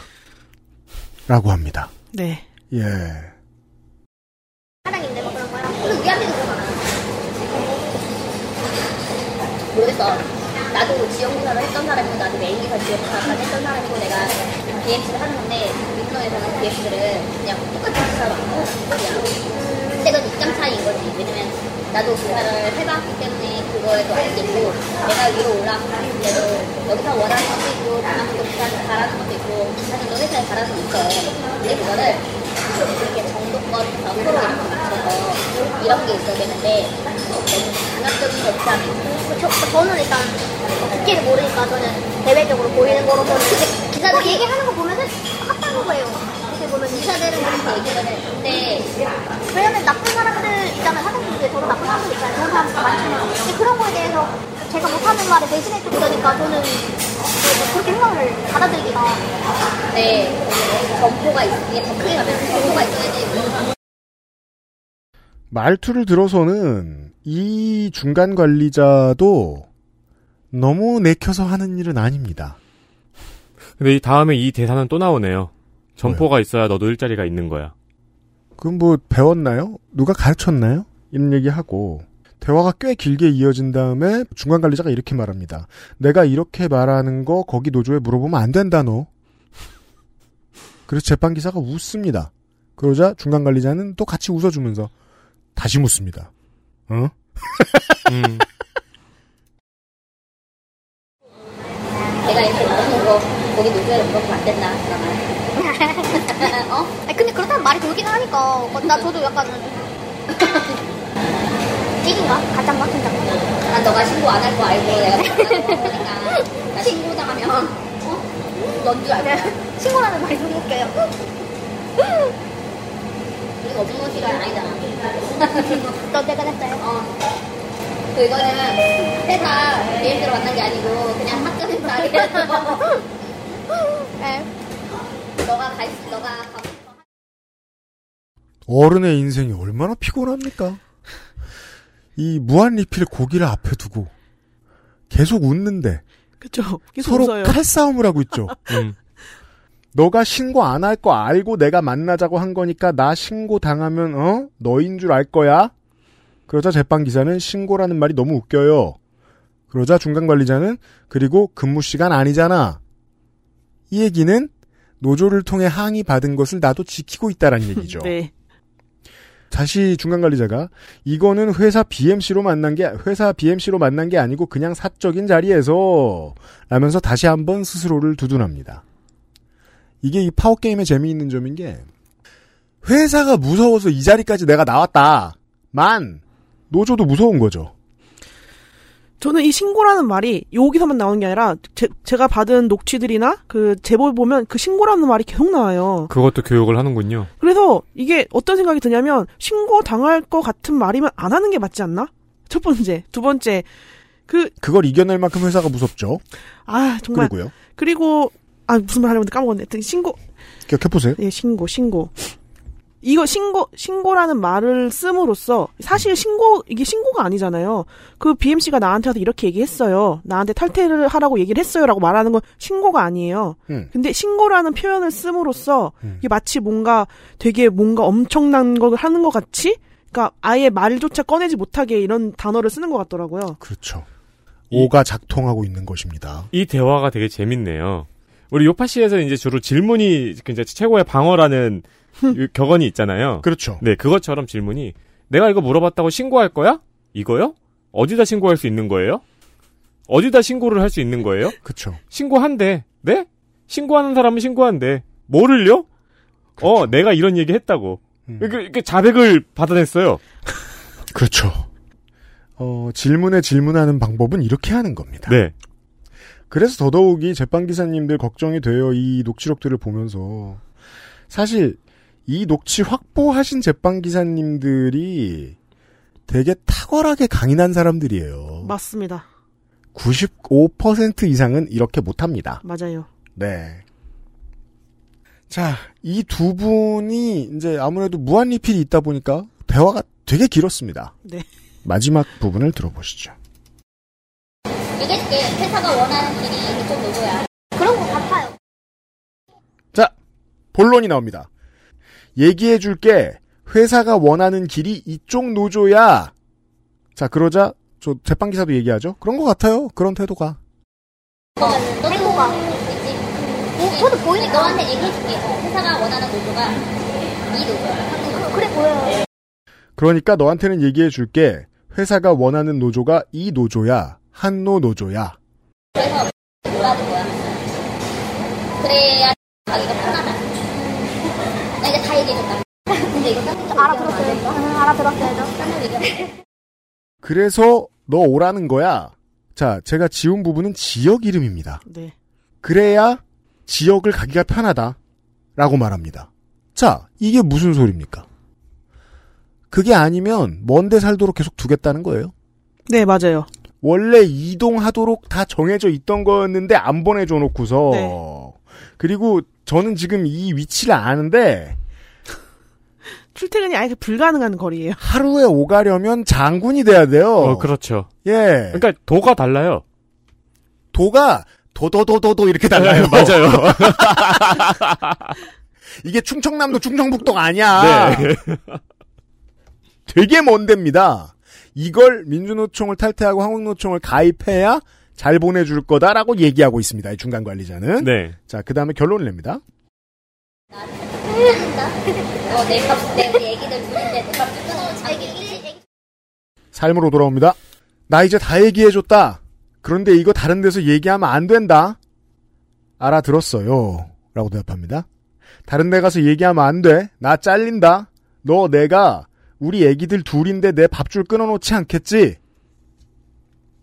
[SPEAKER 2] 라고 합니다.
[SPEAKER 11] 네.
[SPEAKER 2] 예.
[SPEAKER 21] 사랑인데 뭐 그런 거야. 근데 우리한테도 그런 거 많아. 모르겠어. 나도 지역사를 했던 사람이고 나도 메인기사 지역사를 했던 사람이고 내가 BX를 하는 건데 민노에서는 BX를 그냥 똑같이 기사로 하고 그냥 근데 그건 입장 차이인 거지 왜냐면 나도 기사를 해봤기 때문에 그거에도 알수 있고 내가 위로 올라가는 데도 여기서 원하는 것도 있고 바라는 것도 있고 바라는 것도 있고 사실 너 회사에 바라는 게 있어 근데 그거를 이렇게 정도껏 서로 이렇게 맞춰서 이런 게 있어야 되는데 강압적인 거 없지 않아
[SPEAKER 19] 저, 저는 일단 국기를 모르니까 저는 대외적으로 보이는 거로 보는 근데 기사들 이 얘기하는 거 보면은 합당한 거예요. 이렇게 보면 기사들은 그렇게 얘기를 해. 근데 왜냐면 나쁜 사람들 있잖아요. 사장님들 저도 나쁜 사람들 있잖아요. 좋은 사람들 많잖아요. 근데 그런 거에 대해서 제가 못하는 말에 대신해 주니까 저는 그- 그렇게 생각을 받아들이기가
[SPEAKER 21] 네, 점포가 있게 더 크게 가면 점포가 있어야지.
[SPEAKER 2] 말투를 들어서는 이 중간 관리자도 너무 내켜서 하는 일은 아닙니다.
[SPEAKER 3] 근데 이 다음에 이 대사는 또 나오네요. 점포가 있어야 너도 일자리가 있는 거야.
[SPEAKER 2] 그럼 뭐 배웠나요? 누가 가르쳤나요? 이런 얘기하고 대화가 꽤 길게 이어진 다음에 중간 관리자가 이렇게 말합니다. 내가 이렇게 말하는 거 거기 노조에 물어보면 안 된다 너. 그래서 재판 기사가 웃습니다. 그러자 중간 관리자는 또 같이 웃어주면서 다시 묻습니다. 어?
[SPEAKER 21] 내가 이렇게 말하는 거 거기 노조에 물어보면 안 된다.
[SPEAKER 19] 어? 아니, 근데 그렇다면 말이 돌긴 하니까 어, 나 저도 약간 찌긴가? 가짠가? 진짜
[SPEAKER 21] 난 너가 신고 안 할 거 알고 내가 신고하는 거 보니까 나 신고당하면 어? 넌줄 알고
[SPEAKER 19] 친구라는 말이 너무 웃겨요.
[SPEAKER 21] 이거 업무 시간 아니잖아.
[SPEAKER 19] 너 내가 됐어요?
[SPEAKER 21] 그 이거는 회사 일대로 만난 게 아니고 그냥 학교 생활이라서 너가 갈 수- 너가 가
[SPEAKER 2] 어른의 인생이 얼마나 피곤합니까? 이 무한 리필의 고기를 앞에 두고 계속 웃는데
[SPEAKER 11] 그쵸. 계속
[SPEAKER 2] 서로
[SPEAKER 11] 웃어요.
[SPEAKER 2] 칼싸움을 하고 있죠. 너가 신고 안 할 거 알고 내가 만나자고 한 거니까 나 신고 당하면 어 너인 줄 알 거야. 그러자 재판 기사는 신고라는 말이 너무 웃겨요. 그러자 중간 관리자는 그리고 근무 시간 아니잖아. 이 얘기는 노조를 통해 항의 받은 것을 나도 지키고 있다라는 얘기죠.
[SPEAKER 11] 네.
[SPEAKER 2] 다시 중간 관리자가 이거는 회사 BMC로 만난 게 회사 BMC로 만난 게 아니고 그냥 사적인 자리에서 라면서 다시 한번 스스로를 두둔합니다. 이게 이 파워 게임의 재미있는 점인 게 회사가 무서워서 이 자리까지 내가 나왔다. 만 노조도 무서운 거죠.
[SPEAKER 11] 저는 이 신고라는 말이 여기서만 나오는 게 아니라 제, 제가 받은 녹취들이나 그 제보를 보면 그 신고라는 말이 계속 나와요.
[SPEAKER 3] 그것도 교육을 하는군요.
[SPEAKER 11] 그래서 이게 어떤 생각이 드냐면 신고 당할 것 같은 말이면 안 하는 게 맞지 않나? 첫 번째, 두 번째 그
[SPEAKER 2] 그걸 이겨낼 만큼 회사가 무섭죠.
[SPEAKER 11] 아 정말
[SPEAKER 2] 그리고요.
[SPEAKER 11] 그리고 아 무슨 말 하려고 했는데 까먹었네. 하여튼 신고
[SPEAKER 2] 기억해 보세요.
[SPEAKER 11] 예 신고 신고 이거 신고 신고라는 말을 씀으로써 사실 신고 이게 신고가 아니잖아요. 그 BMC가 나한테 와서 이렇게 얘기했어요. 나한테 탈퇴를 하라고 얘기를 했어요라고 말하는 건 신고가 아니에요.
[SPEAKER 2] 음.
[SPEAKER 11] 근데 신고라는 표현을 씀으로써 이게 마치 뭔가 되게 뭔가 엄청난 걸 하는 것 같이 그러니까 아예 말조차 꺼내지 못하게 이런 단어를 쓰는 것 같더라고요.
[SPEAKER 2] 그렇죠. 오가 작통하고 있는 것입니다.
[SPEAKER 3] 이 대화가 되게 재밌네요. 우리 요파시에서 이제 주로 질문이 굉장히 최고의 방어라는 유- 격언이 있잖아요.
[SPEAKER 2] 그렇죠.
[SPEAKER 3] 네, 그것처럼 질문이 내가 이거 물어봤다고 신고할 거야? 이거요? 어디다 신고할 수 있는 거예요? 어디다 신고를 할 수 있는 거예요?
[SPEAKER 2] 그렇죠.
[SPEAKER 3] 신고한대. 네? 신고하는 사람은 신고한대. 뭐를요? 어, 내가 이런 얘기 했다고. 이렇게, 이렇게 자백을 받아냈어요.
[SPEAKER 2] 그렇죠. 어, 질문에 질문하는 방법은 이렇게 하는 겁니다.
[SPEAKER 3] 네.
[SPEAKER 2] 그래서 더더욱이 재판 기사님들 걱정이 돼요. 이 녹취록들을 보면서 사실 이 녹취 확보하신 재판 기사님들이 되게 탁월하게 강인한 사람들이에요.
[SPEAKER 11] 맞습니다.
[SPEAKER 2] 95% 이상은 이렇게 못합니다.
[SPEAKER 11] 맞아요.
[SPEAKER 2] 네. 자, 이 두 분이 이제 아무래도 무한 리필이 있다 보니까 대화가 되게 길었습니다.
[SPEAKER 11] 네.
[SPEAKER 2] 마지막 부분을 들어보시죠.
[SPEAKER 21] 얘기해줄게. 그 회사가 원하는 길이 이쪽 노조야.
[SPEAKER 19] 그런 것 같아요.
[SPEAKER 2] 자, 본론이 나옵니다. 얘기해 줄게. 회사가 원하는 길이 이쪽 노조야. 자, 그러자 저 제빵 기사도 얘기하죠. 그런 것 같아요. 그런 태도가.
[SPEAKER 21] 어, 행복아. 있지. 어, 저도 보이니까. 너한테 얘기해줄게. 회사가 원하는 노조가 이 노조야. 그래 보여요.
[SPEAKER 2] 그러니까 너한테는 얘기해 줄게. 회사가 원하는 노조가 이 노조야. 한노 노조야.
[SPEAKER 21] 그래서 뭐라는 거야. 그래야 가기가 편하다. 나 이제 다 얘기해줬다. 근데 이거 알아들었어요. 알아들었어요. 딴 얘기하면
[SPEAKER 2] 그래서 너 오라는 거야. 자, 제가 지운 부분은 지역 이름입니다.
[SPEAKER 11] 네.
[SPEAKER 2] 그래야 지역을 가기가 편하다. 라고 말합니다. 자, 이게 무슨 소리입니까? 그게 아니면 먼데 살도록 계속 두겠다는 거예요?
[SPEAKER 11] 네, 맞아요.
[SPEAKER 2] 원래 이동하도록 다 정해져 있던 거였는데 안 보내줘 놓고서. 그리고 저는 지금 이 위치를 아는데
[SPEAKER 11] 출퇴근이 아예 불가능한 거리예요.
[SPEAKER 2] 하루에 오가려면 장군이 돼야 돼요.
[SPEAKER 3] 어, 그렇죠.
[SPEAKER 2] 예.
[SPEAKER 3] 그러니까 도가 달라요.
[SPEAKER 2] 도가 도도도도도 이렇게 달라요.
[SPEAKER 3] 네, 맞아요.
[SPEAKER 2] 이게 충청남도 충청북도가
[SPEAKER 3] 네.
[SPEAKER 2] 아니야. 되게 먼 데입니다. 이걸 민주노총을 탈퇴하고 한국노총을 가입해야 잘 보내줄 거다라고 얘기하고 있습니다. 이 중간 관리자는.
[SPEAKER 3] 네.
[SPEAKER 2] 자, 그 다음에 결론을 냅니다.
[SPEAKER 21] 어, 내 값, 내 우리 애기들 부린데 내값 끊어. 자기 얘기.
[SPEAKER 2] 삶으로 돌아옵니다. 나 이제 다 얘기해줬다. 그런데 이거 다른 데서 얘기하면 안 된다. 알아들었어요. 라고 대답합니다. 다른 데 가서 얘기하면 안 돼. 나 잘린다. 너 내가 우리 애기들 둘인데 내 밥줄 끊어놓지 않겠지?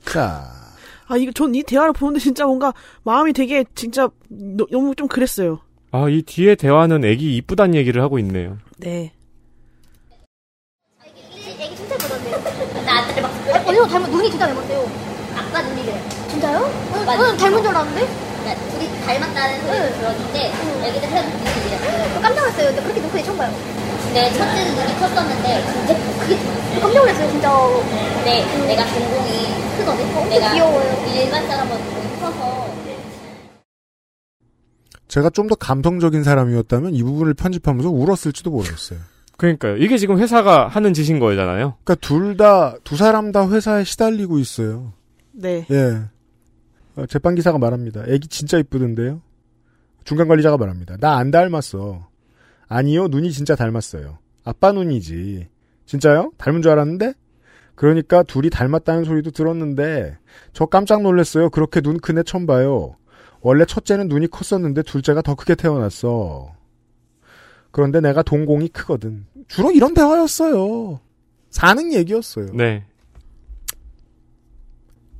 [SPEAKER 2] 자,
[SPEAKER 11] 아, 이거 전 이 대화를 보는데 진짜 뭔가 마음이 되게 진짜 너, 무좀 그랬어요.
[SPEAKER 3] 아, 이 뒤에 대화는 애기 이쁘단 얘기를 하고 있네요.
[SPEAKER 11] 네.
[SPEAKER 19] 애기 진짜 그러네요.
[SPEAKER 21] 나한테 막.
[SPEAKER 19] 어, 이거 닮은, 눈이 진짜 닮았대요. 아까 눈이래. 진짜요? 어,
[SPEAKER 21] 맞아.
[SPEAKER 19] 저는 닮은 줄 알았는데?
[SPEAKER 21] 나 네, 둘이 닮았다는 소리를 들었는데 애기들 헤어는이
[SPEAKER 19] 저 깜짝 놀랐어요. 근데 그렇게 눈코에 처음 봐요. 어,
[SPEAKER 21] 내 네, 첫째는 눈이 컸었는데 진짜 크게
[SPEAKER 19] 깜짝 놀랐어요, 진짜. 음.
[SPEAKER 21] 근데 내가 전공이 크거든. 내가
[SPEAKER 19] 귀여워요.
[SPEAKER 21] 일반 사람보다 눈이 커서
[SPEAKER 2] 제가 좀 더 감성적인 사람이었다면 이 부분을 편집하면서 울었을지도 모르겠어요.
[SPEAKER 3] 그러니까요. 이게 지금 회사가 하는 짓인 거잖아요.
[SPEAKER 2] 그러니까 둘 다, 두 사람 다 회사에 시달리고 있어요.
[SPEAKER 11] 네.
[SPEAKER 2] 예. 어, 제빵 기사가 말합니다. 애기 진짜 이쁘던데요? 중간 관리자가 말합니다. 나 안 닮았어. 아니요, 눈이 진짜 닮았어요. 아빠 눈이지. 진짜요? 닮은 줄 알았는데? 그러니까 둘이 닮았다는 소리도 들었는데, 저 깜짝 놀랐어요. 그렇게 눈 큰 애 처음 봐요. 원래 첫째는 눈이 컸었는데 둘째가 더 크게 태어났어. 그런데 내가 동공이 크거든. 주로 이런 대화였어요. 사는 얘기였어요.
[SPEAKER 3] 네.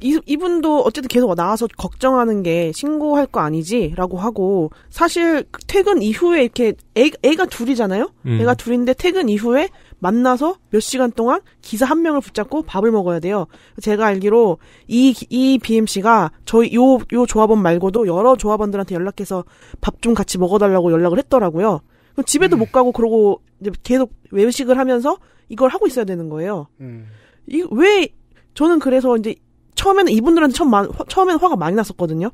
[SPEAKER 11] 이, 이분도 어쨌든 계속 나와서 걱정하는 게 신고할 거 아니지라고 하고 사실 그 퇴근 이후에 이렇게 애, 애가 둘이잖아요.
[SPEAKER 17] 음.
[SPEAKER 11] 애가 둘인데 퇴근 이후에 만나서 몇 시간 동안 기사 한 명을 붙잡고 밥을 먹어야 돼요. 제가 알기로 이, 이 BMC가 저희 요, 요 조합원 말고도 여러 조합원들한테 연락해서 밥 좀 같이 먹어달라고 연락을 했더라고요. 그럼 집에도 못 가고 그러고 이제 계속 외식을 하면서 이걸 하고 있어야 되는 거예요.
[SPEAKER 2] 음.
[SPEAKER 11] 이 왜 저는 그래서 이제 처음에는 이분들한테 처음 마- 화- 처음에는 화가 많이 났었거든요.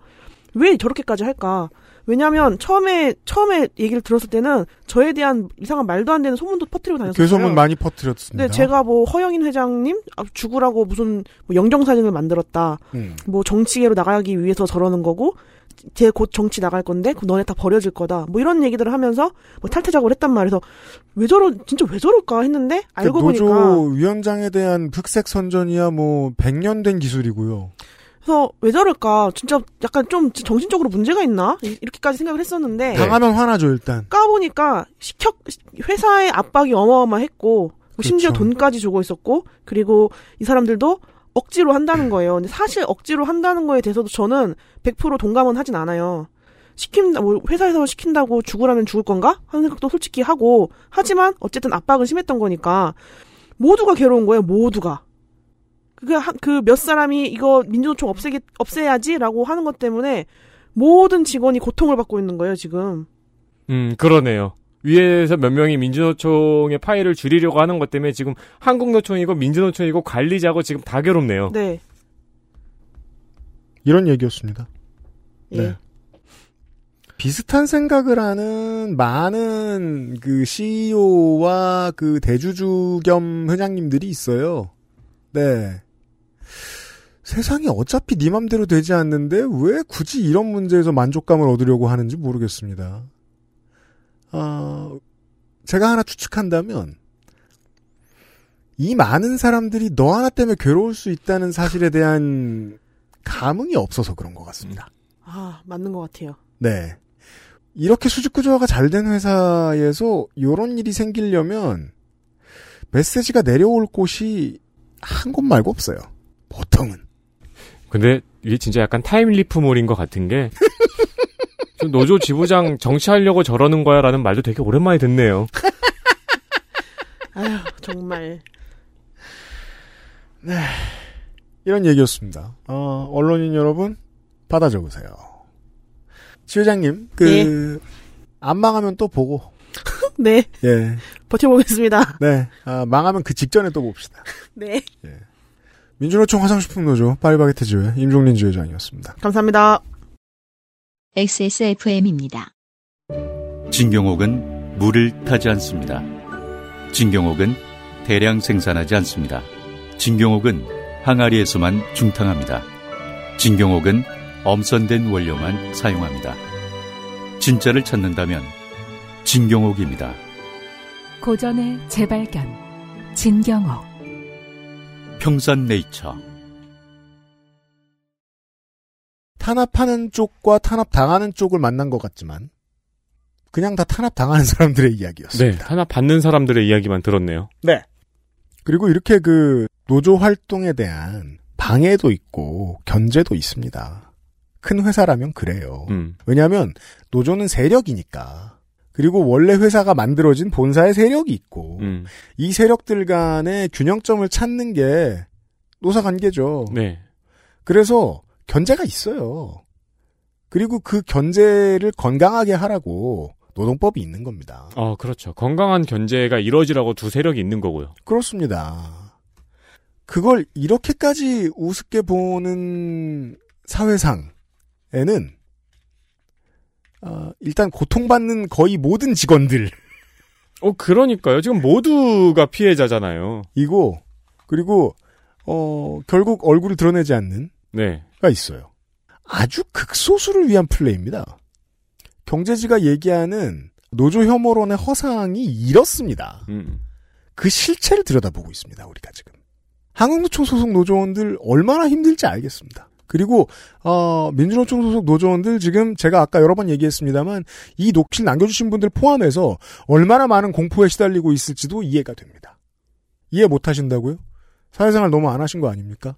[SPEAKER 11] 왜 저렇게까지 할까? 왜냐하면 처음에 처음에 얘기를 들었을 때는 저에 대한 이상한 말도 안 되는 소문도 퍼뜨리고 다녔어요.
[SPEAKER 2] 괴소문 많이 퍼뜨렸습니다.
[SPEAKER 11] 네, 제가 뭐 허영인 회장님 아, 죽으라고 무슨 뭐 영정 사진을 만들었다.
[SPEAKER 2] 음.
[SPEAKER 11] 뭐 정치계로 나가기 위해서 저러는 거고 제 곧 정치 나갈 건데 그 너네 다 버려질 거다. 뭐 이런 얘기들을 하면서 뭐 탈퇴 작업을 했단 말이에요. 그래서 왜 저러 진짜 왜 저럴까 했는데 알고
[SPEAKER 2] 그 노조
[SPEAKER 11] 보니까
[SPEAKER 2] 위원장에 대한 흑색 선전이야 뭐 100년 된 기술이고요.
[SPEAKER 11] 그래서 왜 저럴까? 진짜 약간 좀 정신적으로 문제가 있나? 이- 이렇게까지 생각을 했었는데
[SPEAKER 2] 당하면 화나죠 일단.
[SPEAKER 11] 까보니까 시켜 회사의 압박이 어마어마했고 뭐 심지어 돈까지 주고 있었고 그리고 이 사람들도 억지로 한다는 거예요. 근데 사실 억지로 한다는 거에 대해서도 저는 100% 동감은 하진 않아요. 시킨다 뭐 회사에서 시킨다고 죽으라면 죽을 건가 하는 생각도 솔직히 하고 하지만 어쨌든 압박은 심했던 거니까 모두가 괴로운 거예요. 모두가 그그 몇 사람이 이거 민주노총 없애기 없애야지라고 하는 것 때문에 모든 직원이 고통을 받고 있는 거예요 지금.
[SPEAKER 3] 음, 그러네요. 위에서 몇 명이 민주노총의 파일을 줄이려고 하는 것 때문에 지금 한국노총이고 민주노총이고 관리자고 지금 다 괴롭네요.
[SPEAKER 11] 네.
[SPEAKER 2] 이런 얘기였습니다.
[SPEAKER 11] 예.
[SPEAKER 2] 네. 비슷한 생각을 하는 많은 그 CEO와 그 대주주 겸 회장님들이 있어요. 네. 세상이 어차피 네 맘대로 되지 않는데 왜 굳이 이런 문제에서 만족감을 얻으려고 하는지 모르겠습니다. 아, 제가 하나 추측한다면 이 많은 사람들이 너 하나 때문에 괴로울 수 있다는 사실에 대한 감흥이 없어서 그런 것 같습니다.
[SPEAKER 11] 아, 맞는 것 같아요.
[SPEAKER 2] 네. 이렇게 수직 구조화가 잘 된 회사에서 이런 일이 생기려면 메시지가 내려올 곳이 한 곳 말고 없어요. 보통은.
[SPEAKER 3] 근데 이게 진짜 약간 타임리프몰인 것 같은 게 저 노조 지부장 정치하려고 저러는 거야라는 말도 되게 오랜만에 듣네요.
[SPEAKER 11] 아휴, 정말.
[SPEAKER 2] 네. 이런 얘기였습니다. 어, 언론인 여러분, 받아 적으세요. 지회장님, 그, 안 망하면 또 보고.
[SPEAKER 11] 네.
[SPEAKER 2] 예.
[SPEAKER 11] 버텨보겠습니다.
[SPEAKER 2] 네. 아, 망하면 그 직전에 또 봅시다.
[SPEAKER 11] 네.
[SPEAKER 2] 민주노총 화상식품 노조, 파리바게트 지회, 임종린 지회장이었습니다.
[SPEAKER 11] 감사합니다.
[SPEAKER 1] XSFM입니다.
[SPEAKER 4] 진경옥은 물을 타지 않습니다. 진경옥은 대량 생산하지 않습니다. 진경옥은 항아리에서만 중탕합니다. 진경옥은 엄선된 원료만 사용합니다. 진짜를 찾는다면 진경옥입니다.
[SPEAKER 5] 고전의 재발견. 진경옥.
[SPEAKER 4] 평산네이처
[SPEAKER 2] 탄압하는 쪽과 탄압당하는 쪽을 만난 것 같지만, 그냥 다 탄압당하는 사람들의 이야기였습니다.
[SPEAKER 3] 네, 하나 받는 사람들의 이야기만 들었네요.
[SPEAKER 2] 네. 그리고 이렇게 그 노조 활동에 대한 방해도 있고 견제도 있습니다. 큰 회사라면 그래요.
[SPEAKER 3] 음.
[SPEAKER 2] 왜냐하면 노조는 세력이니까. 그리고 원래 회사가 만들어진 본사의 세력이 있고
[SPEAKER 3] 음.
[SPEAKER 2] 이 세력들 간의 균형점을 찾는 게 노사 관계죠.
[SPEAKER 3] 네.
[SPEAKER 2] 그래서 견제가 있어요. 그리고 그 견제를 건강하게 하라고 노동법이 있는 겁니다.
[SPEAKER 3] 어, 그렇죠. 건강한 견제가 이루어지라고 두 세력이 있는 거고요.
[SPEAKER 2] 그렇습니다. 그걸 이렇게까지 우습게 보는 사회상에는 아, 일단 고통받는 거의 모든 직원들
[SPEAKER 3] 어, 그러니까요. 지금 모두가 피해자잖아요.
[SPEAKER 2] 이고 그리고 어, 결국 얼굴을 드러내지 않는
[SPEAKER 3] 네.
[SPEAKER 2] 가 있어요. 아주 극소수를 위한 플레이입니다. 경제지가 얘기하는 노조 혐오론의 허상이 이렇습니다.
[SPEAKER 3] 음.
[SPEAKER 2] 그 실체를 들여다보고 있습니다. 우리가 지금 한국노총 소속 노조원들 얼마나 힘들지 알겠습니다. 그리고 어, 민주노총 소속 노조원들 지금 제가 아까 여러 번 얘기했습니다만 이 녹취를 남겨주신 분들 포함해서 얼마나 많은 공포에 시달리고 있을지도 이해가 됩니다. 이해 못하신다고요? 사회생활 너무 안 하신 거 아닙니까?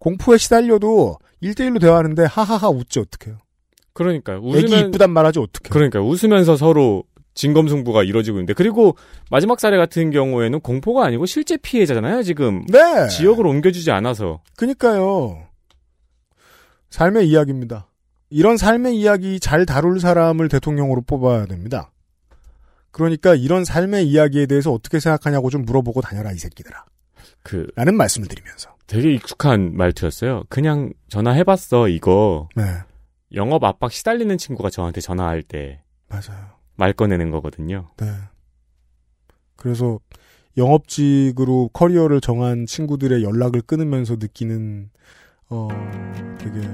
[SPEAKER 2] 공포에 시달려도 일대일로 대화하는데 하하하 웃지 어떡해요?
[SPEAKER 3] 그러니까요.
[SPEAKER 2] 애기
[SPEAKER 3] 웃으면
[SPEAKER 2] 이쁘단 말하지 어떡해요?
[SPEAKER 3] 그러니까 웃으면서 서로 진검승부가 이루어지고 있는데 그리고 마지막 사례 같은 경우에는 공포가 아니고 실제 피해자잖아요 지금
[SPEAKER 2] 네!
[SPEAKER 3] 지역을 옮겨주지 않아서
[SPEAKER 2] 그니까요. 삶의 이야기입니다. 이런 삶의 이야기 잘 다룰 사람을 대통령으로 뽑아야 됩니다. 그러니까 이런 삶의 이야기에 대해서 어떻게 생각하냐고 좀 물어보고 다녀라 이 새끼들아.
[SPEAKER 3] 그
[SPEAKER 2] 라는 말씀을 드리면서.
[SPEAKER 3] 되게 익숙한 말투였어요. 그냥 전화해봤어 이거
[SPEAKER 2] 네.
[SPEAKER 3] 영업 압박 시달리는 친구가 저한테 전화할 때 말
[SPEAKER 2] 맞아요.
[SPEAKER 3] 꺼내는 거거든요.
[SPEAKER 2] 네. 그래서 영업직으로 커리어를 정한 친구들의 연락을 끊으면서 느끼는 어 되게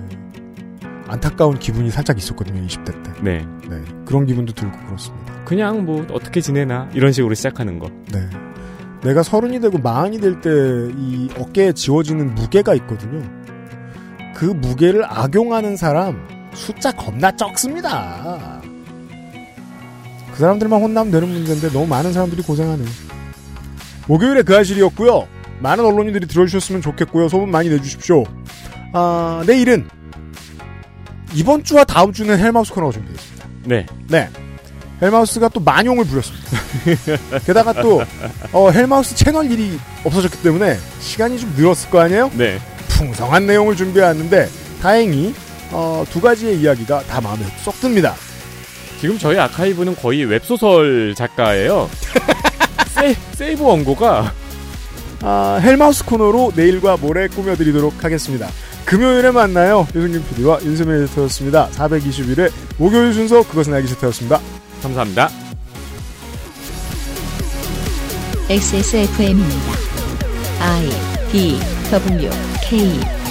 [SPEAKER 2] 안타까운 기분이 살짝 있었거든요. 20대 때.
[SPEAKER 3] 네,
[SPEAKER 2] 네. 그런 기분도 들고 그렇습니다.
[SPEAKER 3] 그냥 뭐 어떻게 지내나 이런 식으로 시작하는 거.
[SPEAKER 2] 네. 내가 서른이 되고 마흔이 될 때 이 어깨에 지워지는 무게가 있거든요. 그 무게를 악용하는 사람 숫자 겁나 적습니다. 그 사람들만 혼나면 되는 문제인데 너무 많은 사람들이 고생하네요. 목요일에 그 아실이었고요. 많은 언론인들이 들어주셨으면 좋겠고요. 소문 많이 내주십시오. 아, 내일은 이번 주와 다음 주는 헬마우스 코너가 준비되어 있습니다.
[SPEAKER 3] 네.
[SPEAKER 2] 네. 헬마우스가 또 만용을 부렸습니다. 게다가 또 어, 헬마우스 채널 일이 없어졌기 때문에 시간이 좀 늘었을 거 아니에요?
[SPEAKER 3] 네.
[SPEAKER 2] 풍성한 내용을 준비해왔는데 다행히 어, 두 가지의 이야기가 다 마음에 쏙 듭니다.
[SPEAKER 3] 지금 저희 아카이브는 거의 웹소설 작가예요. 세, 이브 원고가
[SPEAKER 2] 아, 헬마우스 코너로 내일과 모레 꾸며드리도록 하겠습니다. 금요일에 만나요. 유승균 PD와 윤세민 에디터였습니다. 421회 목요일 순서 그것은 알기 싫다였습니다.
[SPEAKER 3] 감사합니다.
[SPEAKER 1] XSFM입니다. I D W K